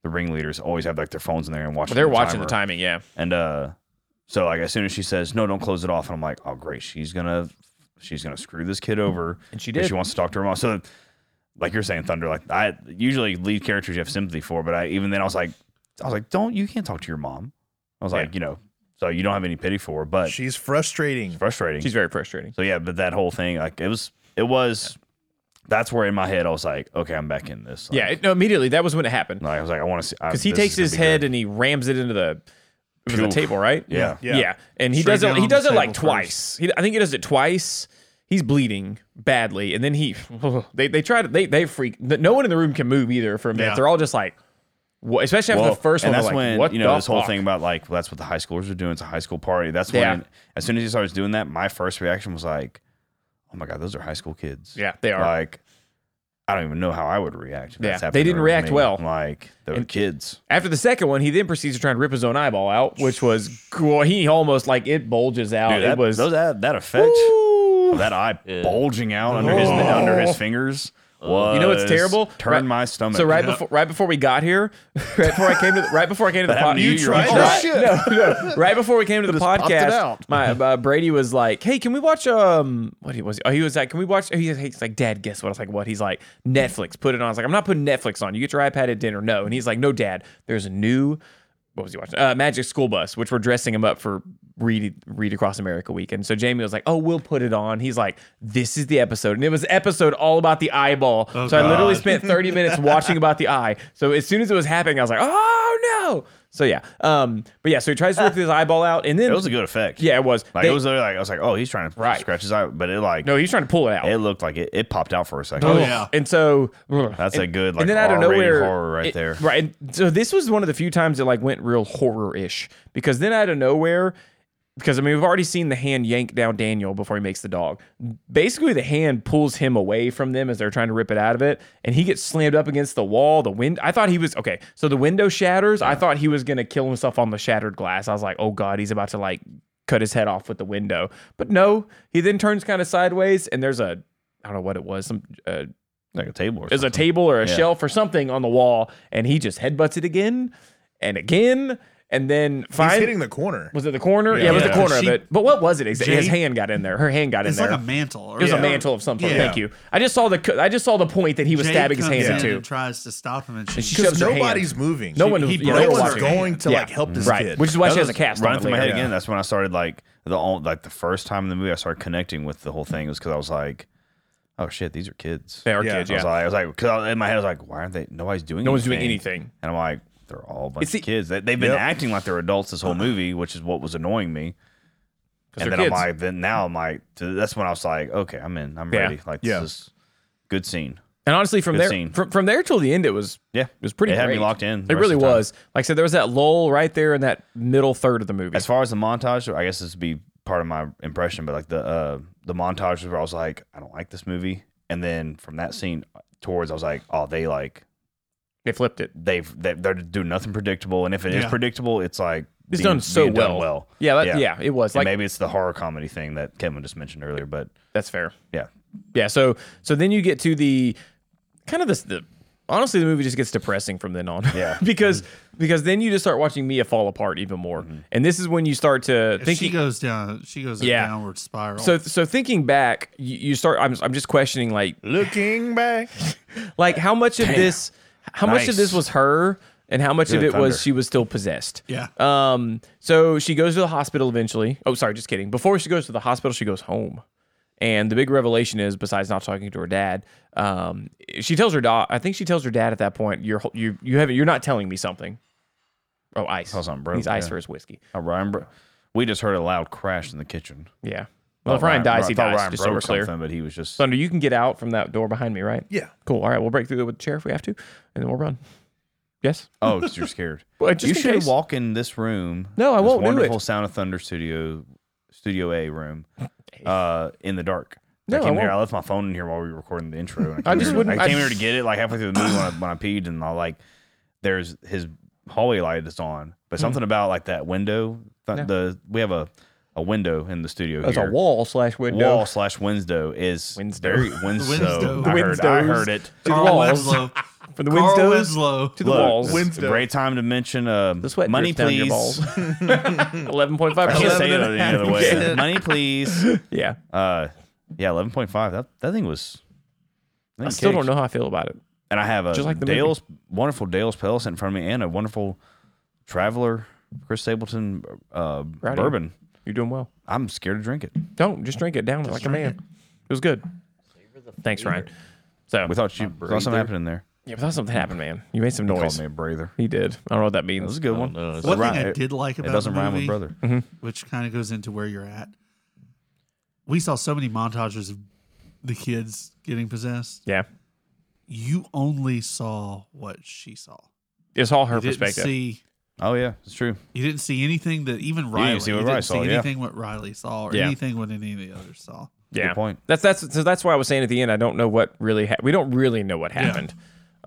S9: the ringleaders always have like their phones in there and watching.
S2: They're
S9: the
S2: watching the
S9: timer.
S2: timing, yeah.
S9: And uh, so like as soon as she says no, don't close it off, and I'm like, oh great, she's gonna she's gonna screw this kid over,
S2: And she
S9: 'cause
S2: did.
S9: She wants to talk to her mom. So like you're saying, Thunder, like I usually lead characters you have sympathy for, but I even then I was like, I was like, don't you can't talk to your mom. I was like, you know, so you don't have any pity for, her, but
S5: She's frustrating.
S9: frustrating.
S2: She's very frustrating.
S9: so yeah, but that whole thing, like it was, it was. That's where in my head I was like, okay, I'm back in this. Like,
S2: Yeah, it, no, immediately. That was when it happened.
S9: like, I was like, I want to see
S2: because he takes his head and he rams it into the it was the
S9: Phew.
S2: table, right?
S9: Yeah.
S2: yeah, And he
S8: Straight
S2: does it.
S8: down
S2: He
S8: on the
S2: does it like
S8: table
S2: twice. He, I think he does it twice. He's bleeding badly, and then he they they try to they they freak. No one in the room can move either for a minute.
S8: Yeah.
S2: They're all just like, what? Especially after
S9: Well,
S2: the first
S9: and
S2: one.
S9: that's
S2: they're like,
S9: when
S2: what
S9: you know
S2: the
S9: this whole
S2: fuck?
S9: thing about like, well, that's what the high schoolers are doing. It's a high school party. That's
S2: Yeah.
S9: when, as soon as he starts doing that, my first reaction was like, oh my god, those are high school kids.
S2: Yeah, they are.
S9: Like, I don't even know how I would react. If
S2: Yeah,
S9: that's
S2: they
S9: happening
S2: didn't
S9: to
S2: react
S9: me.
S2: well.
S9: Like they were
S2: And-
S9: kids.
S2: After the second one, he then proceeds to try and rip his own eyeball out, which was cool. He almost like it bulges out.
S9: Dude,
S2: Oh, it
S9: that
S2: was
S9: those that, that effect, of that eye
S10: Yeah.
S9: bulging out under his under his fingers. Was
S2: Oh. You know what's terrible?
S9: Turn
S2: Right-
S9: my stomach.
S2: So right before right before we got here, right before I came to the, right before I came to the
S9: That happened
S2: podcast,
S9: to you, you're like,
S5: "Oh,
S2: right,
S5: shit."
S2: no, no, right before we came to the
S5: popped it
S2: podcast,
S5: out.
S2: my uh, Brady was like, "Hey, can we watch um what he was? Oh, he was like, can we watch? He was, he's like, Dad, guess what? I was like, what? He's like, Netflix. Put it on. I was like, I'm not putting Netflix on. You get your iPad at dinner. No, and he's like, No, Dad. There's a new what was he watching? Uh, Magic School Bus, which we're dressing him up for Read Read Across America week. And so Jamie was like, "Oh, we'll put it on." He's like, "This is the episode," and it was an episode all about the eyeball.
S9: Oh,
S2: so I literally spent thirty minutes watching about the eye. So as soon as it was happening, I was like, "Oh no!" So yeah, um, but yeah, so he tries to rip his eyeball out, and then
S9: it was a good effect.
S2: yeah, it was.
S9: like
S2: They-
S9: it was literally like I was like, oh, he's trying to
S2: Right.
S9: scratch his eye, but it like
S2: no, he's trying to pull it out.
S9: it looked like it, it popped out for a second.
S8: Oh, yeah.
S2: And so
S9: That's
S2: and,
S9: a good like
S2: and then out of
S9: R-rated
S2: nowhere
S9: horror right
S2: it-
S9: there.
S2: Right. And so this was one of the few times it like went real horror ish because then out of nowhere, because I mean we've already seen the hand yank down Daniel before he makes the dog. Basically, the hand pulls him away from them as they're trying to rip it out of it, and he gets slammed up against the wall. The wind. I thought he was okay. So the window shatters. I thought he was gonna kill himself on the shattered glass. I was like, oh god, he's about to like cut his head off with the window. But no, he then turns kind of sideways, and there's a I don't know what it was, some uh,
S9: Like a table or
S2: is a
S9: something.
S2: table or a
S9: Yeah.
S2: shelf or something on the wall, and he just headbutts it again and again, and then
S5: He's
S2: finally
S5: hitting the corner.
S2: was it the corner? Yeah, it was the
S8: Yeah.
S2: corner
S8: She-
S2: of it. But what was it exactly? His
S8: Jane-
S2: hand got in there. Her hand got in
S8: It's
S2: there.
S8: like a mantle. Or
S2: it was a
S8: Yeah.
S2: mantle of some sort.
S8: Yeah.
S2: Thank you. I just saw the co- I just saw the point that he was
S8: Jade
S2: stabbing his
S8: comes
S2: hand
S8: in
S2: into.
S8: And tries to stop him, and she,
S2: she
S5: Because
S2: shoves her hand.
S5: nobody's moving.
S2: No one.
S8: he
S2: yeah, they
S8: breaks
S5: no
S2: were
S8: her
S5: one's
S2: watching.
S8: hand.
S5: going to
S2: Yeah.
S5: like help this
S2: right,
S5: kid.
S2: which is why she has a
S9: was
S2: cast on
S9: running
S2: it
S9: through my head
S2: later.
S9: again. That's when I started like the all, like the first time in the movie I started connecting with the whole thing was because I was like, oh shit, these are kids.
S2: They are
S5: Yeah.
S2: kids.
S9: I was
S2: Yeah.
S9: like, I was like, because in my head I was like, why aren't they? Nobody's doing.
S2: No
S9: anything.
S2: one's doing anything.
S9: And I'm like, they're all a bunch
S2: It's the- Uh-huh.
S9: of kids. They, they've been
S5: Yep.
S9: acting like they're adults this whole movie, which is what was annoying me.
S2: they're
S9: And then
S2: kids.
S9: I'm like, then now I'm like, that's when I was like, okay, I'm in, I'm
S2: Yeah.
S9: ready. Like this
S5: Yeah.
S9: is good scene.
S2: And honestly, from
S9: Good
S2: there
S9: scene.
S2: from, from there till the end, it was
S9: Yeah,
S2: it was pretty.
S9: It had me
S2: great.
S9: locked in the
S2: It
S9: rest
S2: really
S9: of the time.
S2: was. Like I said, there was that lull right there in that middle third of the movie.
S9: As far as the montage, I guess this would be part of my impression, but like the uh, the montage where I was like, I don't like this movie, and then from that scene towards, I was like, oh, they like
S2: they flipped it.
S9: they've they, they're doing nothing predictable, and if it is
S8: Yeah.
S9: predictable, it's like
S2: It's
S9: being-
S2: done so
S9: being
S2: well.
S9: done well.
S2: Yeah, that, yeah.
S9: Yeah.
S2: it was
S9: And
S2: like
S9: maybe it's the horror comedy thing that Kevin just mentioned earlier, but
S2: that's fair.
S9: yeah,
S2: Yeah, so so then you get to the kind of this the honestly the movie just gets depressing from then on.
S9: Yeah.
S2: because
S8: Mm-hmm.
S2: because then you just start watching Mia fall apart even more. And this is when you start to
S8: And
S2: think
S8: Mm-hmm. she goes down. She goes in
S2: Yeah.
S8: a downward spiral.
S2: so so thinking back, you, you start I'm I'm just questioning like
S5: Looking back,
S2: like how much of this how much of
S9: Nice.
S2: this was her and how much of
S9: Good
S2: it was
S9: thunder.
S2: she was still possessed.
S8: yeah,
S2: Um, so she goes to the hospital eventually. Oh, sorry, just kidding. Before she goes to the hospital, she goes home. And the big revelation is, besides not talking to her dad, um, she tells her dad. I think she tells her dad at that point, "You're ho- you you haven't you're not telling me something." Oh, ice.
S9: Oh, something broke,
S2: He's ice
S9: yeah.
S2: for his whiskey.
S9: Oh, Ryan bro- we just heard a loud crash in the kitchen.
S2: Yeah. Well, if
S9: Thought
S2: Ryan dies,
S9: bro-
S2: he
S9: thought
S2: dies.
S9: Ryan
S2: just so
S9: broke
S2: we're clear.
S9: something, but he was just
S2: Thunder, you can get out from that door behind me, right?
S5: Yeah.
S2: Cool. All right, we'll break through it with the chair if we have to, and then we'll run. Yes.
S9: oh, 'cause you're scared.
S2: Well, just
S9: you
S2: in
S9: should
S2: case.
S9: walk in this room.
S2: No, I
S9: this
S2: won't do it.
S9: Wonderful Sound of Thunder Studio, Studio A room, uh, in the dark.
S2: No,
S9: I
S2: I
S9: came here.
S2: won't.
S9: I left my phone in here while we were recording the intro. And
S2: I
S9: came
S2: just
S9: here-
S2: wouldn't-
S9: I
S2: I
S9: came
S2: just-
S9: here to get it like halfway through the movie when I, when I peed, and I like there's his hallway light that's on,
S2: Hmm.
S9: but something about like that window. Th-
S2: No.
S9: The we have a a window in the studio.
S2: That's
S9: here.
S2: a wall slash window.
S9: Wall slash Wednesday is
S2: Winsdow.
S9: very Wednesday.
S8: Winsdow.
S9: I heard, I
S2: Winsdows.
S9: heard it.
S2: To the
S8: Carl
S2: walls.
S8: Winslow.
S2: From the
S8: Carl
S2: windows
S8: Winslow.
S2: to the
S9: Look,
S2: walls.
S9: this is a Great time to mention uh,
S2: The sweat
S9: money,
S2: drips down your
S9: please.
S2: balls.
S9: I
S2: 11.5
S9: can't
S2: percent.
S9: say it any other way.
S5: 11.5%.
S9: Money, please.
S2: Yeah.
S9: Uh, yeah, eleven point five. That that thing was. that
S2: I
S9: thing
S2: still don't
S9: kicked.
S2: know how I feel about it.
S9: And I have a
S2: Just like the
S9: Dale's wonderful Dale's Pale in front of me, and a wonderful traveler Chris Stapleton uh,
S2: Right on.
S9: bourbon.
S2: You're doing well.
S9: I'm scared to drink it.
S2: Don't just drink it down like a man. It. was good. Thanks, Ryan. So
S9: We thought you saw something happening there.
S2: yeah, but that's something happened, man. You made some
S9: He Called
S2: noise.
S9: me a breather.
S2: He did. I don't know what that
S9: That was
S2: means.
S9: a good one.
S4: know.
S9: It
S8: One
S9: rhyme-
S8: thing I
S9: it-
S8: did like about
S9: it doesn't
S8: the
S9: rhyme with
S8: movie-
S9: brother.
S2: Mm-hmm.
S8: which kind of goes into where you're at. We saw so many montages of the kids getting possessed.
S2: Yeah,
S8: You only saw what she saw.
S2: it's all her
S8: You didn't
S2: perspective.
S8: see.
S9: Oh yeah, it's true.
S8: You didn't see anything that even Riley. You didn't
S9: see
S8: see,
S9: what Riley saw, yeah.
S8: anything what Riley saw or
S2: Yeah.
S8: anything what any of the others saw.
S2: yeah,
S9: Good point.
S2: That's that's so that's why I was saying at the end. I don't know what really. Ha- we don't really know what happened.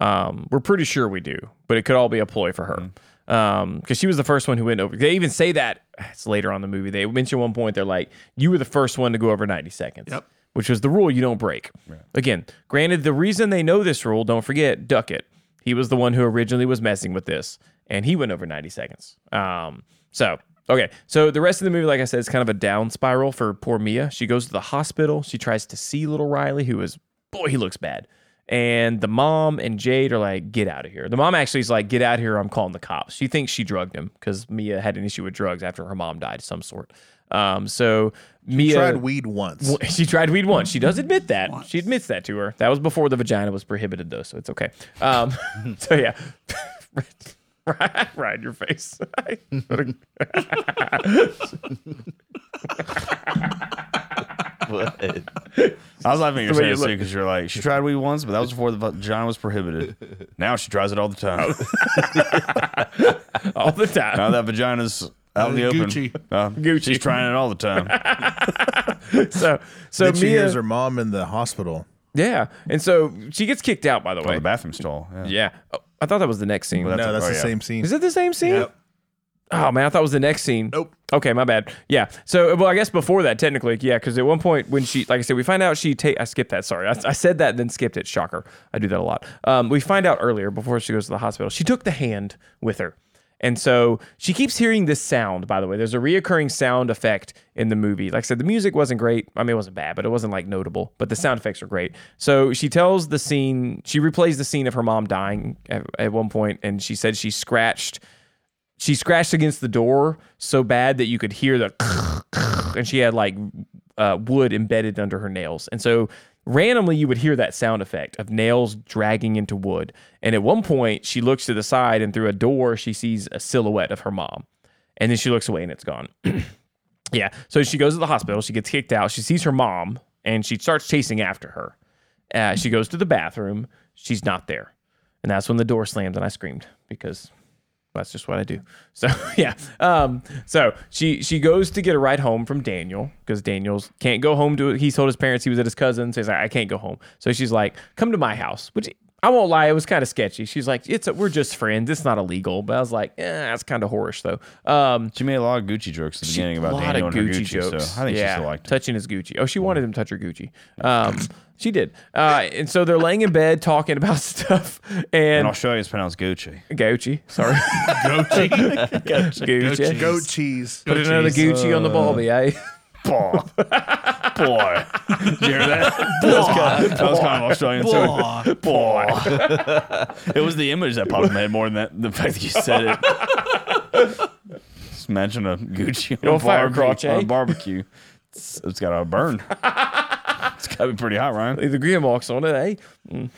S2: Um, we're pretty sure we do, but it could all be a ploy for her.
S9: Mm-hmm.
S2: Um, because she was the first one who went over. They even say that ah, it's later on in the movie. They mention one point. They're like, "You were the first one to go over ninety seconds."
S8: Yep.
S2: Which was the rule you don't break. Again, granted, the reason they know this rule, don't forget, Duckett. He was the one who originally was messing with this, and he went over ninety seconds. Um, so Okay, so the rest of the movie, like I said, is kind of a down spiral for poor Mia. She goes to the hospital. She tries to see little Riley, who is, boy, he looks bad. And the mom and Jade are like, get out of here. The mom actually is like, get out of here. I'm calling the cops. She thinks she drugged him because Mia had an issue with drugs after her mom died of some sort. Um, so Mia
S5: Tried weed once.
S2: well, She tried weed once. She does admit that. She admits that to her. That was before the vagina was prohibited, though, so it's okay. Um, so yeah, right, right in your face.
S4: What?
S9: I was laughing at your
S2: way you
S9: saying because you're like, she tried weed once, but that was before the vagina was prohibited. Now she tries it all the time.
S2: All the time.
S9: now that vagina's out in the open,
S8: Gucci.
S9: uh,
S2: Gucci.
S9: she's trying it all the time.
S2: So so
S5: Then she
S2: Mia,
S5: hears her mom in the hospital.
S2: yeah, and so she gets kicked out. By the
S9: Or
S2: way,
S9: the bathroom stall. Yeah.
S2: yeah. Oh, I thought that was the next scene.
S9: Well,
S5: No, that's
S9: oh,
S5: the
S9: yeah.
S5: same scene.
S2: Is it the same scene? Oh man, I thought it was the next scene.
S5: Nope.
S2: Okay, my bad. Yeah. So, well, I guess before that, technically, yeah, because at one point when she, like I said, we find out she take. I skipped that. Sorry, I, I said that and then skipped it. Shocker. I do that a lot. Um, we find out earlier before she goes to the hospital, she took the hand with her, and so she keeps hearing this sound. By the way, there's a reoccurring sound effect in the movie. Like I said, the music wasn't great. I mean, it wasn't bad, but it wasn't like notable. But the sound effects are great. So she tells the scene. She replays the scene of her mom dying at, at one point, and she said she scratched she scratched against the door so bad that you could hear the and she had like uh, wood embedded under her nails and so randomly you would hear that sound effect of nails dragging into wood and at one point she looks to the side and through a door she sees a silhouette of her mom and then she looks away and it's gone yeah. So she goes to the hospital. She gets kicked out. She sees her mom and she starts chasing after her. Uh, she goes to the bathroom. She's not there. And that's when the door slams and I screamed because that's just what I do. So yeah. Um, so she she goes to get a ride home from Daniel because Daniel's can't go home to he told his parents he was at his cousin's. He's like, I can't go home. So she's like, come to my house, which I won't lie, it was kind of sketchy. She's like, it's a, we're just friends. It's not illegal. But I was like, eh, that's kind of horish though. Um,
S9: She made a lot of Gucci jokes at the beginning
S2: a
S9: about
S2: lot
S9: Daniel
S2: of
S9: and
S2: Gucci,
S9: her Gucci
S2: jokes.
S9: So I think
S2: yeah.
S9: she still liked it.
S2: touching his Gucci. Oh, she wanted him to touch her Gucci. Um, she did. Uh, and so they're laying in bed talking about stuff,
S9: And
S2: and,
S9: I'll show you it's pronounced Gucci.
S2: Gucci. Sorry,
S8: Gucci.
S2: Gucci.
S8: Gucci.
S5: Goat cheese.
S2: Put another Gucci on the ball, eh?
S9: Boy. Boy. Did you hear that? That was kind of, that was kind of Australian. too.
S8: Aw.
S9: Boy. it was the image that popped in my head more than that, the fact that you said it. Just imagine a Gucci on
S2: You're
S9: a
S2: on fire,
S9: barbecue.
S2: Crotch, eh?
S9: on a barbecue. It's, it's got to burn. it's got to be pretty hot, Ryan.
S2: Leave the grim marks on it, eh? Mm.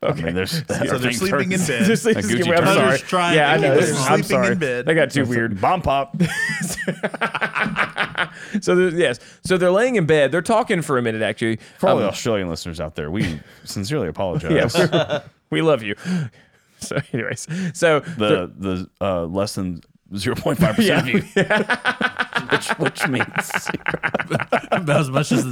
S9: I mean, there's
S5: So they're sleeping in bed.
S2: Just, just
S9: Gucci
S2: give me- I'm
S9: term.
S2: sorry.
S8: Others try
S2: yeah, I
S8: and
S2: know.
S8: keep
S2: this is-
S8: us
S2: I'm
S5: sleeping in
S2: sorry.
S5: bed.
S2: That got too weird.
S9: bomb pop.
S2: So there's- yes, so they're laying in bed. They're talking for a minute actually.
S9: For all the
S2: Um,
S9: Australian listeners out there, we sincerely apologize.
S2: yes, we love you. So, anyways, so
S9: The the uh, less than zero point five percent of you, which which means
S8: About as much as the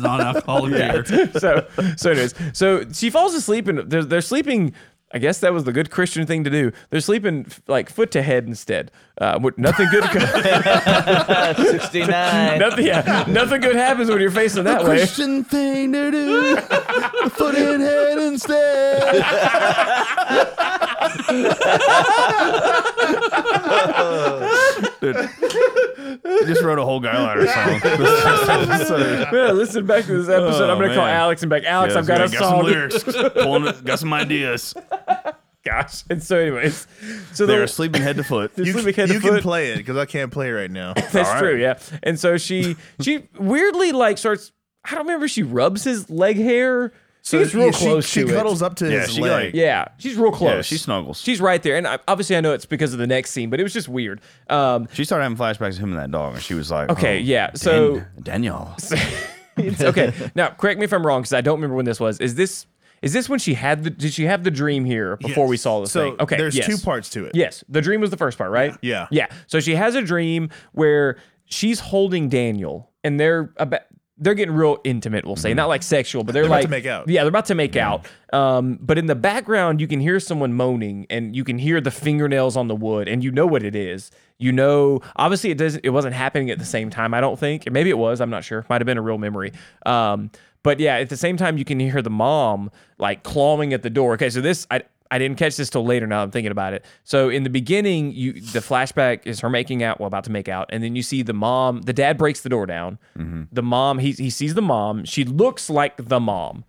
S8: non-alcoholic beer.
S2: so so anyways so she falls asleep and they're, they're sleeping i guess that was the good christian thing to do they're sleeping f- like foot to head instead uh, what- nothing good co-
S4: 69.
S2: nothing, yeah, nothing good happens when you're facing that way
S9: thing to do. Foot in head instead. Dude, I just wrote a whole guyliner song. This episode.
S2: Yeah, listen back to this episode
S9: Oh,
S2: i'm gonna call
S9: man.
S2: alex and be like alex
S9: Yeah,
S2: i've got a
S9: got some
S2: song
S9: lyrics, pulling it- got some ideas.
S2: gosh and so anyways so
S9: They're
S2: they're
S9: asleep in head to foot.
S2: they're
S5: You,
S2: sleeping head
S5: can- you
S2: to foot.
S5: can play it because I can't play it right now.
S2: That's
S9: All right.
S2: true, yeah. And so she she weirdly like starts. I don't remember. if She rubs his leg hair. She gets real
S5: yeah,
S2: close
S5: she,
S2: to
S5: she
S2: it.
S5: cuddles up to
S9: Yeah,
S5: his
S9: she
S5: leg.
S9: like-
S2: Yeah, she's real close.
S9: Yeah, she snuggles.
S2: She's right there, and I, obviously I know it's because of the next scene, but it was just weird. Um,
S9: She started having flashbacks of him and that dog, and she was like,
S2: Okay,
S9: oh,
S2: yeah, so-
S9: Daniel,
S2: it's okay. now, correct me if I'm wrong, because I don't remember when this was. Is this is this when she had the did she have the dream here before we
S8: Yes.
S2: saw the
S5: so
S2: thing? Okay,
S5: there's
S2: yes.
S5: two parts to it.
S2: Yes, the dream was the first part, right?
S5: Yeah.
S2: yeah. So she has a dream where she's holding Daniel, and they're about. They're getting real intimate, we'll say, not like sexual, but they're,
S5: Mm-hmm. about
S2: like
S5: to make out.
S2: Yeah, they're about to make out. Um, but in the background, you can hear someone moaning, and you can hear the fingernails on the wood, and you know what it is. You know, obviously, it doesn't. It wasn't happening at the same time. I don't think. Maybe it was. I'm not sure. Might have been a real memory. Um, but yeah, at the same time, you can hear the mom like clawing at the door. Okay, so this I I didn't catch this till later. Now I'm thinking about it. So in the beginning, you the flashback is her making out, well, about to make out, and then you see the mom. The dad breaks the door down. The mom he he sees the mom. She looks like the mom,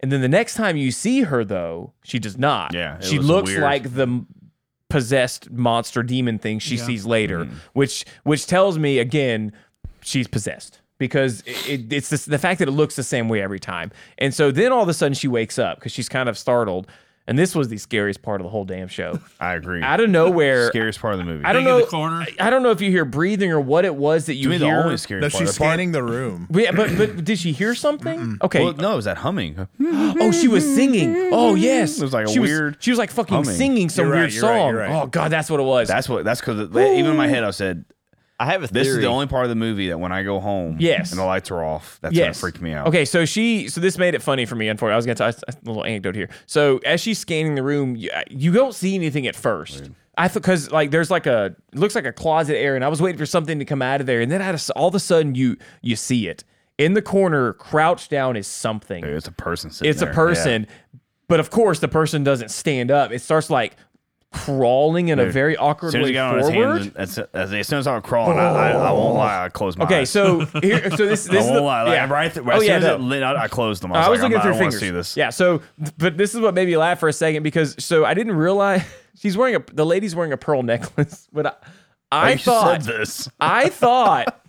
S2: and then the next time you see her, though, she does not.
S9: Yeah, it
S2: she
S9: was
S2: looks
S9: weird.
S2: like the m- possessed monster demon thing she sees later,
S9: Mm-hmm.
S2: which which tells me again she's possessed because it, it, it's this, the fact that it looks the same way every time. And so then all of a sudden she wakes up because she's kind of startled. And this was the scariest part of the whole damn show.
S9: I agree.
S2: Out of nowhere,
S9: Scariest part of the movie.
S2: I don't
S8: Thing in
S2: know.
S8: the corner.
S2: I don't know if you hear breathing or what it was that you
S9: to me, the
S2: hear.
S9: only scary
S5: No,
S9: part.
S5: she's
S9: the part-
S5: scanning the room.
S2: But yeah, but but did she hear something? Okay.
S9: Well, no, it was that humming.
S2: oh, she was singing. Oh yes,
S9: Mm-hmm. It was like a
S2: she
S9: weird
S2: she was like fucking
S9: humming.
S2: singing some
S5: You're right,
S2: weird
S5: you're right,
S2: song.
S5: you're right.
S2: Oh god, that's what it was.
S9: That's what. That's because even in my head, I said,
S4: I have a theory.
S9: "This is the only part of the movie that when I go home,
S2: Yes.
S9: and the lights are off, that's
S2: yes.
S9: gonna freak me out."
S2: Okay, so she, so this made it funny for me. Unfortunately, I was going to tell a little anecdote here. So as she's scanning the room, you, uh, you don't see anything at first. I thought because like there's like a it looks like a closet area, and I was waiting for something to come out of there, and then out of, all of a sudden you you see it in the corner, crouched down is something.
S9: Dude, it's a person. Sitting
S2: it's
S9: there.
S2: a person, but of course the person doesn't stand up. It starts like crawling in a
S9: Dude,
S2: very
S9: Yeah.
S2: awkward
S9: As soon as
S2: way
S9: he got on his
S2: forward.
S9: hands, and- as, as, as soon as I was crawling, I, I, I won't lie, I closed my
S2: Okay,
S9: eyes.
S2: so here, so this
S9: I
S2: this is
S9: won't
S2: the,
S9: lie, like,
S2: yeah.
S9: right. Th-
S2: Oh,
S9: as soon
S2: yeah,
S9: as
S2: no.
S9: it lit, I, I closed them. I was,
S2: I was
S9: like,
S2: looking
S9: I'm not,
S2: through
S9: I
S2: fingers.
S9: don't want to see this.
S2: Yeah. So, but this is what made me laugh for a second because so I didn't realize she's wearing a the lady's wearing a pearl necklace, but I, I
S9: I
S2: thought
S9: said this.
S2: I thought.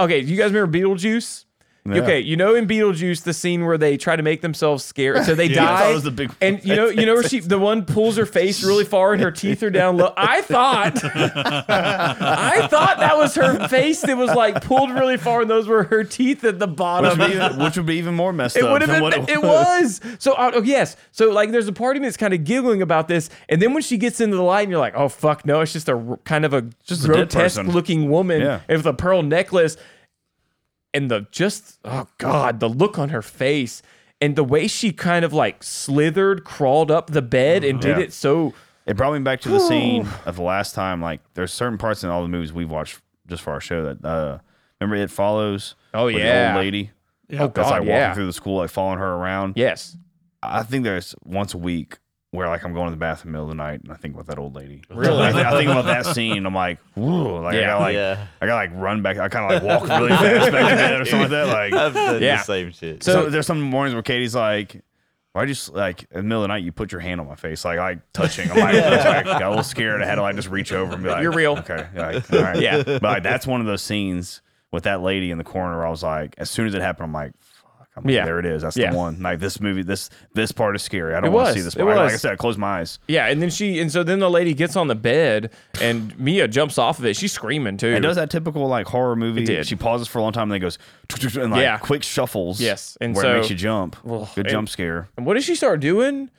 S2: Okay, do you guys remember Beetlejuice? Okay, you know in Beetlejuice the scene where they try to make themselves scared, so they
S9: Yeah. I
S2: die.
S9: thought it was the big-
S2: and you know, you know where she the one pulls her face really far and her teeth are down low. I thought, I thought that was her face that was like pulled really far, and those were her teeth at the
S9: Which
S2: bottom.
S9: would, be even, which would be even more messed
S2: It
S9: up.
S2: would have
S9: than
S2: been.
S9: what
S2: It, was. So uh, oh, yes. So like, there's a part of me that's kind of giggling about this, and then when she gets into the light, and you're like, oh fuck, no, it's just a r- kind of a
S9: Just a dead
S2: grotesque
S9: person.
S2: looking woman
S9: Yeah.
S2: with a pearl necklace, and the just oh god, the look on her face, and the way she kind of like slithered, crawled up the bed, and did
S9: Yeah.
S2: it so.
S9: It brought me back to the scene of the last time. Like, there's certain parts in all the movies we've watched just for our show that uh, remember it follows.
S2: Oh,
S9: with the
S2: yeah.
S9: old lady.
S8: Yeah.
S2: Oh
S9: That's
S2: god,
S9: like walking
S2: yeah,
S9: through the school, like following her around.
S2: yes.
S9: I think there's once a week where like I'm going to the bathroom in the middle of the night and I think about that old lady. Really, I, thi- I think about that scene. and I'm like, whoa, like I
S2: Yeah.
S9: gotta like
S4: Yeah.
S9: I gotta like run back. I kind of like walk really fast back to bed or something like that. Like,
S4: I've done
S2: Yeah.
S4: the same shit.
S9: so,
S2: So-
S9: there's some mornings where Katie's like. Why just like in the middle of the night you put your hand on my face like like touching I'm like, it's like got a little scared I had to like just reach over and be like
S2: You're real.
S9: okay like, all right.
S2: Yeah.
S9: but like, that's one of those scenes with that lady in the corner where I was like as soon as it happened I'm like fuck I'm like,
S2: Yeah.
S9: there it is. That's
S2: Yeah.
S9: the one. Like this movie, this this part is scary. I
S2: It
S9: don't want
S2: was.
S9: to see this
S2: It
S9: part. Like I
S2: was.
S9: said, I closed my eyes.
S2: Yeah, and then she and so then the lady gets on the bed and Mia jumps off of it. She's screaming too.
S9: It does that typical like horror movie.
S2: It did.
S9: She pauses for a long time and then goes and like
S2: Yeah.
S9: quick shuffles.
S2: Yes, and
S9: where
S2: so-
S9: it makes you jump.
S2: Ugh,
S9: Good
S2: and-
S9: jump scare.
S2: And what does she start doing?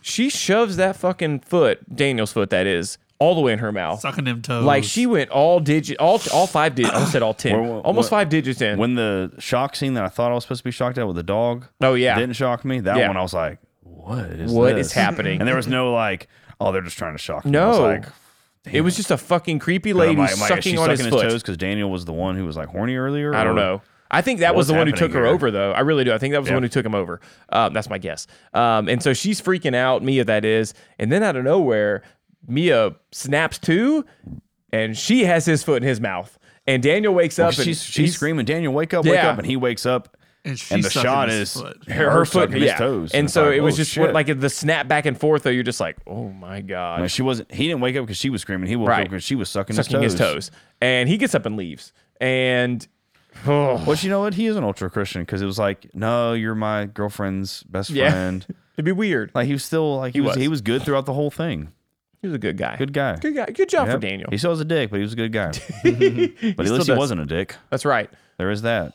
S2: She shoves that fucking foot, Daniel's foot that is, all the way in her mouth.
S8: sucking them toes.
S2: Like she went all digit, all all five digits. I said all ten,
S9: Where- where-
S2: almost
S9: where-
S2: five digits in.
S9: When the shock scene that I thought I was supposed to be shocked at with the dog.
S2: Oh, yeah.
S9: didn't shock me. That
S2: Yeah.
S9: one I was like, what is
S2: What
S9: this?
S2: is happening?
S9: And there was no like, oh, they're just trying to shock. Me. I was
S2: no,
S9: like,
S2: it was just a fucking creepy lady
S9: am I, am I- is
S2: sucking
S9: she
S2: on
S9: sucking
S2: his, foot.
S9: toes because Daniel was the one who was like horny earlier.
S2: I don't
S9: or-
S2: know. I think that was
S9: What's
S2: the one who took
S9: happening
S2: her
S9: here?
S2: over, though. I really do. I think that was the
S9: Yeah.
S2: one who took him over. Um, that's my guess. Um, and so she's freaking out, Mia, that is. And then out of nowhere, Mia snaps to, and she has his foot in his mouth. And Daniel wakes up. and
S9: She's she's
S2: he's-
S9: screaming, Daniel, wake up, wake
S2: Yeah.
S9: up, and he wakes up,
S8: and, she's
S9: and the
S8: sucking
S9: shot
S8: his
S9: is
S8: foot.
S9: her, foot, his toes.
S2: And
S9: it's
S2: so
S9: like,
S2: it was
S9: whoa,
S2: just
S9: shit.
S2: like the snap back and forth, though. You're just like, oh my God.
S9: No, she wasn't. He didn't wake up because she was screaming. He woke
S2: Right.
S9: up because she was sucking,
S2: sucking
S9: his,
S2: his
S9: toes.
S2: toes. And he gets up and leaves. And oh,
S9: But you know what? He is an ultra Christian because it was like, no, you're my girlfriend's best
S2: Yeah.
S9: friend.
S2: it'd be weird.
S9: Like he was still like he, was,
S2: was.
S9: he was good throughout the whole thing.
S2: He was a good guy.
S9: Good guy.
S2: Good guy. Good job for
S9: Yep.
S2: Daniel.
S9: He still was a dick, but he was a good guy. but at
S2: still
S9: least he
S2: does.
S9: wasn't a dick.
S2: That's right.
S9: There is that.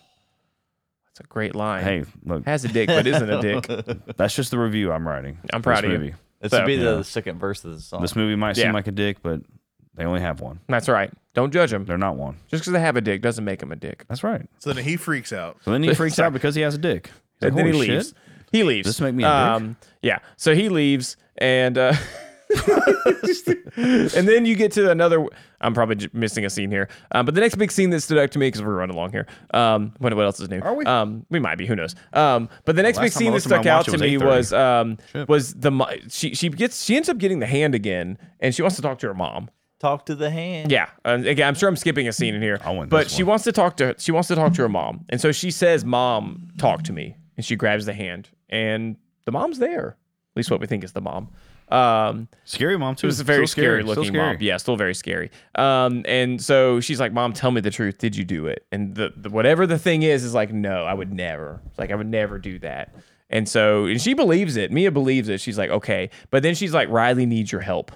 S2: That's a great line.
S9: Hey, look,
S2: has a dick but isn't a dick.
S9: that's just the review I'm writing.
S2: I'm
S9: for
S2: proud
S9: this
S2: of you.
S9: movie.
S4: This
S2: So-
S4: would be
S9: Yeah.
S4: the second verse of the song.
S9: This movie might
S2: Yeah.
S9: seem like a dick, but they only have one.
S2: That's right. Don't judge them.
S9: They're not one.
S2: Just because they have a dick doesn't make them a dick.
S9: That's right.
S5: So then he freaks out.
S9: So then he freaks out because he has a dick. He's like,
S2: and then he
S9: "Holy
S2: leaves.
S9: shit."
S2: He leaves. Um,
S9: Does this make me a dick?
S2: Yeah. So he leaves, and uh, and then you get to another. I'm probably j- missing a scene here, um, but the next big scene that stood out to me because we're running along here. Um, what, what else is new? Are
S9: we?
S2: Um, we might be. Who knows? Um, but the next
S9: Last
S2: big
S9: time I
S2: scene that
S9: looked at my
S2: stuck out
S9: watch,
S2: to
S9: it was
S2: me
S9: 8:30.
S2: was um, was the mo- she she gets she ends up getting the hand again, and she wants to talk to her mom.
S4: Talk to the hand.
S2: Yeah, and again, I'm sure I'm skipping a scene in here.
S9: I want
S2: but
S9: this
S2: she
S9: one.
S2: wants to talk to she wants to talk to her mom, and so she says, "Mom, talk to me." And she grabs the hand, and the mom's there. At least what we think is the mom. Um,
S9: Scary mom too.
S2: it was a very
S9: Still
S2: scary,
S9: Still
S2: looking
S9: scary.
S2: mom. Yeah, still very scary. Um, and so she's like, "Mom, tell me the truth. Did you do it?" And the, the whatever the thing is is like, "No, I would never. It's like I would never do that." And so and she believes it. Mia believes it. She's like, "Okay," but then she's like, "Riley needs your help."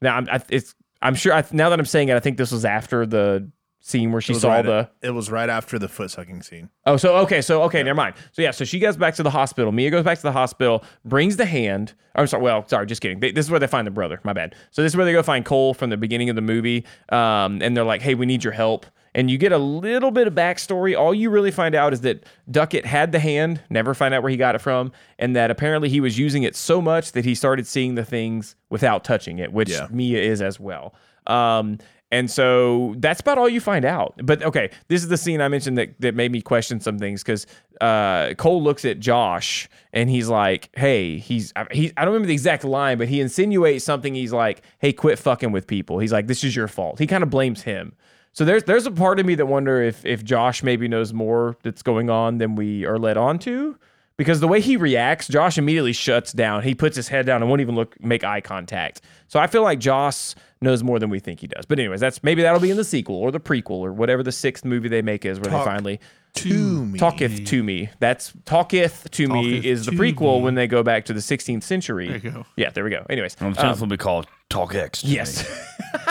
S2: Now I'm I, it's I'm sure I, now that I'm saying it, I think this was after the scene where she
S5: It was
S2: saw
S5: right-
S2: the.
S5: It was right after the foot sucking scene.
S2: Oh, so okay, so okay, never mind. So yeah, so she goes back to the hospital. Mia goes back to the hospital, brings the hand. I'm sorry. Well, sorry, just kidding. They, this is where they find the brother. My bad. So this is where they go find Cole from the beginning of the movie, um, and they're like, "Hey, we need your help." And you get a little bit of backstory. All you really find out is that Duckett had the hand. Never find out where he got it from, and that apparently he was using it so much that he started seeing the things without touching it, which
S5: Yeah.
S2: Mia is as well. Um, and so that's about all you find out. But okay, this is the scene I mentioned that, that made me question some things because uh, Cole looks at Josh and he's like, "Hey, he's I- he, I don't remember the exact line, but he insinuates something. He's like, "Hey, quit fucking with people." He's like, "This is your fault." He kind of blames him. So there's there's a part of me that wonder if if Josh maybe knows more that's going on than we are led on to because the way he reacts, Josh immediately shuts down. He puts his head down and won't even look, make eye contact. So I feel like Josh knows more than we think he does. But anyways, that's maybe that'll be in the sequel or the prequel or whatever the sixth movie they make is where they finally
S5: To me.
S2: talketh to me. That's talketh to me
S8: Talketh
S2: is the
S8: to
S2: prequel
S8: me.
S2: when they go back to the 16th century.
S8: There you go.
S2: Yeah, there we go. Anyways,
S9: I'm
S2: uh,
S9: um, will be called Talk X. to me.
S2: yes,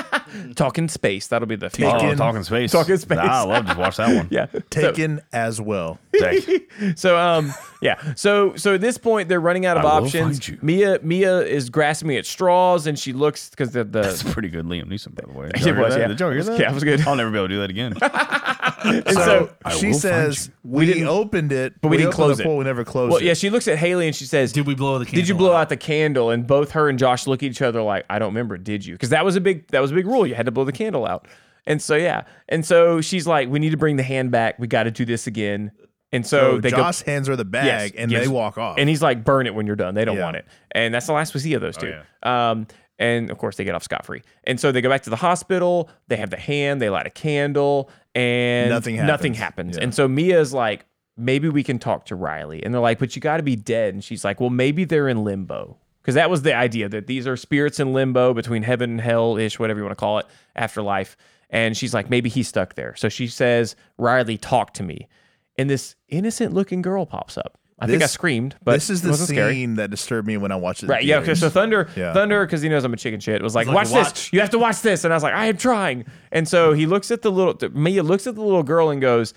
S2: talking space. That'll be the future.
S9: Oh,
S5: Taken.
S9: Talking Space.
S2: Talking Space.
S9: Nah, I love to watch that one.
S2: Yeah, So-
S5: Taken as well.
S9: Dang.
S2: So um yeah. So so at this point they're running out of
S9: I will
S2: options.
S9: find you.
S2: Mia Mia is grasping at straws and she looks because the,
S9: That's
S2: the
S9: pretty good Liam Neeson, by the way. Did
S2: It
S9: y'all hear
S2: was,
S9: that?
S2: yeah.
S9: Did y'all hear that?
S2: Yeah, it was good.
S9: I'll never be able to do that again.
S2: and so
S5: So
S9: I
S5: she
S9: will find
S5: says we,
S2: didn't-
S5: opened it,
S2: but we didn't
S5: opened
S2: close
S5: the
S2: it.
S5: Pool, we never closed
S2: well
S5: it.
S2: yeah she looks at Haley and she says
S8: Did we blow the?
S2: did you
S8: candle
S2: blow out the candle? And both her and Josh look at each other like, I don't remember. Did you? Because that was a big that was a big rule. You had to blow the candle out. And so yeah. And so she's like, we need to bring the hand back. We got to do this again. And so,
S5: so
S2: they go,
S5: Josh hands her the bag and
S2: yes.
S5: they walk off.
S2: And he's like, burn it when you're done. They don't
S5: Yeah. Oh,
S2: want it. And that's the last we see of those two. Um, and of course, they get off scot free. And so they go back to the hospital. They have the hand. They light a candle, and
S5: Nothing
S2: Nothing
S5: happens.
S2: happens. And so Mia's like, maybe we can talk to Riley. And they're like, but you got to be dead. And she's like, well, maybe they're in limbo. Because that was the idea that these are spirits in limbo between heaven and hell ish, whatever you want to call it, afterlife. And she's like, maybe he's stuck there. So she says, Riley, talk to me. and this innocent looking girl pops up. I think I
S5: This-
S2: screamed, but
S5: this is
S2: it
S5: the
S2: wasn't
S5: scene
S2: scary.
S5: that disturbed me when I watched it. in
S2: Right, yeah. Okay, so
S5: theaters.
S2: Thunder,
S5: Yeah.
S2: Thunder, because he knows I'm a chicken shit, was like,
S8: like,
S2: "Watch this!
S8: "Watch."
S2: You have to watch this!" And I was like, "I am trying." And so he looks at the little th- Mia looks at the little girl and goes,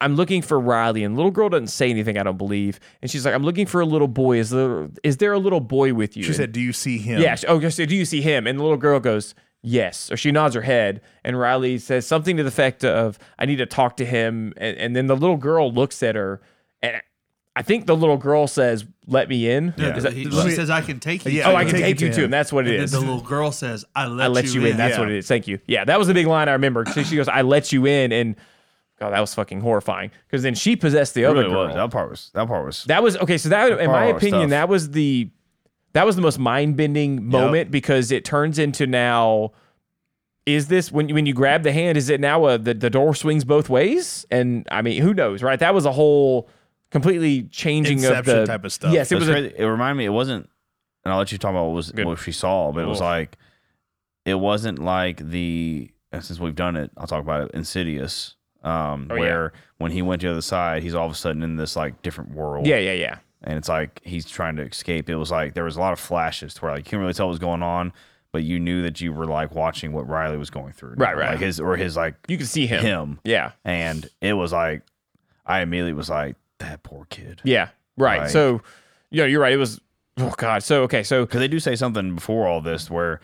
S2: "I'm looking for Riley." And little girl doesn't say anything. I don't believe. And she's like, "I'm looking for a little boy. Is there is there a little boy with you?"
S5: she said, "Do you see him?"
S2: Yeah. she- Oh, so do you see him? And the little girl goes, yes. Or she nods her head. And Riley says something to the effect of, I need to talk to him. And, and then the little girl looks at her. And I think the little girl says, let me in.
S8: No,
S2: Is
S8: he-
S2: that-
S8: she
S5: let me-
S8: says, "I can take you."
S5: Yeah,
S8: to
S2: oh,
S8: it."
S2: I can take you to him. That's what it
S8: And then
S2: is.
S8: the little girl says, "I let,
S2: I let you in. That's
S5: Yeah.
S2: what it is. Thank you. Yeah, that was the big line I remember. So she goes, I let you in. And God, that was fucking horrifying. Because then she possessed the
S9: It
S2: other
S9: really
S2: girl.
S9: was. That part was. That part was.
S2: That was okay. So that, in my
S9: Horror
S2: opinion,
S9: stuff.
S2: that was the that was the most mind bending moment because it turns into now. Is this when you, when you grab the hand? Is it now a the, the door swings both ways? And I mean, who knows, right? That was a whole completely changing
S5: Inception
S2: of the
S5: type of stuff.
S2: Yes, it was.
S9: That's
S2: A,
S9: crazy. it reminded me. It wasn't. And I'll let you talk about what was what she saw, but it was
S2: Oof.
S9: like, it wasn't like the. and Since we've done it, I'll talk about it. Insidious, um,
S2: Oh, yeah.
S9: where when he went to the other side, he's all of a sudden in this like different world.
S2: yeah, yeah, yeah.
S9: and it's like he's trying to escape. It was like there was a lot of flashes to where like you couldn't really tell what was going on, but you knew that you were like watching what Riley was going through,
S2: Right, right.
S9: Like his or his like
S2: You could see him.
S9: him,
S2: Yeah,
S9: and it was like I immediately was like that poor kid,
S2: yeah. Right.
S9: Like-
S2: so, yeah, you're right. It was. Oh God. So okay. So
S9: because they do say something before all this where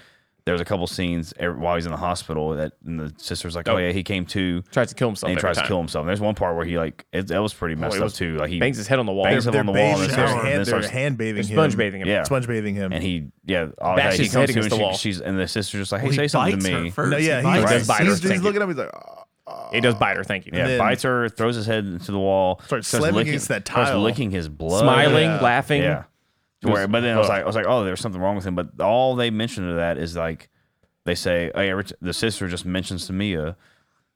S9: there's a couple scenes er- while he's in the hospital that and the sister's like, oh, yeah, he came to.
S2: tries to kill himself.
S9: And he
S2: every
S9: tries
S2: time.
S9: to kill himself. And there's one part where he like it, that was pretty messed
S2: it
S9: up
S2: was-
S9: too. Like he
S2: Bangs his head on the wall.
S9: bangs him
S5: they're
S9: on the wall
S5: bathing,
S9: and then
S5: they're
S9: starts-
S5: hand,
S9: then
S5: they're
S9: starts
S5: hand bathing
S2: They're
S5: him.
S2: sponge bathing him.
S9: Yeah.
S5: sponge bathing him.
S9: and he yeah all
S2: Bashes
S9: that, he
S2: his
S9: comes
S2: head
S9: to
S2: against
S9: and
S2: the
S9: she-
S2: wall.
S9: she's and the sister's just like hey
S8: Well, he
S9: say something
S8: bites
S9: to
S8: her
S9: me
S8: first.
S5: no, yeah,
S8: He
S5: he,
S8: bites
S2: Right. Does
S8: her.
S5: he's,
S2: bite her,
S5: he's,
S2: thank
S5: he's
S2: you.
S5: looking up. He's like, "Oh."
S2: It does bite her. Thank you.
S9: yeah
S5: then-
S9: bites her throws his head into the wall
S5: Starts slamming against that
S9: starts
S5: tile.
S9: licking his blood
S2: Smiling,
S5: Yeah.
S2: laughing.
S9: Oh, yeah To where- but then I was like I was like oh there's something wrong with him but all they mention to that is like they say hey, every t- the sister just mentions to Mia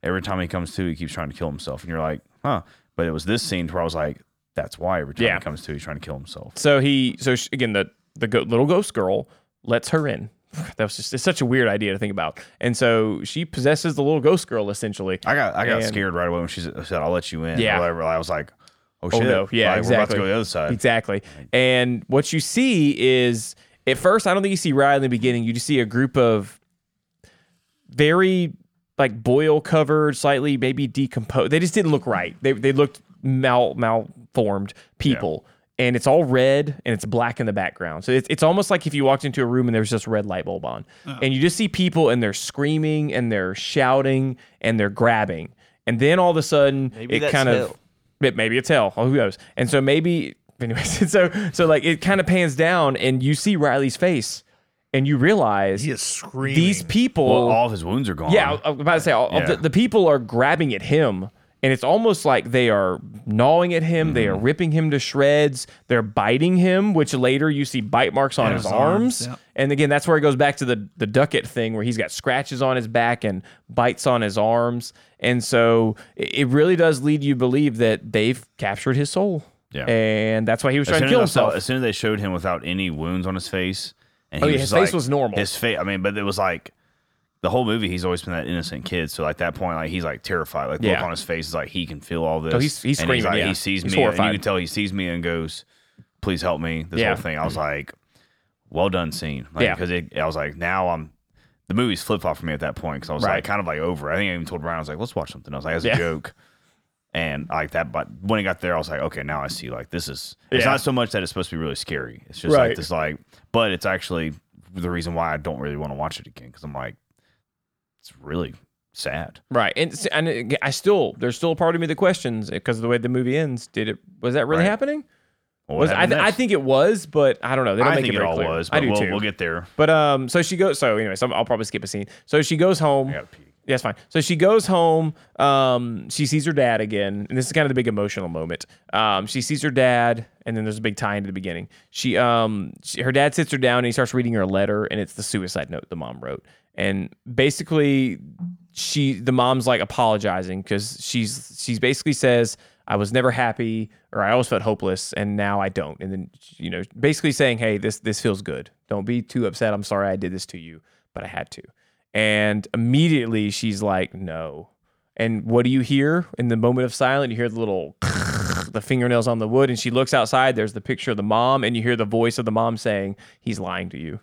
S9: every time he comes to he keeps trying to kill himself and you're like huh but it was this scene to where I was like that's why every time
S2: Yeah.
S9: he comes to he's trying to kill himself
S2: So he, so sh again, the the go- little ghost girl lets her in. That was just it's such a weird idea to think about. And so she possesses the little ghost girl essentially.
S9: I got I got
S2: And-
S9: scared right away when she said I'll let you in
S2: Yeah.
S9: or whatever I was like oh
S2: Oh
S9: shit
S2: no! Yeah,
S9: Like,
S2: exactly.
S9: we're about to go to the other side
S2: Exactly. And what you see is at first, I don't think you see Riley in the beginning. You just see a group of very like boil covered, slightly maybe decomposed. They just didn't look right. They they looked mal malformed people. And it's all red and it's black in the background. So it's, it's almost like if you walked into a room and there was just a red light bulb on. And you just see people and they're screaming and they're shouting and they're grabbing. And then all of a sudden,
S4: Maybe
S2: it
S4: that's
S2: kind of
S4: hell.
S2: but maybe it's hell. Oh, who knows? And so maybe, anyways. So so like it kind of pans down, and you see Riley's face, and you realize
S5: He is screaming.
S2: these people.
S9: Well, all of his wounds are gone.
S2: yeah, I was about to say all, all the,
S9: Yeah.
S2: the people are grabbing at him, and it's almost like they are gnawing at him. They
S9: Mm-hmm.
S2: are ripping him to shreds. They're biting him, which later you see bite marks on
S8: Yeah,
S2: his,
S8: his
S2: arms.
S8: arms, yeah.
S2: And again, that's where it goes back to the the ducket thing, where he's got scratches on his back and bites on his arms, and so it it really does lead you to believe that they've captured his soul.
S9: Yeah.
S2: and that's why he was
S9: As
S2: trying
S9: soon,
S2: to
S9: as
S2: kill
S9: I saw-
S2: himself.
S9: as soon as they showed him without any wounds on his face, and
S2: Oh, yeah,
S9: he was
S2: his
S9: just
S2: face
S9: like-
S2: was normal.
S9: His face, I mean, but it was like the whole movie. He's always been that innocent kid. So like that point, like he's like terrified. Like the
S2: Yeah.
S9: look on his face is like he can feel all this.
S2: Oh, he's- he's
S9: and
S2: screaming,
S9: like,
S2: yeah.
S9: He sees
S2: He's
S9: me.
S2: horrified.
S9: And you can tell he sees me and goes, "Please help me." This
S2: Yeah.
S9: whole thing. I was like, "Well done, scene." Like,
S2: Yeah.
S9: Because I was like, now I'm. The movie's flip flop for me at that point because I was
S2: Right.
S9: like kind of like over. I think I even told Ryan I was like, "Let's watch something else." Like as
S2: Yeah.
S9: a joke. And like that, but when it got there, I was like, okay, now I see. Like this is it's
S2: Yeah.
S9: not so much that it's supposed to be really scary. It's just
S2: Right.
S9: like this, like, but it's actually the reason why I don't really want to watch it again because I'm like, it's really sad.
S2: Right, and s- and it- I still there's still a part of me that questions because of the way the movie ends. Did it was that really
S9: Right.
S2: happening?
S9: What
S2: Was I,
S9: happened
S2: th- I
S9: next?
S2: think it was, but I don't know. They don't
S9: I
S2: make
S9: think
S2: it,
S9: it,
S2: very
S9: all
S2: clear.
S9: was,
S2: I
S9: but
S2: do
S9: we'll,
S2: too.
S9: we'll get there.
S2: But um, so she goes. So anyway, so I'll probably skip a scene. So she goes home.
S9: I gotta pee.
S2: Yes, fine. So she goes home. Um, she sees her dad again, and this is kind of the big emotional moment. Um, she sees her dad, and then there's a big tie into the beginning. She, um, she, her dad sits her down, and he starts reading her a letter, and it's the suicide note the mom wrote. And basically, she, the mom's like apologizing because she's she's basically says, "I was never happy, or I always felt hopeless, and now I don't." And then you know, basically saying, "Hey, this this feels good. Don't be too upset. I'm sorry I did this to you, but I had to." And immediately she's like, no. And what do you hear in the moment of silence? You hear the little the fingernails on the wood, and she looks outside. There's the picture of the mom, and you hear the voice of the mom saying, "He's lying to you,"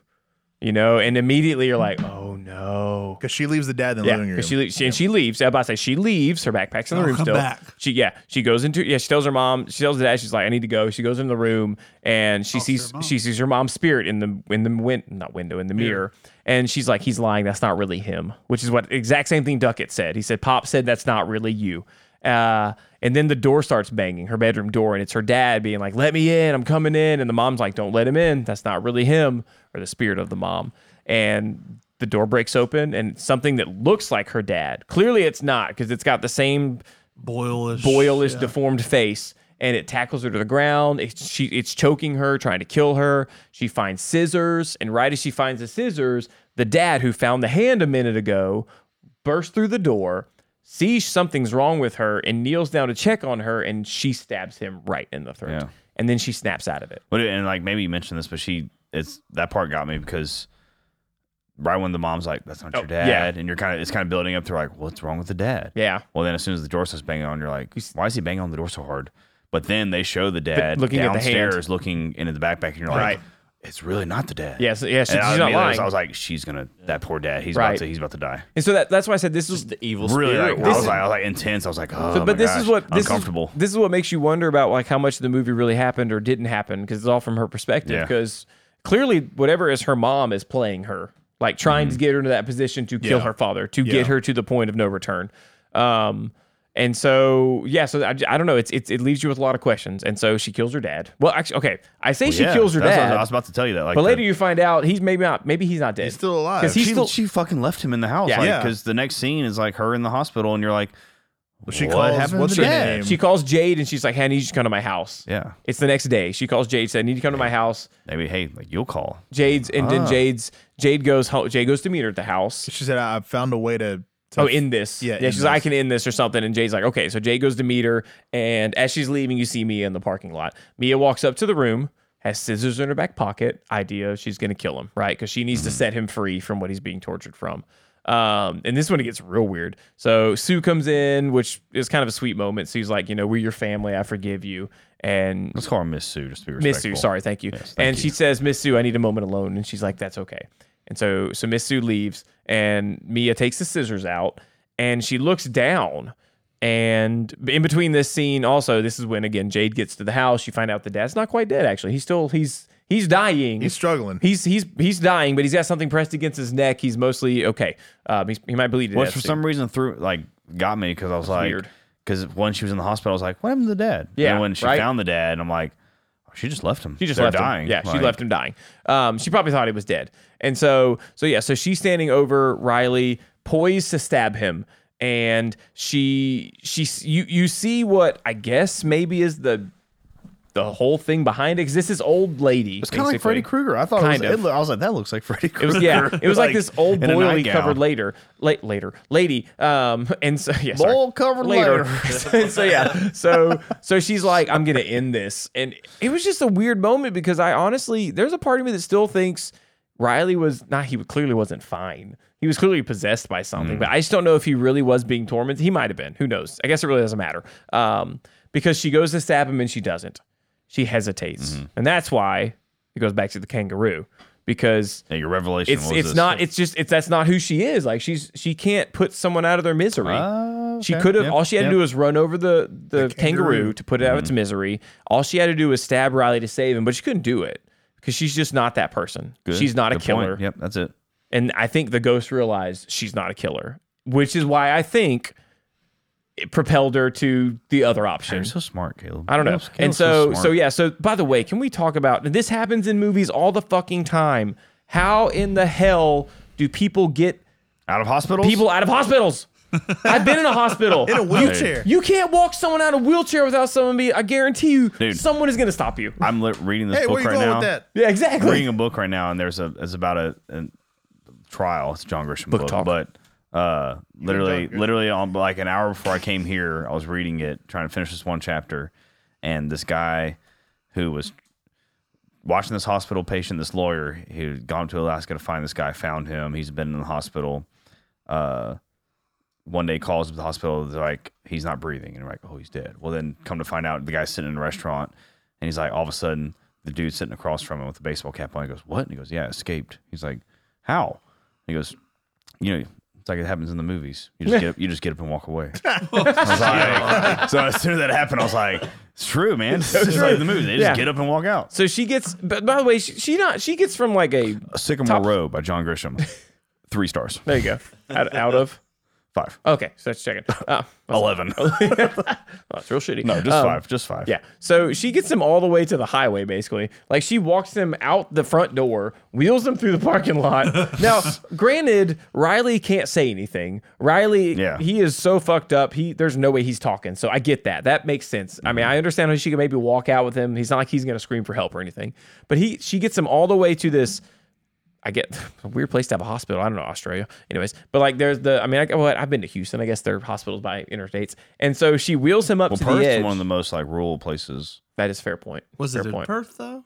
S2: you know. And immediately you're like, "Oh no."
S5: Because she leaves the dad in the
S2: Yeah,
S5: living
S2: 'cause
S5: room.
S2: she, le- she and she leaves. I was about to say she leaves. Her backpack's in the
S8: I'll
S2: room
S8: come
S2: still.
S8: back.
S2: She yeah. She goes into yeah. She tells her mom. She tells the dad. She's like, I need to go. She goes in the room and she
S8: to her
S2: sees
S8: mom.
S2: she sees her mom's spirit in the in the win not window in the mirror. And she's like, he's lying. That's not really him. Which is what exact same thing Duckett said. He said, Pop said that's not really you. Uh, and then the door starts banging, her bedroom door, and it's her dad being like, "Let me in, I'm coming in." And the mom's like, "Don't let him in. That's not really him," or the spirit of the mom. And the door breaks open and something that looks like her dad. Clearly, it's not because it's got the same
S8: Boilish.
S2: boilish, deformed face, and it tackles her to the ground. It's, she, it's choking her, trying to kill her. She finds scissors, and right as she finds the scissors, the dad who found the hand a minute ago bursts through the door, sees something's wrong with her, and kneels down to check on her, and she stabs him right in the throat.
S9: Yeah.
S2: And then she snaps out of it.
S9: But it- and like maybe you mentioned this, but she it's that part got me because right when the mom's like, "That's not your
S2: Oh, yeah.
S9: dad," and you're kind of it's kind of building up to like, "What's wrong with the dad?"
S2: Yeah.
S9: Well, then as soon as the door starts banging on, you're like, "Why is he banging on the door so hard?" But then they show the dad
S2: looking at the hand.
S9: downstairs, looking into the backpack, and you're like,
S2: Right.
S9: "It's really not the dad."
S2: Yeah, so- yeah, she-
S9: And I
S2: she's
S9: was-
S2: not
S9: immediately I was-
S2: lying.
S9: I was like, "She's gonna that poor dad. He's
S2: Right.
S9: about to he's about to die."
S2: And so that, that's why I said this is
S11: the evil
S9: Really,
S11: spirit.
S9: like, I
S11: was
S9: was like, I was like intense. I was like, "Oh,
S2: So, but
S9: my
S2: this
S9: gosh,
S2: is what this
S9: uncomfortable."
S2: Is, this is what makes you wonder about like how much of the movie really happened or didn't happen because it's all from her perspective.
S9: Yeah.
S2: Because clearly, whatever is her mom is playing her, like trying
S9: Mm-hmm.
S2: to get her into that position to kill her father, to get her to the point of no return. Um, and so yeah, so I, I don't know. It's, it's it leaves you with a lot of questions. And so she kills her dad. Well, actually, okay, I say she
S9: Yeah,
S2: kills her
S9: that's what I was-
S2: dad.
S9: I was about to tell you that. Like
S2: but
S9: the-
S2: later you find out he's maybe not maybe he's not dead. He's
S5: still alive.
S2: Because he's
S9: she,
S2: still
S9: she fucking left him in the house.
S2: Yeah.
S9: Yeah. Because
S5: Yeah.
S9: the next scene is like her in the hospital, and you're like,
S5: she
S9: what
S5: calls-
S9: happened
S5: what's
S9: to
S5: her
S9: dad?
S5: name?
S2: she calls Jade and she's like, "Hey, I need you to come to my house."
S9: Yeah.
S2: It's the next day. She calls Jade, said, "I need you to come to my house."
S9: Maybe, hey, like, you'll call.
S2: Jade's and then Jade's Jade goes home. Jade goes to meet her at the house.
S5: she said, I I found a way to. to
S2: Oh, in this,
S5: Yeah,
S2: yeah.
S5: in
S2: She's like, I
S5: this.
S2: can end this or something. And Jade's like, okay. So Jade goes to meet her, and as she's leaving, you see Mia in the parking lot. Mia walks up to the room, has scissors in her back pocket. Idea, she's gonna kill him, right? Because she
S5: Mm-hmm.
S2: needs to set him free from what he's being tortured from. Um, and this one it gets real weird. So Sue comes in, which is kind of a sweet moment. Sue's like, you know, we're your family. I forgive you. And
S9: Let's call her Miss Sue just to be respectful.
S2: Miss Sue, sorry, thank you.
S9: Yes, thank
S2: and she says, Miss Sue, I need a moment alone. And she's like, that's okay. And so, so Miss Sue leaves, and Mia takes the scissors out, and she looks down. And in between this scene, also, this is when again Jade gets to the house. You find out the dad's not quite dead. Actually, he's still he's he's dying.
S5: He's struggling.
S2: He's he's he's dying, but he's got something pressed against his neck. He's mostly okay. Um, he's, he might bleed to
S9: Which
S2: death
S9: for
S2: soon.
S9: some reason threw, like, got me because I was like,
S2: weird.
S9: because when she was in the hospital, I was like, what happened to the dad?
S2: Yeah,
S9: And when she
S2: right?
S9: found the dad, I'm like, oh, she just left him.
S2: She just
S9: They're
S2: left
S9: dying.
S2: him. Yeah, she
S9: Like,
S2: left him dying. Um, she probably thought he was dead. And so, so yeah, so she's standing over Riley, poised to stab him, and she she you you see what I guess maybe is the the whole thing behind it. 'cause this is old lady.
S9: It's kind of like Freddy Krueger. I thought
S2: Kind
S9: it was,
S2: of.
S9: it loo- I was like, that looks like Freddy
S2: It
S9: Krueger.
S2: was yeah. It was like, this old
S9: in a
S2: boily
S9: nightgown.
S2: covered later, late later lady. Um, and so yeah, sorry.
S9: Bowl covered
S2: so, so, yeah, so so she's like, I'm gonna end this, and it was just a weird moment because I honestly, there's a part of me that still thinks Riley was not. He clearly wasn't fine. He was clearly possessed by
S9: Mm.
S2: something, but I just don't know if he really was being tormented. He might have been. Who knows? I guess it really doesn't matter. Um, because she goes to stab him and she doesn't. She hesitates,
S9: Mm-hmm.
S2: and that's why it goes back to the kangaroo because
S9: Yeah, your revelation
S2: it's
S9: was
S2: it's
S9: this.
S2: not it's just it's that's not who she is like she's she can't put someone out of their misery
S9: Oh,
S2: she
S9: okay.
S2: could have
S9: Yep,
S2: all she had
S9: yep.
S2: to do was run over the the, kangaroo. to put it out of its
S9: Mm-hmm.
S2: misery all she had to do was stab riley to save him but she couldn't do it because she's just not that person
S9: Good.
S2: she's not a
S9: Good
S2: killer
S9: Point. Yep, that's it.
S2: and i think the ghost realized she's not a killer which is why i think it propelled her to the other option
S9: You're so smart, Caleb.
S2: I don't know.
S9: Caleb's-
S2: And
S9: Caleb's
S2: so, so
S9: smart.
S2: yeah. So, by the way, can we talk about and this happens in movies all the fucking time? How in the hell do people get
S9: Out of hospitals?
S2: people out of hospitals? I've been in a hospital.
S5: in a wheelchair.
S2: you can't walk someone out of a wheelchair without someone be. I guarantee you,
S9: Dude.
S2: someone is gonna stop you.
S9: I'm li- reading this
S5: Hey,
S9: book
S5: where you
S9: right
S5: going
S9: now.
S5: with that?
S2: Yeah, exactly.
S9: reading a book right now, and there's a it's about a, a trial. It's a John Grisham book,
S2: talk.
S9: but uh, literally, literally on like an hour before I came here, I was reading it, trying to finish this one chapter, and this guy who was watching this hospital patient, this lawyer who had gone to Alaska to find this guy, found him. He's been in the hospital. Uh, one day calls up the hospital. They're like, he's not breathing, and they're like, oh, he's dead. Well, then come to find out, the guy's sitting in a restaurant, and he's like, all of a sudden, the dude sitting across from him with a baseball cap on, he goes, what? And he goes, yeah, escaped. He's like, how? he goes, you know. It's like it happens in the movies. You just get up, you just get up and walk away. I was like- so as soon as that happened, I was like, "It's true, man. It's just like the movies. They just
S2: Yeah.
S9: get up and walk out."
S2: So she gets. But by the way, she, she not. She gets from like a.
S9: Sycamore Row by John Grisham. Three stars.
S2: There you go. Out, out of.
S9: Five.
S2: Okay, so let's check it. Uh,
S9: Eleven.
S2: that's real shitty.
S9: no, just
S2: Um,
S9: five. Just five.
S2: Yeah. So she gets them all the way to the highway, basically. Like she walks them out the front door, wheels them through the parking lot. now, granted, Riley can't say anything. Riley,
S9: Yeah.
S2: he is so fucked up. He there's no way he's talking. So I get that. That makes sense. I
S9: Mhm.
S2: mean, I understand how she could maybe walk out with him. He's not like he's gonna scream for help or anything. But he she gets him all the way to this I get a weird place to have a hospital. I don't know Australia, anyways. But like, there's the. I mean, I, well, I've been to Houston. I guess their hospitals by interstates. And so she wheels him up
S9: Well,
S2: to the
S9: Perth's
S2: edge.
S9: one of the most like rural places.
S2: That is fair point.
S8: Was
S2: fair
S8: it in
S2: point.
S8: Perth though?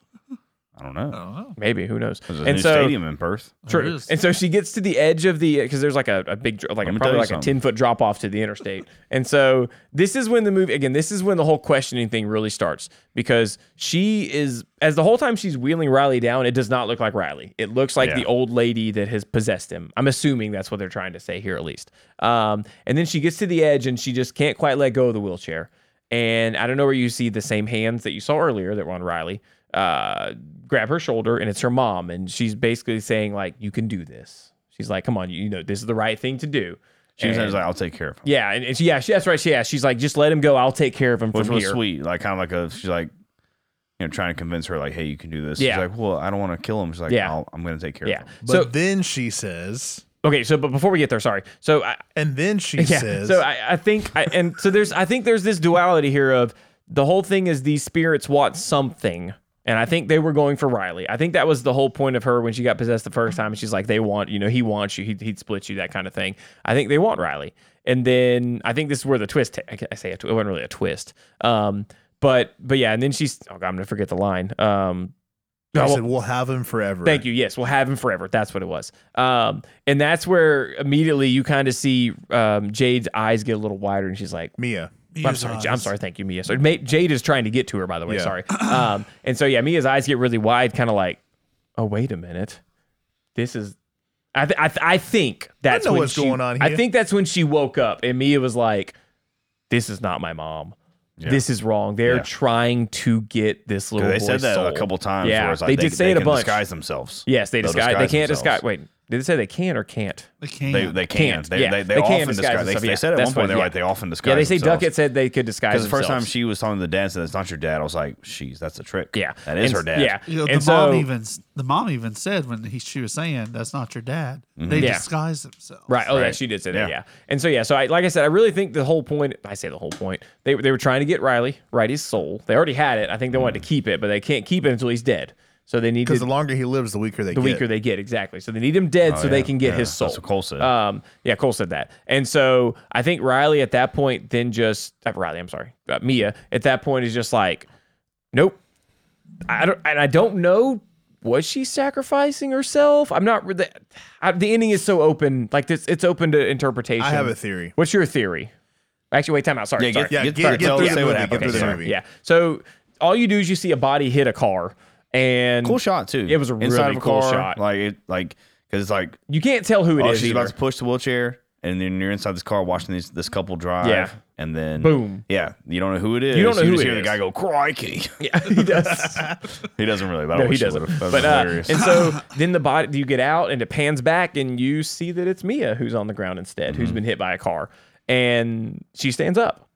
S9: I don't know.
S8: Oh,
S2: Maybe who knows?
S9: There's a
S2: and
S9: new
S2: so
S9: stadium in Perth.
S8: There
S2: true.
S8: is.
S2: And so she gets to the edge of the because there's like a, a big dr- like
S9: Let
S2: a,
S9: me tell
S2: probably
S9: you
S2: like a
S9: something.
S2: ten foot drop off to the interstate. And so this is when the movie again. This is when the whole questioning thing really starts because she is as the whole time she's wheeling Riley down. It does not look like Riley. It looks like
S9: Yeah.
S2: the old lady that has possessed him. I'm assuming that's what they're trying to say here at least. Um, and then she gets to the edge and she just can't quite let go of the wheelchair. And I don't know where you see the same hands that you saw earlier that were on Riley uh, grab her shoulder, and it's her mom, and she's basically saying like, "You can do this." She's like, "Come on, you know this is the right thing to do."
S9: She was
S2: And-
S9: like, "I'll take care of him,"
S2: "Yeah," and, and she, yeah, she, that's right. She, yeah, she's like, "Just let him go. I'll take care of him
S9: which
S2: from
S9: was
S2: here."
S9: sweet. Like kind of like a she's like, you know, trying to convince her like, "Hey, you can do this."
S2: Yeah.
S9: She's like, "Well, I don't want to kill him." She's like,
S2: Yeah.
S9: I'll, "I'm going to take care
S2: Yeah.
S9: of him."
S5: But
S2: So
S5: then she says,
S2: okay, so but before we get there, sorry. So I,
S5: and then she
S2: yeah,
S5: says,
S2: so I, I think, I, and so there's, I think there's this duality here of the whole thing is these spirits want something. And I think they were going for Riley. I think that was the whole point of her when she got possessed the first time. She's like, they want, you know, he wants you, he'd, he'd split you, that kind of thing. I think they want Riley. And then I think this is where the twist, I I say a tw- it wasn't really a twist. Um, but, but yeah, and then she's, oh God, I'm going to forget the line. Um,
S5: I
S2: oh,
S5: said, we'll have him forever.
S2: Thank you. Yes, we'll have him forever. That's what it was. Um, and that's where immediately you kind of see um, Jade's eyes get a little wider, and she's like,
S5: Mia.
S2: "I'm
S8: Mia's
S2: sorry,
S8: eyes.
S2: J- I'm sorry, thank you, Mia." So Ma- Jade is trying to get to her, by the way.
S5: Yeah.
S2: Sorry. Um, and so yeah, Mia's eyes get really wide, kind of like, "Oh, wait a minute, this is." I th- I, th- I think that's
S5: know
S2: when
S5: what's
S2: she-
S5: going on
S2: I
S5: here.
S2: think that's when she woke up, and Mia was like, "This is not my mom." This is wrong. They're
S9: Yeah.
S2: trying to get this little.
S9: They
S2: boy
S9: said that
S2: sold."
S9: a couple times.
S2: Yeah,
S9: where it's like
S2: they, did say it a
S9: can
S2: bunch.
S9: Disguise themselves.
S2: Yes, they
S9: They'll
S2: disguise. They can't
S9: themselves.
S2: disguise. Wait, did it say they can or can't?
S8: they can't.
S9: They, they can.
S2: Can't.
S9: They,
S2: Yeah,
S9: they, they,
S2: they can
S9: often
S2: disguise
S9: disguise. they,
S2: themselves.
S9: they
S2: Yeah,
S9: said at
S2: that's
S9: one point
S2: what-
S9: they were
S2: yeah.
S9: like they often disguise.
S2: Yeah, they say
S9: themselves.
S2: Duckett said they could disguise.
S9: Because the first time
S2: themselves.
S9: she was talking to the dad, said, "It's not your dad." I was like, "She's that's a trick."
S2: yeah,
S9: that is
S2: And-
S9: her dad.
S2: Yeah,
S8: You know, the
S2: and
S8: mom
S2: so
S8: even the mom even said when he, she was saying that's not your dad. They
S2: Mm-hmm. Yeah.
S8: disguise themselves.
S2: right. Oh, yeah,
S9: Right.
S2: she did say that.
S9: Yeah.
S2: Yeah, and so yeah, so I like I said, I really think the whole point. I say the whole point. They they were trying to get Riley, right? His soul. They already had it. I think they wanted
S9: Mm.
S2: to keep it, but they can't keep it until he's dead. So they need to
S5: Because the longer he lives, the weaker they
S2: the
S5: get.
S2: weaker they get exactly so they need him dead so they
S9: Oh, yeah.
S2: can get
S9: Yeah,
S2: his soul
S9: that's what Cole said.
S2: um yeah cole said that and so i think riley at that point then just uh, riley i'm sorry uh, mia at that point is just like nope i don't and i don't know was she sacrificing herself i'm not really I, the ending is so open like this it's open to interpretation
S5: I have a theory.
S2: what's your theory actually wait time out sorry
S9: Yeah,
S2: sorry.
S9: get,
S5: Yeah,
S9: get,
S5: get-
S9: sorry,
S5: get
S9: tell-
S5: through
S9: say
S5: the
S9: what
S5: movie,
S9: happened.
S5: get through the
S9: Sorry.
S5: movie.
S2: yeah so all you do is you see a body hit a car and
S9: Cool shot too.
S2: Mm. It was a
S9: Inside
S2: really
S9: of a
S2: cool
S9: car,
S2: shot.
S9: Like it, like because it's like
S2: you can't tell who it is.
S9: oh, she's
S2: either.
S9: about to push the wheelchair, and then you're inside this car watching this this couple drive.
S2: Yeah.
S9: and then
S2: Boom.
S9: Yeah, you don't know who it is.
S2: You don't know who
S9: just
S2: it
S9: hear
S2: is.
S9: the guy go crikey.
S2: yeah he does
S9: He doesn't really. But I
S2: No, he
S9: wish
S2: doesn't.
S9: would've. That was
S2: but uh, and
S9: hilarious.
S2: so then the body you get out and it pans back and you see that it's Mia who's on the ground instead, who's
S9: Mm-hmm.
S2: been hit by a car, and she stands up.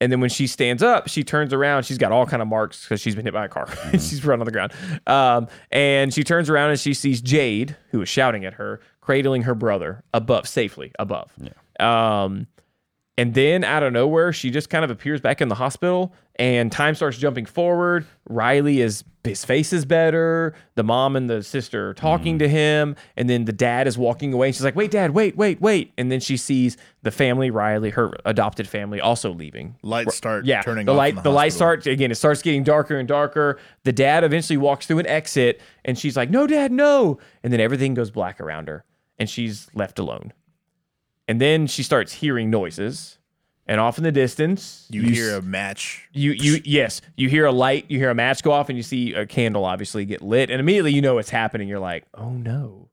S2: And then when she stands up, she turns around. She's got all kind of marks because she's been hit by a car.
S9: Mm-hmm.
S2: she's run on the ground. Um, and she turns around and she sees Jade, who is shouting at her, cradling her brother above safely above. Yeah. Um, and then out of nowhere, she just kind of appears back in the hospital, and time starts jumping forward. Riley is his face is better. The mom and the sister are talking to him, and then the dad is walking away. She's like, "Wait, dad, wait, wait, wait!" And then she sees the family, Riley, her adopted family, also leaving.
S5: Lights start
S2: Yeah,
S5: turning
S2: the
S5: off.
S2: light,
S5: in
S2: the,
S5: the
S2: light
S5: hospital.
S2: starts again. It starts getting darker and darker. The dad eventually walks through an exit, and she's like, "No, dad, no!" And then everything goes black around her, and she's left alone. And then she starts hearing noises. And off in the distance,
S5: You,
S2: s-
S5: hear a match.
S2: you you yes you hear a light you hear a match go off and you see a candle obviously get lit and immediately you know it's happening you're like oh no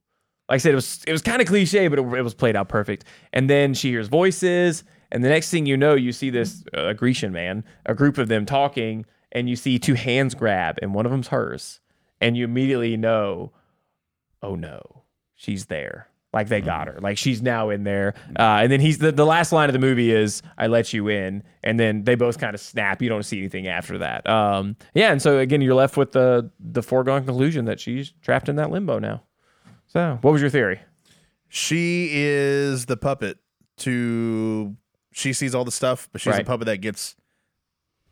S2: like i said it was it was kind of cliche but it, it was played out perfect and then she hears voices and the next thing you know you see this uh, grecian man a group of them talking and you see two hands grab and one of them's hers and you immediately know oh no, she's there. Like they got
S5: Mm-hmm.
S2: her. Like she's now in there. Uh, and then he's the, the last line of the movie is I let you in. And then they both kind of snap. You don't see anything after that. Um, yeah. And so again, you're left with the the foregone conclusion that she's trapped in that limbo now. So what was your theory?
S5: She is the puppet to. She sees all the stuff, but she's the
S2: Right.
S5: puppet that gets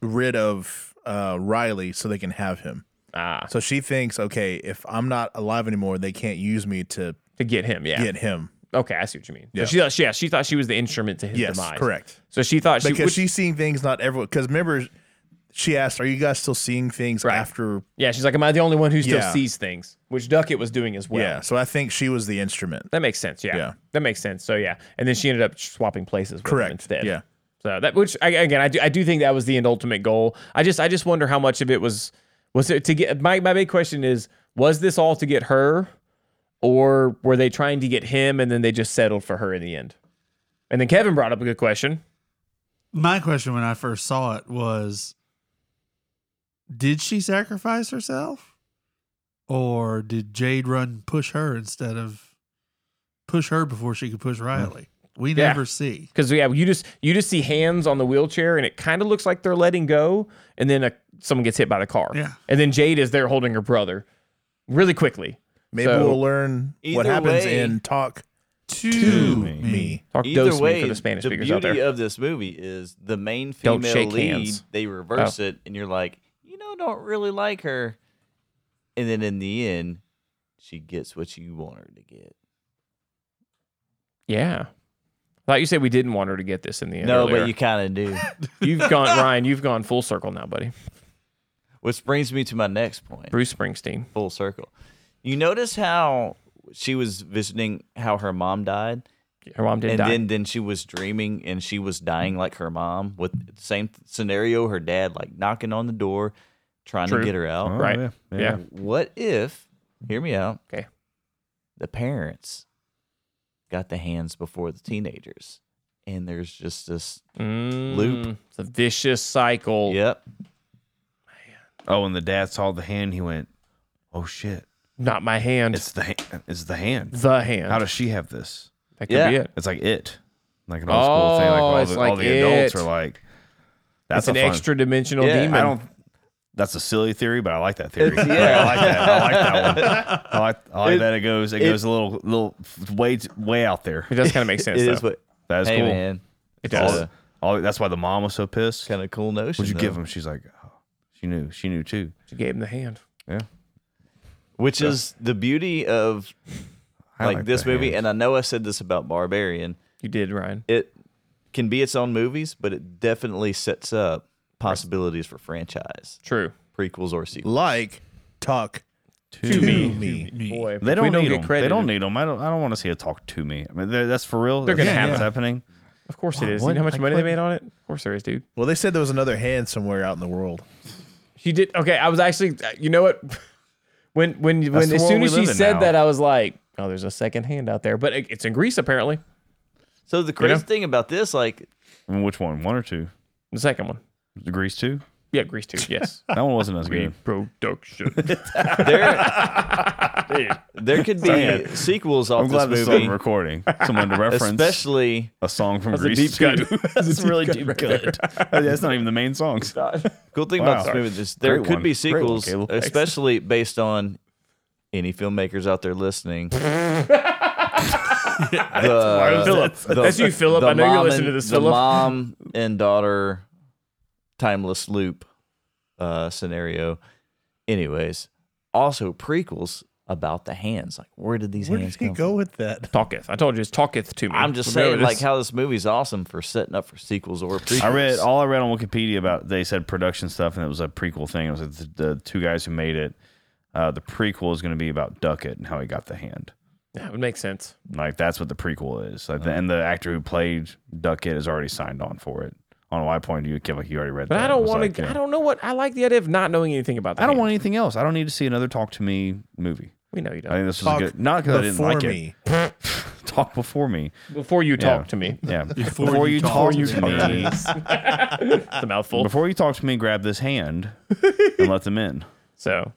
S5: rid of uh, Riley so they can have him.
S2: Ah,
S5: So she thinks, okay, if I'm not alive anymore, they can't use me to
S2: to get him. Yeah.
S5: get him.
S2: Okay, I see what you mean. So
S5: Yeah.
S2: she thought, she- yeah, she thought she was the instrument to his
S5: Yes,
S2: demise.
S5: correct.
S2: So she thought she,
S5: Because
S2: would,
S5: she's seeing things not everyone. Because remember, she asked, "Are you guys still seeing things
S2: Right.
S5: after?"
S2: yeah, she's like, am I the only one who still
S5: Yeah.
S2: sees things? Which Duckett was doing as well.
S5: yeah. So I think she was the instrument.
S2: That makes sense. Yeah.
S5: Yeah.
S2: That makes sense. So yeah, and then she ended up swapping places. With him
S5: Correct.
S2: instead.
S5: Yeah.
S2: So that, which I, again, I do, I do think that was the end ultimate goal. I just, I just wonder how much of it was, was it to get. My, my big question is, was this all to get her, or were they trying to get him, and then they just settled for her in the end? And then Kevin brought up a good question.
S8: My question when I first saw it was Did she sacrifice herself? Or did Jade Run push her instead of push her before she could push Riley? We
S2: Mm. Yeah.
S8: never see.
S2: Because yeah, you just you just see hands on the wheelchair, and it kind of looks like they're letting go, and then a, someone gets hit by the car.
S8: Yeah.
S2: and then Jade is there holding her brother, really quickly.
S5: Maybe
S2: So-
S5: we'll learn what
S4: Either
S5: happens
S4: way-
S5: in talk
S8: To,
S5: to me.
S8: me.
S2: Talk
S4: Either
S2: dose
S4: way,
S2: me for the Spanish
S4: the
S2: speakers
S4: beauty
S2: out there.
S4: of this movie is the main
S2: Don't
S4: female
S2: shake
S4: lead.
S2: hands. Oh.
S4: They reverse it, and you're like, you know, don't really like her. And then in the end, she gets what you want her to get.
S2: Yeah. I thought you said we didn't want her to get this in the end.
S4: no,
S2: earlier.
S4: but you kind of do.
S2: you've gone, Ryan. You've gone full circle now, buddy.
S4: Which brings me to my next point.
S2: Bruce Springsteen.
S4: full circle. You notice how she was visiting how her mom died,
S2: Her mom did
S4: and
S2: die.
S4: then then she was dreaming and she was dying like her mom with the same scenario. Her dad like knocking on the door, trying
S2: True.
S4: to get her out.
S1: Oh,
S2: right.
S1: yeah,
S2: Yeah.
S1: yeah.
S4: What if? Hear me out.
S2: Okay.
S4: The parents got the hands before the teenagers, and there's just this.
S2: Mm,
S4: Loop.
S2: It's a vicious cycle.
S4: Yep.
S1: Oh, and the dad saw the hand. He went, "Oh shit!
S2: Not my hand.
S1: It's the hand. It's the hand.
S2: the hand.
S1: How does she have this?
S2: that could
S4: Yeah.
S2: be it.
S1: It's like it, like an old school thing. Like
S2: Oh,
S1: all
S2: it's
S1: the, all
S2: like
S1: the adults
S2: it.
S1: are like, that's
S2: it's an
S1: a fun-
S2: extra dimensional
S4: Yeah, I
S2: demon.
S1: I don't. That's a silly theory, but I like that theory.
S4: It's-
S1: Like,
S4: yeah.
S1: I like that. I like that one. I like, I like
S4: It-
S1: that it goes. It,
S4: it-
S1: goes a little, little way, way out there.
S2: it does kind of make sense.
S4: It
S2: though.
S4: is what.
S1: That is
S4: hey
S1: cool.
S4: man,
S2: it
S1: All-
S2: does.
S4: uh,
S1: all- that's why the mom was so pissed.
S4: kind of cool notion.
S1: What'd you
S4: though.
S1: give him? She's like, oh, she knew. She knew too.
S2: She gave him the hand.
S1: Yeah.
S4: Which is the beauty of
S1: I
S4: like, this
S1: the
S4: movie,
S1: hand.
S4: and I know I said this about Barbarian.
S2: You did, Ryan.
S4: It can be its own movies, but it definitely sets up possibilities for franchise
S2: True.
S4: prequels or sequels.
S5: like talk
S2: To me.
S5: me.
S2: Boy,
S1: They
S2: if we
S1: don't, need
S2: get
S1: them. They
S2: credited-
S1: don't need them. I don't. I don't want to see it talk to me. I mean, they're- that's for real. They're
S2: gonna have
S1: what's
S2: to.
S1: happening.
S2: Of course it is. You know how much money they made on it? Of course there is, dude.
S5: Well, they said there was another hand somewhere out in the world.
S2: She did. Okay, I was actually. You know what? When when when
S1: the
S2: as
S1: world
S2: soon
S1: we
S2: as she
S1: live in
S2: said
S1: now.
S2: that, I was like, "Oh, there's a second hand out there," but it- it's in Greece apparently.
S4: So the crazy
S2: know?
S4: thing about this, like,
S1: I mean, which one? One or two?
S2: The second one,
S1: Grease two?
S2: yeah, Greece too. Yes,
S1: That one wasn't as good.
S2: production.
S4: there, there could be sequels off
S1: I'm glad
S4: this
S1: this is
S4: movie,
S1: on recording. Someone to reference
S4: especially
S1: a song from
S2: That's a
S1: Grease.
S2: deep cut.
S1: too. That's really deep cut.
S9: Oh,
S1: That's not even the main song.
S4: cool thing
S1: Wow.
S4: about this movie is there
S1: Great
S4: could
S1: one.
S4: be
S1: Great one,
S4: sequels,
S1: Caleb. Thanks.
S4: especially based on any filmmakers out there listening. The-
S2: Philip,
S4: the-
S2: that's you, Philip.
S4: the
S2: I know you're
S4: mom
S2: listening
S4: and-
S2: to this,
S4: The
S2: Philip.
S4: mom and daughter timeless loop uh, scenario. Anyways, also prequels about the hands. Like, where did these
S5: Where did
S4: hands
S5: he
S4: come
S5: go
S4: from?
S5: with that?
S2: Talketh. I told you, it's talketh to me.
S4: I'm just saying,
S2: Remember
S4: like,
S2: this?
S4: how this movie's awesome for setting up for sequels or prequels.
S1: I read all I read on Wikipedia about they said production stuff and it was a prequel thing. It was the, the two guys who made it. Uh, the prequel is going to be about Duckett and how he got the hand.
S2: Yeah, it would make sense.
S9: Like that's what the prequel is. Like the,
S2: Uh-huh.
S9: and the actor who played Duckett is already signed on for it. On why point do you Kim, like you already read
S2: But
S9: that.
S2: I don't
S9: was
S2: want
S9: like,
S2: to.
S9: yeah.
S2: I don't know what. I like the idea of not knowing anything about that.
S9: I don't
S2: game.
S9: want anything else. I don't need to see another talk to me movie.
S2: We know you
S9: I
S2: don't.
S9: think this was
S5: Talk
S9: a good not because I didn't
S5: before
S9: like
S5: me.
S9: it. talk before me.
S2: Before you
S9: Yeah.
S2: talk to me,
S9: Yeah.
S8: Before
S9: Before
S8: you
S9: you
S8: talk
S9: talk
S8: to
S9: to
S8: me.
S9: me.
S2: it's a mouthful.
S9: Before you talk to me, grab this hand and let them in.
S2: So,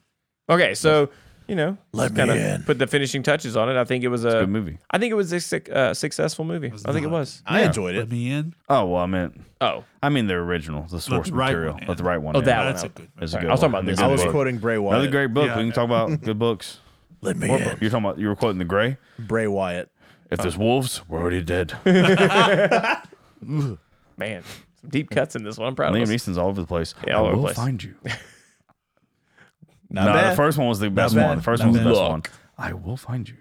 S2: okay, so you know,
S5: Let
S2: kind
S5: me in.
S2: of put the finishing touches on it. I think it was a
S9: Good movie.
S2: I think it was a suc- uh, successful movie. I think it
S8: not.
S2: was.
S5: I enjoyed
S8: Let
S5: it.
S8: me in.
S9: Oh well, I meant
S2: Oh,
S9: I mean the original, the source
S8: the right
S9: material.
S8: one in.
S9: Let the right one.
S2: Oh,
S9: in.
S2: that one.
S8: That's a
S2: out.
S8: good.
S9: It's a
S2: Sorry,
S9: good
S2: I was talking
S9: one.
S2: about
S9: It's a
S2: this.
S5: I
S9: good
S5: was
S9: book.
S5: quoting Bray Wyatt.
S9: Another great book.
S8: Yeah.
S9: We can talk about good books.
S5: Let me
S9: More
S5: in.
S9: book. You're talking about you were quoting the Gray.
S5: Bray Wyatt.
S9: If there's wolves, we're already dead.
S2: man, some deep cuts in this one. I'm proud
S9: Liam
S2: of us.
S9: Neeson's all over the place.
S2: Yeah, all
S9: I
S2: over the
S9: will
S2: place.
S9: find you.
S5: Not
S9: no,
S5: bad.
S9: the first one was the best
S5: bad.
S9: one. The first
S5: Not
S9: one was the
S5: bad.
S9: best one. I will find you.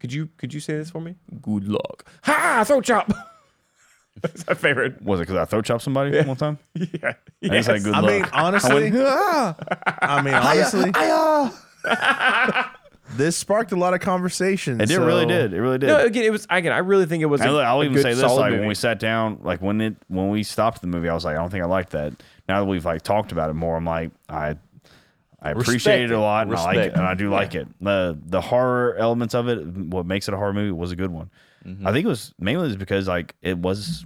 S2: Could you could you say this for me? Good luck. Ha! Throat chop. That's my favorite.
S9: Was it because I throat chopped somebody one time?
S2: Yeah.
S9: I just
S2: Yes.
S9: said good
S5: I
S9: luck.
S5: mean, honestly, ah. I mean, honestly, this sparked a lot of conversation.
S9: it did,
S5: so-
S9: really did. It really did.
S2: No, again, it was again. I really think it was. a-
S9: And look, I'll
S2: a
S9: even
S2: good,
S9: say this:
S2: solid
S9: like
S2: movie.
S9: when we sat down, like when it when we stopped the movie, I was like, I don't think I liked that. Now that we've like talked about it more, I'm like, I I appreciate it a lot, and I like it,
S4: Respect.
S9: and I do like it. the The horror elements of it, what makes it a horror movie, was a good one. I think it was mainly is because like it was.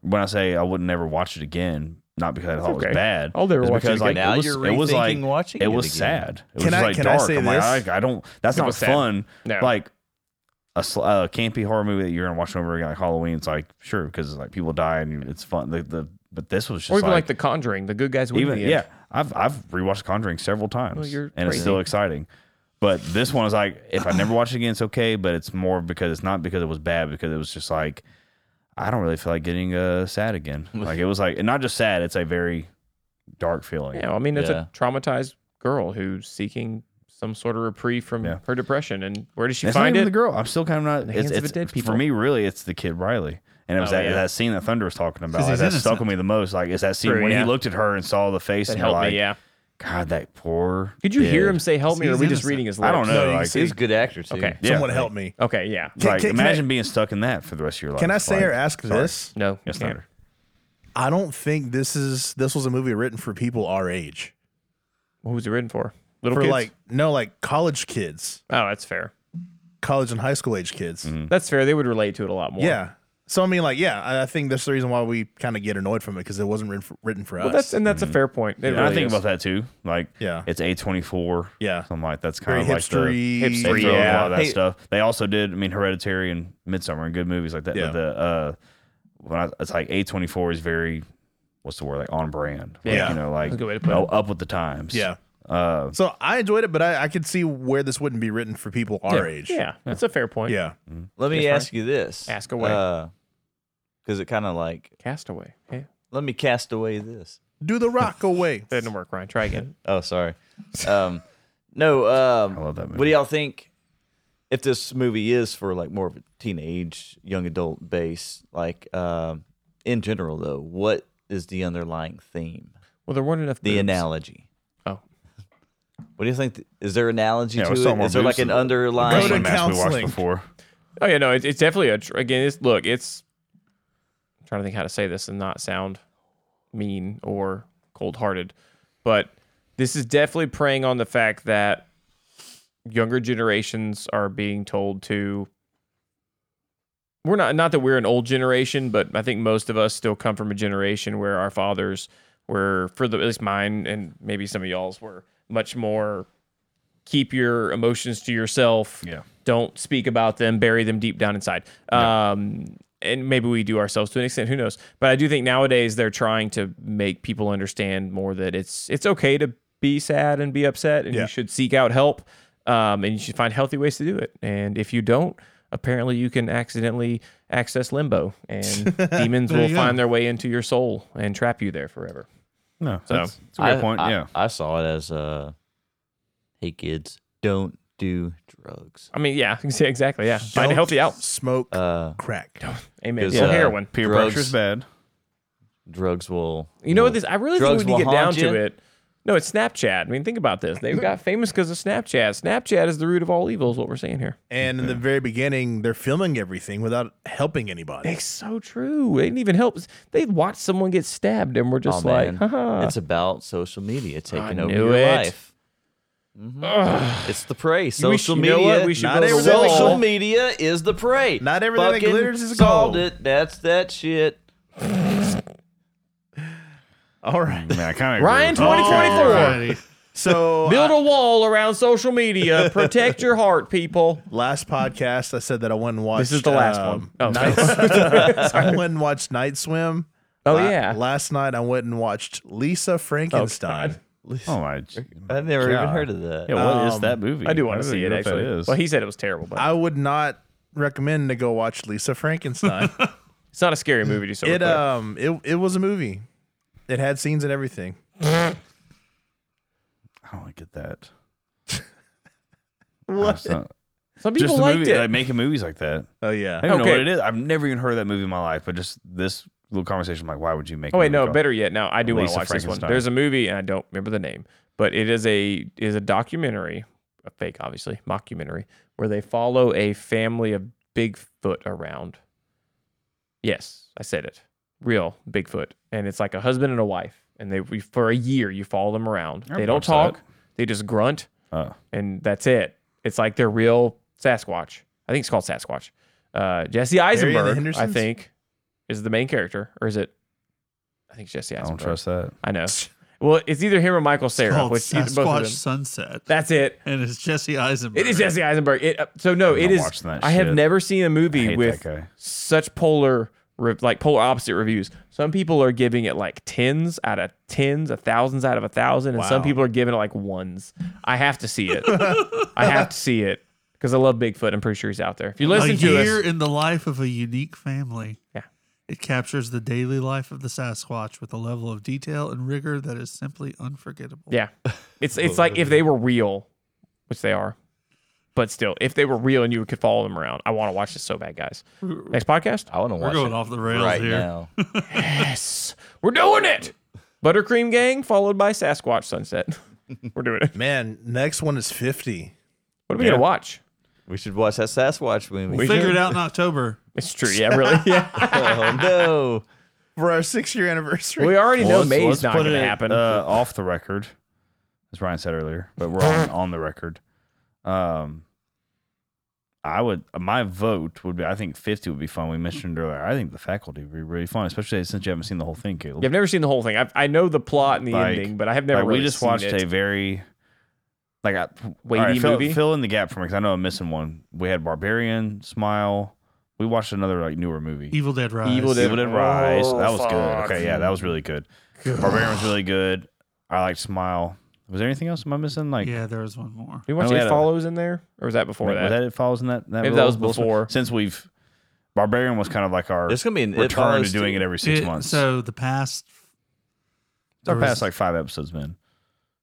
S9: When I say I would never watch it again, not because I thought it
S2: okay.
S9: was bad.
S2: I'll never
S9: it's
S2: watch it
S9: because,
S2: again.
S9: like,
S4: Now
S9: it was,
S4: you're
S9: it was like
S4: rethinking watching
S9: it
S4: it
S9: was
S4: again.
S9: sad. It was
S5: Can I-
S9: like
S5: can I
S9: dark.
S5: say
S9: I'm
S5: this?
S9: like, I, I don't. That's
S2: It
S9: not
S2: was sad.
S9: fun.
S2: No.
S9: Like a sl- uh, campy horror movie that you're gonna watch over again, like Halloween. It's like sure because like people die and it's fun. The, the but this was just
S2: or even like,
S9: like,
S2: The Conjuring, the good guys win.
S9: even
S2: in the end.
S9: yeah. I've I've rewatched Conjuring several times
S2: Well, you're
S9: and it's
S2: crazy.
S9: still exciting. But this one is like if I never watch it again, it's okay. But it's more because it's not because it was bad because it was just like I don't really feel like getting uh, sad again. Like it was like and not just sad. It's a very dark feeling.
S2: Yeah, I mean, it's
S4: Yeah.
S2: a traumatized girl who's seeking some sort of reprieve from
S9: Yeah.
S2: her depression. And where does she
S9: It's not
S2: find
S9: even
S2: it?
S9: the girl. I'm still kind of not.
S2: hands
S9: it's,
S2: of
S9: it's,
S2: a dead
S9: For
S2: people.
S9: me, really, it's the kid Riley, and it was
S2: Oh,
S9: that,
S2: yeah.
S9: that scene that Thunder was talking about.
S8: 'Cause
S9: Like,
S8: he's
S9: that stuck
S8: innocent.
S9: with me the most. Like, is that scene
S2: True,
S9: when
S2: yeah.
S9: he looked at her and saw the face
S2: That
S9: and you're
S2: helped
S9: like,
S2: me, yeah.
S9: God, that poor.
S2: Did you hear
S9: kid."
S2: him say "help me"? Or are
S8: He's
S2: we just
S8: innocent.
S2: reading his lips?
S9: I don't know.
S5: No, you
S9: like,
S5: see-
S4: He's a good actor too.
S2: Okay.
S9: yeah,
S5: Someone
S9: like-
S5: help me.
S2: Okay. Yeah.
S5: Can-
S9: Like,
S5: can- can I-
S9: imagine being stuck in that for the rest of your life.
S5: Can I say
S9: Like,
S5: or ask this?
S2: No.
S9: Yes,
S2: can't.
S9: Thunder.
S5: I don't think this is this was a movie written for people our age.
S2: Who was it written for? Little
S5: For
S2: kids?
S5: like no, like college kids,
S2: Oh, that's fair.
S5: college and high school age
S9: Mm-hmm.
S5: kids.
S2: That's fair. They would relate to it a lot more.
S5: Yeah. So I mean, like, yeah, I, I think that's the reason why we kind of get annoyed from it because it wasn't written for, written for
S2: Well,
S5: us.
S2: that's and that's a fair point. It
S9: And
S2: really
S9: I think
S2: is.
S9: about that too. Like,
S5: Yeah.
S9: it's a twenty four.
S5: Yeah.
S9: so I'm like, that's
S5: very
S9: kind of like the
S5: hipstery.
S9: they throw
S2: hipstery,
S9: in a
S2: Yeah.
S9: lot of that
S4: Hey-
S9: stuff. They also did. I mean, Hereditary and Midsummer and good movies like that.
S5: Yeah.
S9: But the uh, when I, it's like A twenty four is very what's the word like on brand. Like,
S5: Yeah.
S9: you know, like
S2: That's a good way to put
S9: you know,
S2: it.
S9: up with the times.
S5: Yeah.
S9: Uh,
S5: So I enjoyed it, but I, I could see where this wouldn't be written for people our age.
S2: Yeah, that's a fair point.
S5: Yeah.
S4: Let me
S2: Yes, Ryan?
S4: ask you this.
S2: Ask away.
S4: Because it kind of like
S2: Castaway. Yeah.
S4: let me cast away this.
S5: Do the rock away.
S2: That didn't work, Ryan. Try again.
S4: Oh, sorry. Um, no. Um,
S9: I love that movie.
S4: What do y'all think? If this movie is for like more of a teenage, young adult base, like um, in general though, what is the underlying theme?
S2: Well, there weren't enough.
S4: The
S2: boobs.
S4: analogy.
S2: Oh.
S4: What do you think? th- Is there analogy
S9: Yeah,
S4: to
S9: we saw
S4: it?
S9: more
S4: Is there like
S9: boobs
S4: an
S9: than-
S4: underlying?
S5: Go to
S9: wrestling match we watched
S5: counseling.
S9: before.
S2: Oh yeah, no, it, it's definitely a tr- again. It's look, it's I'm trying to think how to say this and not sound mean or cold hearted, but this is definitely preying on the fact that younger generations are being told to. We're not not that we're an old generation, but I think most of us still come from a generation where our fathers were, for the at least mine and maybe some of y'all's were much more keep your emotions to yourself
S9: Yeah.
S2: don't speak about them, bury them deep down inside. Um, and maybe we do ourselves to an extent, who knows? But I do think nowadays they're trying to make people understand more that it's it's okay to be sad and be upset, and
S5: Yeah.
S2: you should seek out help, um, and you should find healthy ways to do it. And if you don't, apparently you can accidentally access limbo, and demons will
S8: you go.
S2: find their way into your soul and trap you there forever.
S9: No,
S2: So-
S9: that's, that's a good point.
S4: I,
S9: yeah,
S4: I saw it as uh, hey kids, don't do drugs.
S2: I mean, yeah, exactly, yeah. Find a
S5: Don't
S2: healthy out.
S5: Smoke
S4: Uh,
S5: crack.
S2: Amen.
S4: Because,
S2: Yeah.
S4: uh,
S2: heroin.
S9: peer
S4: Drugs.
S9: pressure's bad.
S4: drugs will.
S2: You know
S4: will-
S2: what this? I really
S4: drugs
S2: think when you
S4: will
S2: get down
S4: haunt you.
S2: to it, No, it's Snapchat. I mean, think about this. They got famous because of Snapchat. Snapchat is the root of all evil, is what we're saying here.
S5: And in the very beginning, they're filming everything without helping anybody.
S2: It's so true. It didn't even help. They watched someone get stabbed, and we're
S4: Oh,
S2: just like,
S4: man.
S2: haha.
S4: it's about social media taking
S2: I
S4: over
S2: knew
S4: your
S2: it.
S4: life. Mhm. It's the prey.
S2: We
S4: Social
S2: should- you know
S4: media.
S2: what? We should
S5: not
S2: build a
S5: every-
S2: wall.
S4: social media is the prey.
S5: Not everything that
S4: Fucking
S5: glitters is
S4: solved
S5: gold.
S4: it. That's that shit.
S5: All right.
S9: Oh, Man, Oh, I kind of
S2: Ryan 2024.
S8: Alrighty.
S5: So
S2: Build a wall around social media. Protect your heart, people.
S5: uh, last podcast, I said that I went and watched.
S2: This is the last
S5: um,
S2: one. Oh,
S5: I went and watched Night Swim.
S2: oh
S5: La-
S2: yeah. Oh,
S5: Last night I went and watched Lisa Frankenstein.
S9: Oh my! j-
S4: I've never
S9: God.
S4: even heard of that. Uh,
S9: Yeah, what is
S5: Um,
S9: that movie?
S2: I do want to
S9: don't
S2: see
S9: even
S2: it
S9: know if that
S2: actually.
S9: is.
S2: Well, he said it was terrible, but
S5: I would not recommend to go watch Lisa Frankenstein.
S2: it's not a scary movie. Just so we're
S5: it
S2: clear.
S9: uh,
S5: um it it was a movie. It had scenes and everything.
S9: I don't get that. what?
S2: some
S9: Just
S2: people
S9: the
S2: liked
S9: movie,
S2: it.
S9: like making movies like that.
S5: Oh
S9: I
S5: yeah.
S9: don't
S2: Okay.
S9: know what it is. I've never even heard of that movie in my life, but just this little conversation, I'm like, why would you make?
S2: Oh
S9: a
S2: wait,
S9: movie
S2: no.
S9: called-
S2: Better yet, no. I do want to
S9: Lisa
S2: watch this one.
S9: Frankenstein.
S2: There's a movie, and I don't remember the name, but it is a is a documentary, a fake, obviously, mockumentary, where they follow a family of Bigfoot around. Yes, I said it. Real Bigfoot, and it's like a husband and a wife, and they we- for a year you follow them around.
S9: I'd
S2: they don't
S9: watch
S2: talk.
S9: that.
S2: They just grunt,
S9: Oh.
S2: and that's it. It's like they're real Sasquatch. I think it's called Sasquatch. Uh, Jesse Eisenberg, I
S5: Hendersons?
S2: think, is the main character, or is it? I think it's Jesse
S9: I don't
S2: Eisenberg.
S9: trust that.
S2: I know. Well, it's either him or Michael Sarah,
S8: Called
S2: which either- both of
S8: Sasquatch
S2: them.
S8: Sunset.
S2: That's it.
S8: and it's Jesse Eisenberg.
S2: It is Jesse Eisenberg. It, uh, so no,
S9: I'm
S2: it
S9: not
S2: is.
S9: watching that
S2: I have
S9: shit.
S2: never seen a
S9: I
S2: movie
S9: hate
S2: with
S9: that guy.
S2: such polar, re- like polar opposite reviews. Some people are giving it like tens out of tens, a thousands out of a thousand, and some people are giving it like ones. I have to see it. I have to see it because I love Bigfoot. I'm pretty sure he's out there. If you
S8: A
S2: listen to
S8: year
S2: us,
S8: in the life of a unique family.
S2: Yeah.
S8: It captures the daily life of the Sasquatch with a level of detail and rigor that is simply unforgettable.
S2: yeah, it's it's like if they were real, which they are. But still, if they were real and you could follow them around, I want to watch this so bad, guys. Next podcast?
S4: I want to
S8: We're
S4: watch
S8: going
S4: it
S8: off the rails
S4: right
S8: here.
S4: now.
S2: Yes, we're doing it. Buttercream Gang followed by Sasquatch Sunset. We're doing it.
S5: Man, next one is 50.
S2: What are we gonna watch?
S4: We should watch that Sasquatch movie.
S8: We'll figure it out in October.
S2: It's true. Yeah, really. Yeah.
S4: oh no!
S5: For our six year anniversary.
S2: We already know
S9: Well, let's-
S2: May's
S9: let's
S2: not
S9: put
S2: gonna
S9: it,
S2: happen.
S9: Uh, off the record, as Ryan said earlier, but we're on, on the record. Um, I would my vote would be. I think fifty would be fun. We mentioned earlier. I think the faculty would be really fun, especially since you haven't seen the whole thing, Caleb.
S2: Yeah, I've never seen the whole thing. I've, I know the plot and the
S9: Like-
S2: ending, but I have never.
S9: like
S2: really
S9: we just
S2: seen
S9: watched
S2: it.
S9: a very like I,
S2: Weighty
S9: all fill,
S2: movie?
S9: Fill in the gap for me because I know I'm missing one. We had Barbarian, Smile. We watched another like newer movie.
S8: Evil Dead Rise.
S2: Evil Dead-
S9: Evil Dead Rise.
S2: Oh,
S9: that was
S2: fuck.
S9: good. Okay, yeah, that was really good. Barbarian was really good. I liked Smile. Was there anything else? Am I missing? Like,
S8: Yeah, there was one more.
S2: We watched
S9: Oh, we
S2: It
S9: had a-
S2: Follows in there, or was that before
S9: was
S2: that?
S9: that it follows in that? that
S2: Maybe that
S9: rule?
S2: was
S9: Will Smith?
S2: before.
S9: Since we've Barbarian was kind of like our
S4: There's gonna be an It
S9: return to
S4: Follows
S9: doing
S4: too.
S9: it every six
S8: It-
S9: months.
S8: So the past
S9: it's our
S8: there was-
S9: past like five episodes, man.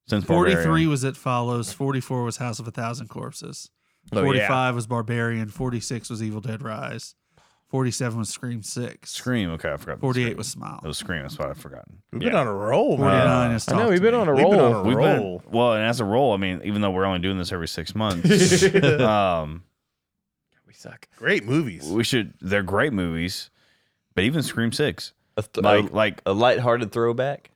S9: Since Barbarian.
S8: 43 was It Follows, 44 was House of a Thousand Corpses,
S2: Oh, yeah.
S8: 45 was Barbarian, 46 was Evil Dead Rise, 47 was Scream 6,
S9: Scream. Okay, I forgot.
S8: 48
S9: Scream.
S8: was Smile.
S9: It was Scream. That's what I've forgotten.
S5: We've been on a roll,
S8: 49
S5: man.
S8: is
S2: I know
S8: Talk
S2: we've
S8: to
S2: been
S8: Me.
S2: on a
S5: We've been
S2: roll.
S5: on a
S9: We've
S5: roll.
S9: been well, and as a roll, I mean, even though we're only doing this every six months, um,
S2: We suck.
S5: Great movies.
S9: we should. They're great movies, but even Scream Six,
S4: A, th-
S9: like,
S4: a,
S9: like,
S4: a lighthearted throwback.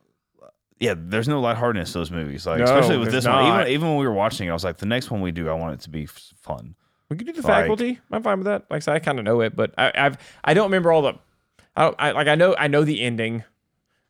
S9: yeah, there's no lightheartedness to those movies, like
S2: No,
S9: especially with
S2: there's
S9: this one.
S2: not.
S9: Even even when we were watching, it, I was like, the next one we do, I want it to be f- fun.
S2: We could do the
S9: Like-
S2: faculty. I'm fine with that. Like I said, I kind of know it, but I, I've I don't remember all the. I, don't, I like I know I know the ending,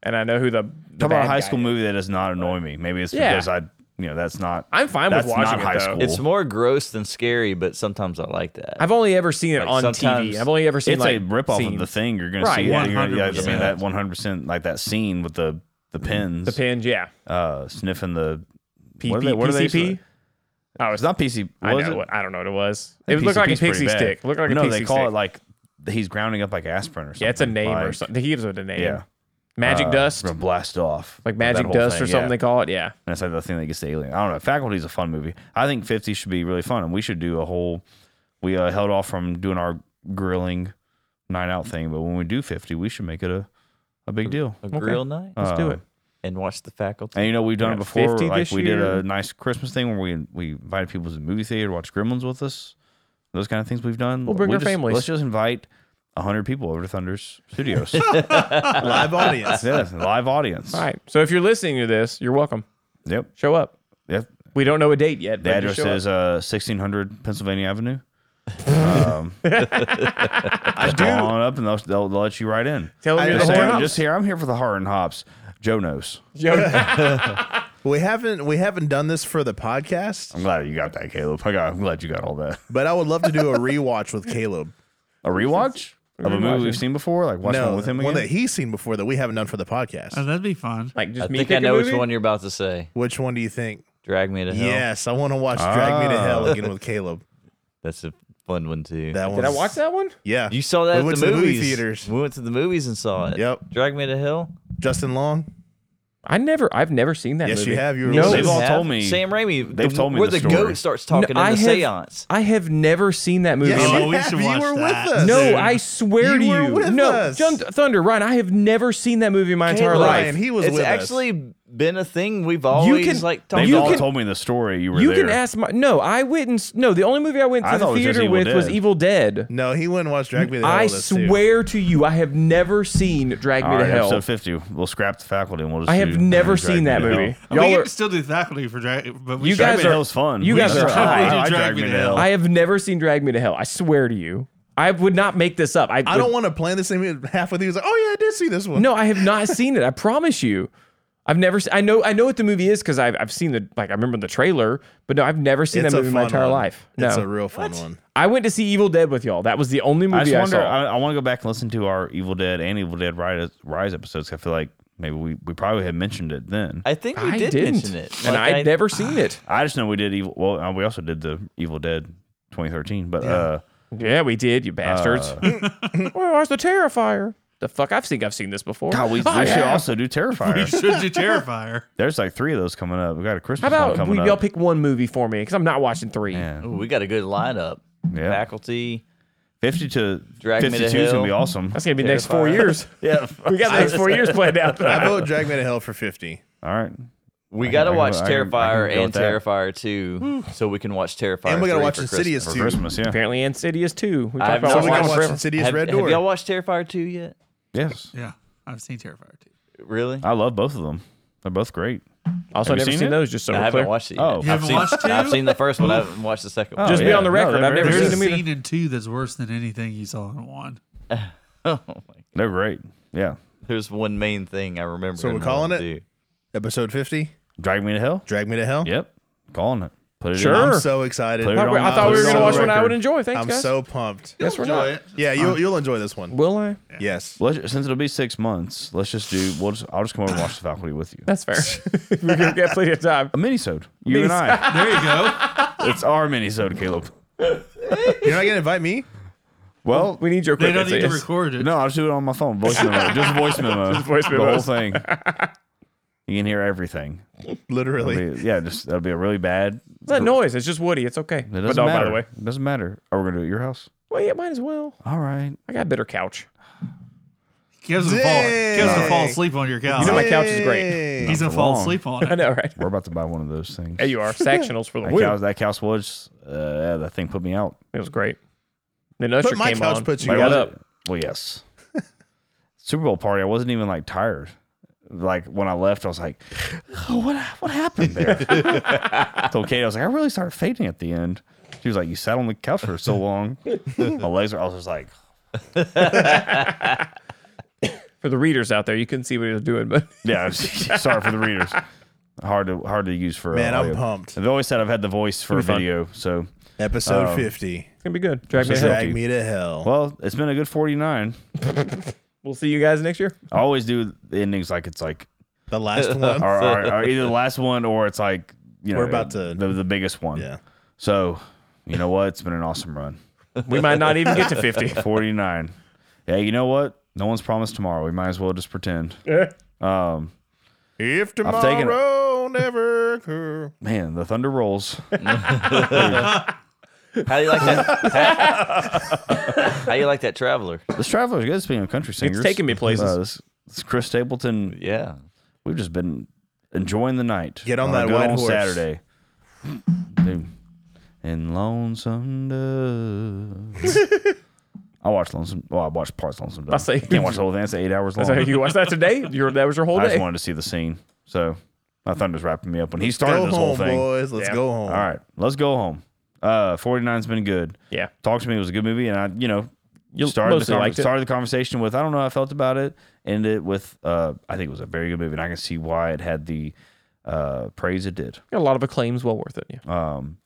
S2: and I know who the. the
S9: Talk about a
S2: bad
S9: high
S2: guy
S9: school
S2: is.
S9: movie that does not annoy me. Maybe it's
S2: Yeah.
S9: because I, you know, that's not.
S2: I'm fine with
S9: That's
S2: watching
S9: not
S2: it
S9: high
S2: though.
S9: school.
S4: It's more gross than scary, but sometimes I like that.
S2: I've only ever seen it
S4: Like,
S2: on TV.
S4: sometimes
S2: I've only ever seen
S9: it's
S2: like
S9: a ripoff
S2: scenes.
S9: of the thing. You're gonna
S2: Right,
S9: see. it. You're gonna- yeah, I
S4: 100%.
S9: mean that 100 percent like that scene with the the pins,
S2: Mm-hmm. The pins, yeah.
S9: uh, sniffing the.
S2: PP,
S9: what are they- what are they-
S2: PCP. Oh,
S9: It's not PC.
S2: I
S9: was
S2: know.
S9: it?
S2: What, I don't know what it was.
S9: I
S2: It
S9: think
S2: looked like a
S9: PCP 's pretty
S2: pixie
S9: bad.
S2: stick. Looked like
S9: no,
S2: a pixie
S9: they call
S2: stick.
S9: it like he's grounding up like aspirin or something.
S2: yeah, it's a name or
S9: Like,
S2: something. He gives it a name.
S9: Yeah,
S2: Magic
S9: Uh,
S2: dust,
S9: we're gonna blast off
S2: like
S9: That
S2: magic
S9: whole
S2: dust
S9: thing,
S2: or something.
S9: yeah.
S2: They call it. Yeah.
S9: And it's like the thing that gets the alien. I don't know. Faculty's a fun movie. I think 50 should be really fun. And we should do a whole, we uh, held off from doing our grilling night out thing. But when we do 50, we should make it a, a big deal.
S4: a grill night.
S9: Let's
S2: do it.
S4: and watch the faculty.
S9: And you know we've done
S2: Yeah,
S9: it before.
S2: 50
S9: Like
S2: this
S9: we did
S2: year.
S9: a nice Christmas thing where we we invited people to the movie theater to watch Gremlins with us. Those kind of things we've done.
S2: We'll bring
S9: We
S2: our
S9: just-
S2: families.
S9: Let's just invite hundred people over to Thunder's Studios.
S5: Live audience.
S9: yes, live audience.
S2: All right. So if you're listening to this, you're welcome.
S9: Yep.
S2: Show up.
S9: Yep.
S2: We don't know a date yet.
S9: The
S2: but
S9: address
S2: just show
S9: is
S2: up.
S9: uh, 1600 Pennsylvania Avenue. Um, I do. on up and they'll, they'll, they'll let you right in.
S2: Tell them
S5: I
S2: you're the
S9: Just,
S5: understand.
S2: horn
S9: here,
S2: hops.
S9: just here. I'm here for the hard and hops. Joe knows.
S2: Joe-
S5: We haven't we haven't done this for the podcast,
S9: I'm glad you got that, Caleb. I got, I'm glad you got all that.
S5: but I would love to do a rewatch with Caleb.
S9: A rewatch of a movie we've seen before, like watch one with him
S5: one
S9: again.
S5: that he's seen before that we haven't done for the
S8: Oh,
S5: podcast.
S8: that'd be fun.
S2: like
S4: I
S2: just me
S4: think
S2: pick
S4: I
S2: a
S4: know which
S2: movie?
S4: one you're about to say.
S5: Which one do you think?
S4: Drag me to hell.
S5: Yes, I want to watch Drag Me to
S9: Ah.
S5: Hell again with Caleb.
S4: that's a fun one too.
S5: That one.
S2: Did I watch that one?
S5: Yeah.
S4: you saw that
S5: We
S4: at
S5: went
S4: the
S5: to the
S4: movies.
S5: movie theaters.
S4: We went to the movies and saw it.
S5: Yep.
S4: Drag me to hell.
S5: Justin Long.
S2: I never. I've never seen that.
S5: Yes,
S2: movie.
S5: you have. You were
S2: No.
S5: listening.
S9: They've all
S4: Have-
S9: told me-
S4: Sam Raimi.
S9: they've
S4: the-
S9: told me
S4: where
S9: the
S4: the,
S9: story.
S4: goat starts talking
S2: No,
S4: in
S2: I
S4: the
S2: have-
S4: seance.
S2: I have never seen that movie.
S5: No,
S2: in my-
S8: Oh, we should
S5: you
S8: watch
S5: were
S8: that.
S5: with us.
S2: No,
S5: dude.
S2: I swear
S5: You
S2: to
S5: were
S2: you.
S5: with
S2: no,
S5: us.
S2: John Thunder, Ryan, I have never seen that movie in my entire
S4: Caleb,
S5: Ryan,
S2: life.
S5: he was
S4: it's
S5: with us.
S4: actually been a thing we've always
S2: can-
S4: like talked
S9: They've
S2: You
S9: all
S2: can-
S9: told me the story. You were
S2: You
S9: there.
S2: can ask my no. I wouldn't. s- No, the only movie I went to
S9: I
S2: the
S9: thought it was just
S2: theater
S9: Evil
S2: with was
S9: Dead.
S2: Evil Dead.
S5: No, he wouldn't watch Drag Me to Hell.
S2: I
S5: with us, too.
S2: swear to you, I have never seen Drag
S9: All
S2: Me to
S9: right,
S2: Hell.
S9: episode 50. We'll scrap the faculty and we'll just
S2: I
S9: do
S2: have never seen that
S9: Drag Me to
S2: movie.
S9: Hell.
S8: I mean,
S2: Y'all
S8: we
S2: are,
S8: can still do faculty for drag, but we
S2: you
S8: should-
S9: Drag
S2: guys
S9: Me to
S2: are
S9: Hell's fun.
S2: You
S9: We
S2: guys
S9: should
S2: are
S9: totally
S2: high.
S9: do
S8: I
S9: Drag,
S8: Drag
S9: Me to
S8: Hell.
S9: Hell.
S2: I have never seen Drag Me to Hell. I swear to you, I would not make this up. I,
S5: I
S2: would-
S5: don't want to plan this thing half with you. He's like, oh yeah, I did see this one.
S2: No, I have not seen it. I promise you. I've never. se- I know. I know what the movie is because I've I've seen the like. I remember the trailer, but no, I've never seen
S5: it's
S2: that
S5: a
S2: movie in my
S5: fun
S2: entire
S5: one.
S2: life. No,
S5: It's a real fun one.
S2: I went to see Evil Dead with y'all. That was the only
S9: I
S2: movie
S9: just
S2: I,
S9: wonder.
S2: saw.
S9: I, I want to go back and listen to our Evil Dead and Evil Dead Rise, Rise episodes. 'cause I feel like maybe we, we probably had mentioned it then. I,
S4: I think we
S2: I
S4: did
S2: didn't.
S4: mention it.
S2: and
S4: Like,
S2: I'd never seen it.
S9: just know we did evil. Well, uh, we also did the Evil Dead 2013. But uh,
S2: Yeah, we did, you bastards. Where's the Terrifier? The fuck! I think I've seen this before.
S9: God, we,
S2: Oh,
S9: we should
S2: yeah.
S9: also do
S8: we
S9: Terrifier.
S8: should do Terrifier.
S9: There's like three of those coming up. We got a
S2: How
S9: Christmas one
S2: about
S9: coming
S2: we, y'all
S9: up.
S2: pick one movie for me? Because I'm not watching three.
S9: Yeah.
S4: Ooh, we got a good lineup.
S9: Yeah.
S4: Faculty.
S9: 50 to
S4: Drag Me to
S9: 52 is going
S4: Hell.
S9: to be awesome.
S2: That's gonna be the next four years.
S9: yeah.
S2: we got the next four years planned out.
S5: I vote Drag Me to Hell for fifty.
S9: All right.
S4: We
S9: I
S4: got to
S9: can- I
S4: watch
S9: can- I can- I can
S4: Terrifier
S9: go
S4: and
S9: with that.
S4: Terrifier 2 so we can watch Terrifier
S5: Hmm. And we gotta
S4: 3
S5: watch
S4: for
S5: Insidious
S9: For
S5: too.
S9: Christmas, yeah.
S2: Apparently, Insidious too. We
S4: I
S2: talked
S4: have
S2: about
S4: not
S5: So
S2: watching
S5: we gotta
S4: watched
S5: watch
S2: forever.
S5: Insidious
S4: Christmas. Have,
S5: Red
S4: have
S5: Door.
S4: y'all watched Terrifier 2 yet?
S9: Yes.
S8: Yeah, I've seen Terrifier too.
S4: Really?
S9: I love both of them. They're both great.
S2: Also,
S9: Have you
S2: never
S9: seen
S2: seen,
S9: it?
S2: those. Just so
S4: I
S2: we're
S4: haven't
S2: clear.
S4: watched it.
S9: Oh.
S4: yet.
S9: You
S4: I've
S8: haven't
S4: seen,
S8: watched two?
S4: I've seen the first one. I haven't watched the second one. Oh,
S2: Just be
S9: Oh, yeah.
S2: on the
S9: No,
S2: record.
S9: they're
S2: I've never
S9: very
S2: seen
S8: There's
S2: them
S8: a
S2: either.
S8: scene in two that's worse than anything you saw in one.
S9: They're great. Yeah.
S4: Oh There's one main thing I remember.
S5: So we're
S4: in
S5: calling
S4: one,
S5: it?
S4: too.
S5: Episode fifty.
S9: Drag Me to Hell.
S5: Drag Me to Hell.
S9: Yep. Calling it. Put it
S2: Sure.
S9: in.
S5: I'm so excited.
S9: Put it
S2: I
S9: on
S2: I thought we were
S9: the
S2: going to
S5: record.
S2: watch one I would enjoy. Thanks,
S5: I'm
S2: guys.
S5: so pumped.
S2: yes, we're not.
S8: Enjoy it.
S5: Yeah, you'll you'll enjoy this one.
S2: Will I?
S5: Yes.
S9: Let's, since it'll be six months, let's just do. We'll just, I'll just come over and watch the faculty with you.
S2: That's fair. we're going to get plenty of time.
S9: A minisode. You and I.
S8: There you go.
S9: it's our minisode, Caleb.
S5: You're not gonna invite me?
S9: Well,
S2: We need your
S8: They
S2: quick
S8: don't need to
S2: answers.
S8: record it.
S9: no, I'll just do it on my phone. Voice memo. Just voice memo. Just
S2: voice
S9: The whole
S2: memos.
S9: thing. You can hear everything.
S5: Literally.
S9: It'll be- yeah, just that'll be a really bad.
S2: It's not noise. It's just Woody. It's okay.
S9: It
S2: But
S9: doesn't
S2: no,
S9: matter.
S2: by the way.
S9: It doesn't matter. Are we gonna do it at your house?
S2: Well, yeah, might as well.
S9: All right.
S2: I got a better couch.
S8: Gives him fall. Gives him
S5: Dang.
S8: fall asleep on your couch.
S2: You know my couch is great.
S5: Hey.
S8: He's gonna
S9: for
S8: fall
S9: long.
S8: asleep on
S2: I
S8: it.
S2: know, right?
S9: We're about to buy one of those things.
S2: There you are. Sectionals for the
S9: That
S2: win.
S9: cow, that cow was uh, yeah, that thing put me out.
S2: It was great. Then Usher
S5: But my
S2: came
S5: couch
S2: on.
S5: puts you
S2: Like,
S5: out.
S2: what up?
S9: Well, yes. Super Bowl party. I wasn't even like tired. Like when I left, I was like, oh, "What what happened there?" I told Kate, I was like, "I really started fainting at the end." She was like, "You sat on the couch for so long." My legs are. I was just like,
S2: For the readers out there, you couldn't see what he was doing, but
S9: "Yeah, I'm sorry for the readers." Hard to hard to use for uh,
S5: Man, I'm
S9: audio.
S5: pumped.
S9: They've always said I've had the voice for a
S2: fun.
S9: video, so
S5: Episode
S2: Um,
S5: fifty.
S2: it's going to be good. Drag me
S9: Just
S2: to hell.
S9: like-
S5: Drag me to hell.
S9: well, it's been a good 49.
S2: We'll see you guys next year.
S9: I always do the endings like it's like
S5: the last one.
S9: or, or, or either the last one or it's like you know
S5: We're about to-
S9: the, the biggest one.
S5: Yeah.
S9: So you know what? It's been an awesome run.
S2: We might not even get to 50.
S9: Forty nine. yeah. You know what? No one's promised tomorrow. We might as well just pretend. Um,
S5: If
S9: I've taken it.
S5: tomorrow never occur.
S9: Man, the thunder rolls.
S4: How do you like that? How do you like that Traveler?
S9: This traveler's good. Speaking of country singers,
S2: taken me places.
S9: Uh, this, this Chris Stapleton
S4: Yeah.
S9: We've just been enjoying the night.
S5: Get on
S9: a
S5: that
S9: good
S5: white
S9: old
S5: horse.
S9: Saturday. Dude. And lonesome dove. I watched lonesome. Well, I watched parts of lonesome dove.
S2: I say-
S9: can't watch the whole thing. It's eight hours long.
S2: So you watched that today? Your that was your whole
S9: I just
S2: day.
S9: wanted to see the scene. So my thunder's wrapping me up when he started
S5: go
S9: this
S5: home,
S9: whole thing.
S5: boys. Let's go home.
S9: All right, let's go home. Uh, 49's been good.
S2: Yeah.
S9: Talk to me was a good movie, and I, you know,
S2: You
S9: started the,
S2: mostly
S9: conver-
S2: liked it.
S9: started the conversation with I don't know how I felt about it. Ended it with uh, I think it was a very good movie, and I can see why it had the uh, praise it did.
S2: Got a lot of acclaims, well worth it. Yeah.
S9: Um,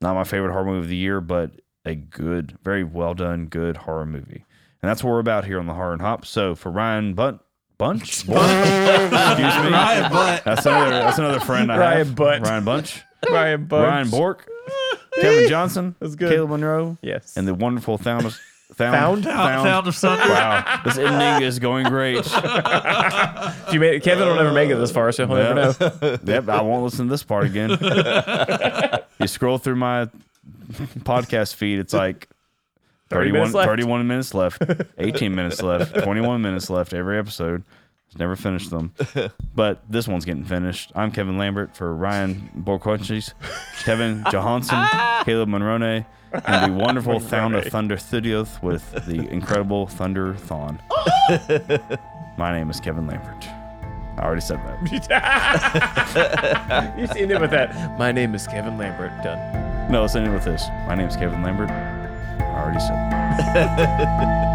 S9: not my favorite horror movie of the year, but a good, very well done, good horror movie, and that's what we're about here on the Horror and Hop. So for Ryan Bunt. Bunch, Bunch? excuse me. Ryan Bunt. That's another. That's another friend. I
S2: Ryan
S9: have.
S2: Bunt.
S9: Ryan Bunch.
S2: Ryan Bugs.
S9: Ryan Bork, Kevin Johnson,
S2: That's good.
S9: Caleb Monroe,
S2: Yes.
S9: and the wonderful Thound of
S2: Found?
S9: Thound
S8: Found, found of something.
S9: Wow, this ending is going great.
S2: If you made it- Kevin will never make it this far, so he'll never know.
S9: yep, I won't listen to this part again. you scroll through my podcast feed, it's like
S2: 30
S9: 31
S2: minutes left.
S9: 31 minutes left, 18 minutes left, 21 minutes left every episode. It's never finished them. But this one's getting finished. I'm Kevin Lambert for Ryan Borquenches, Kevin Johansson,
S2: Ah!
S9: Caleb Monrone, and the wonderful Sound of Thunder 30th with the incredible Thunder Thon. My name is Kevin Lambert. I already said that.
S2: You just end it with that. My name is Kevin Lambert. Done.
S9: No, let's end it with this. My name's Kevin Lambert. I already said. that.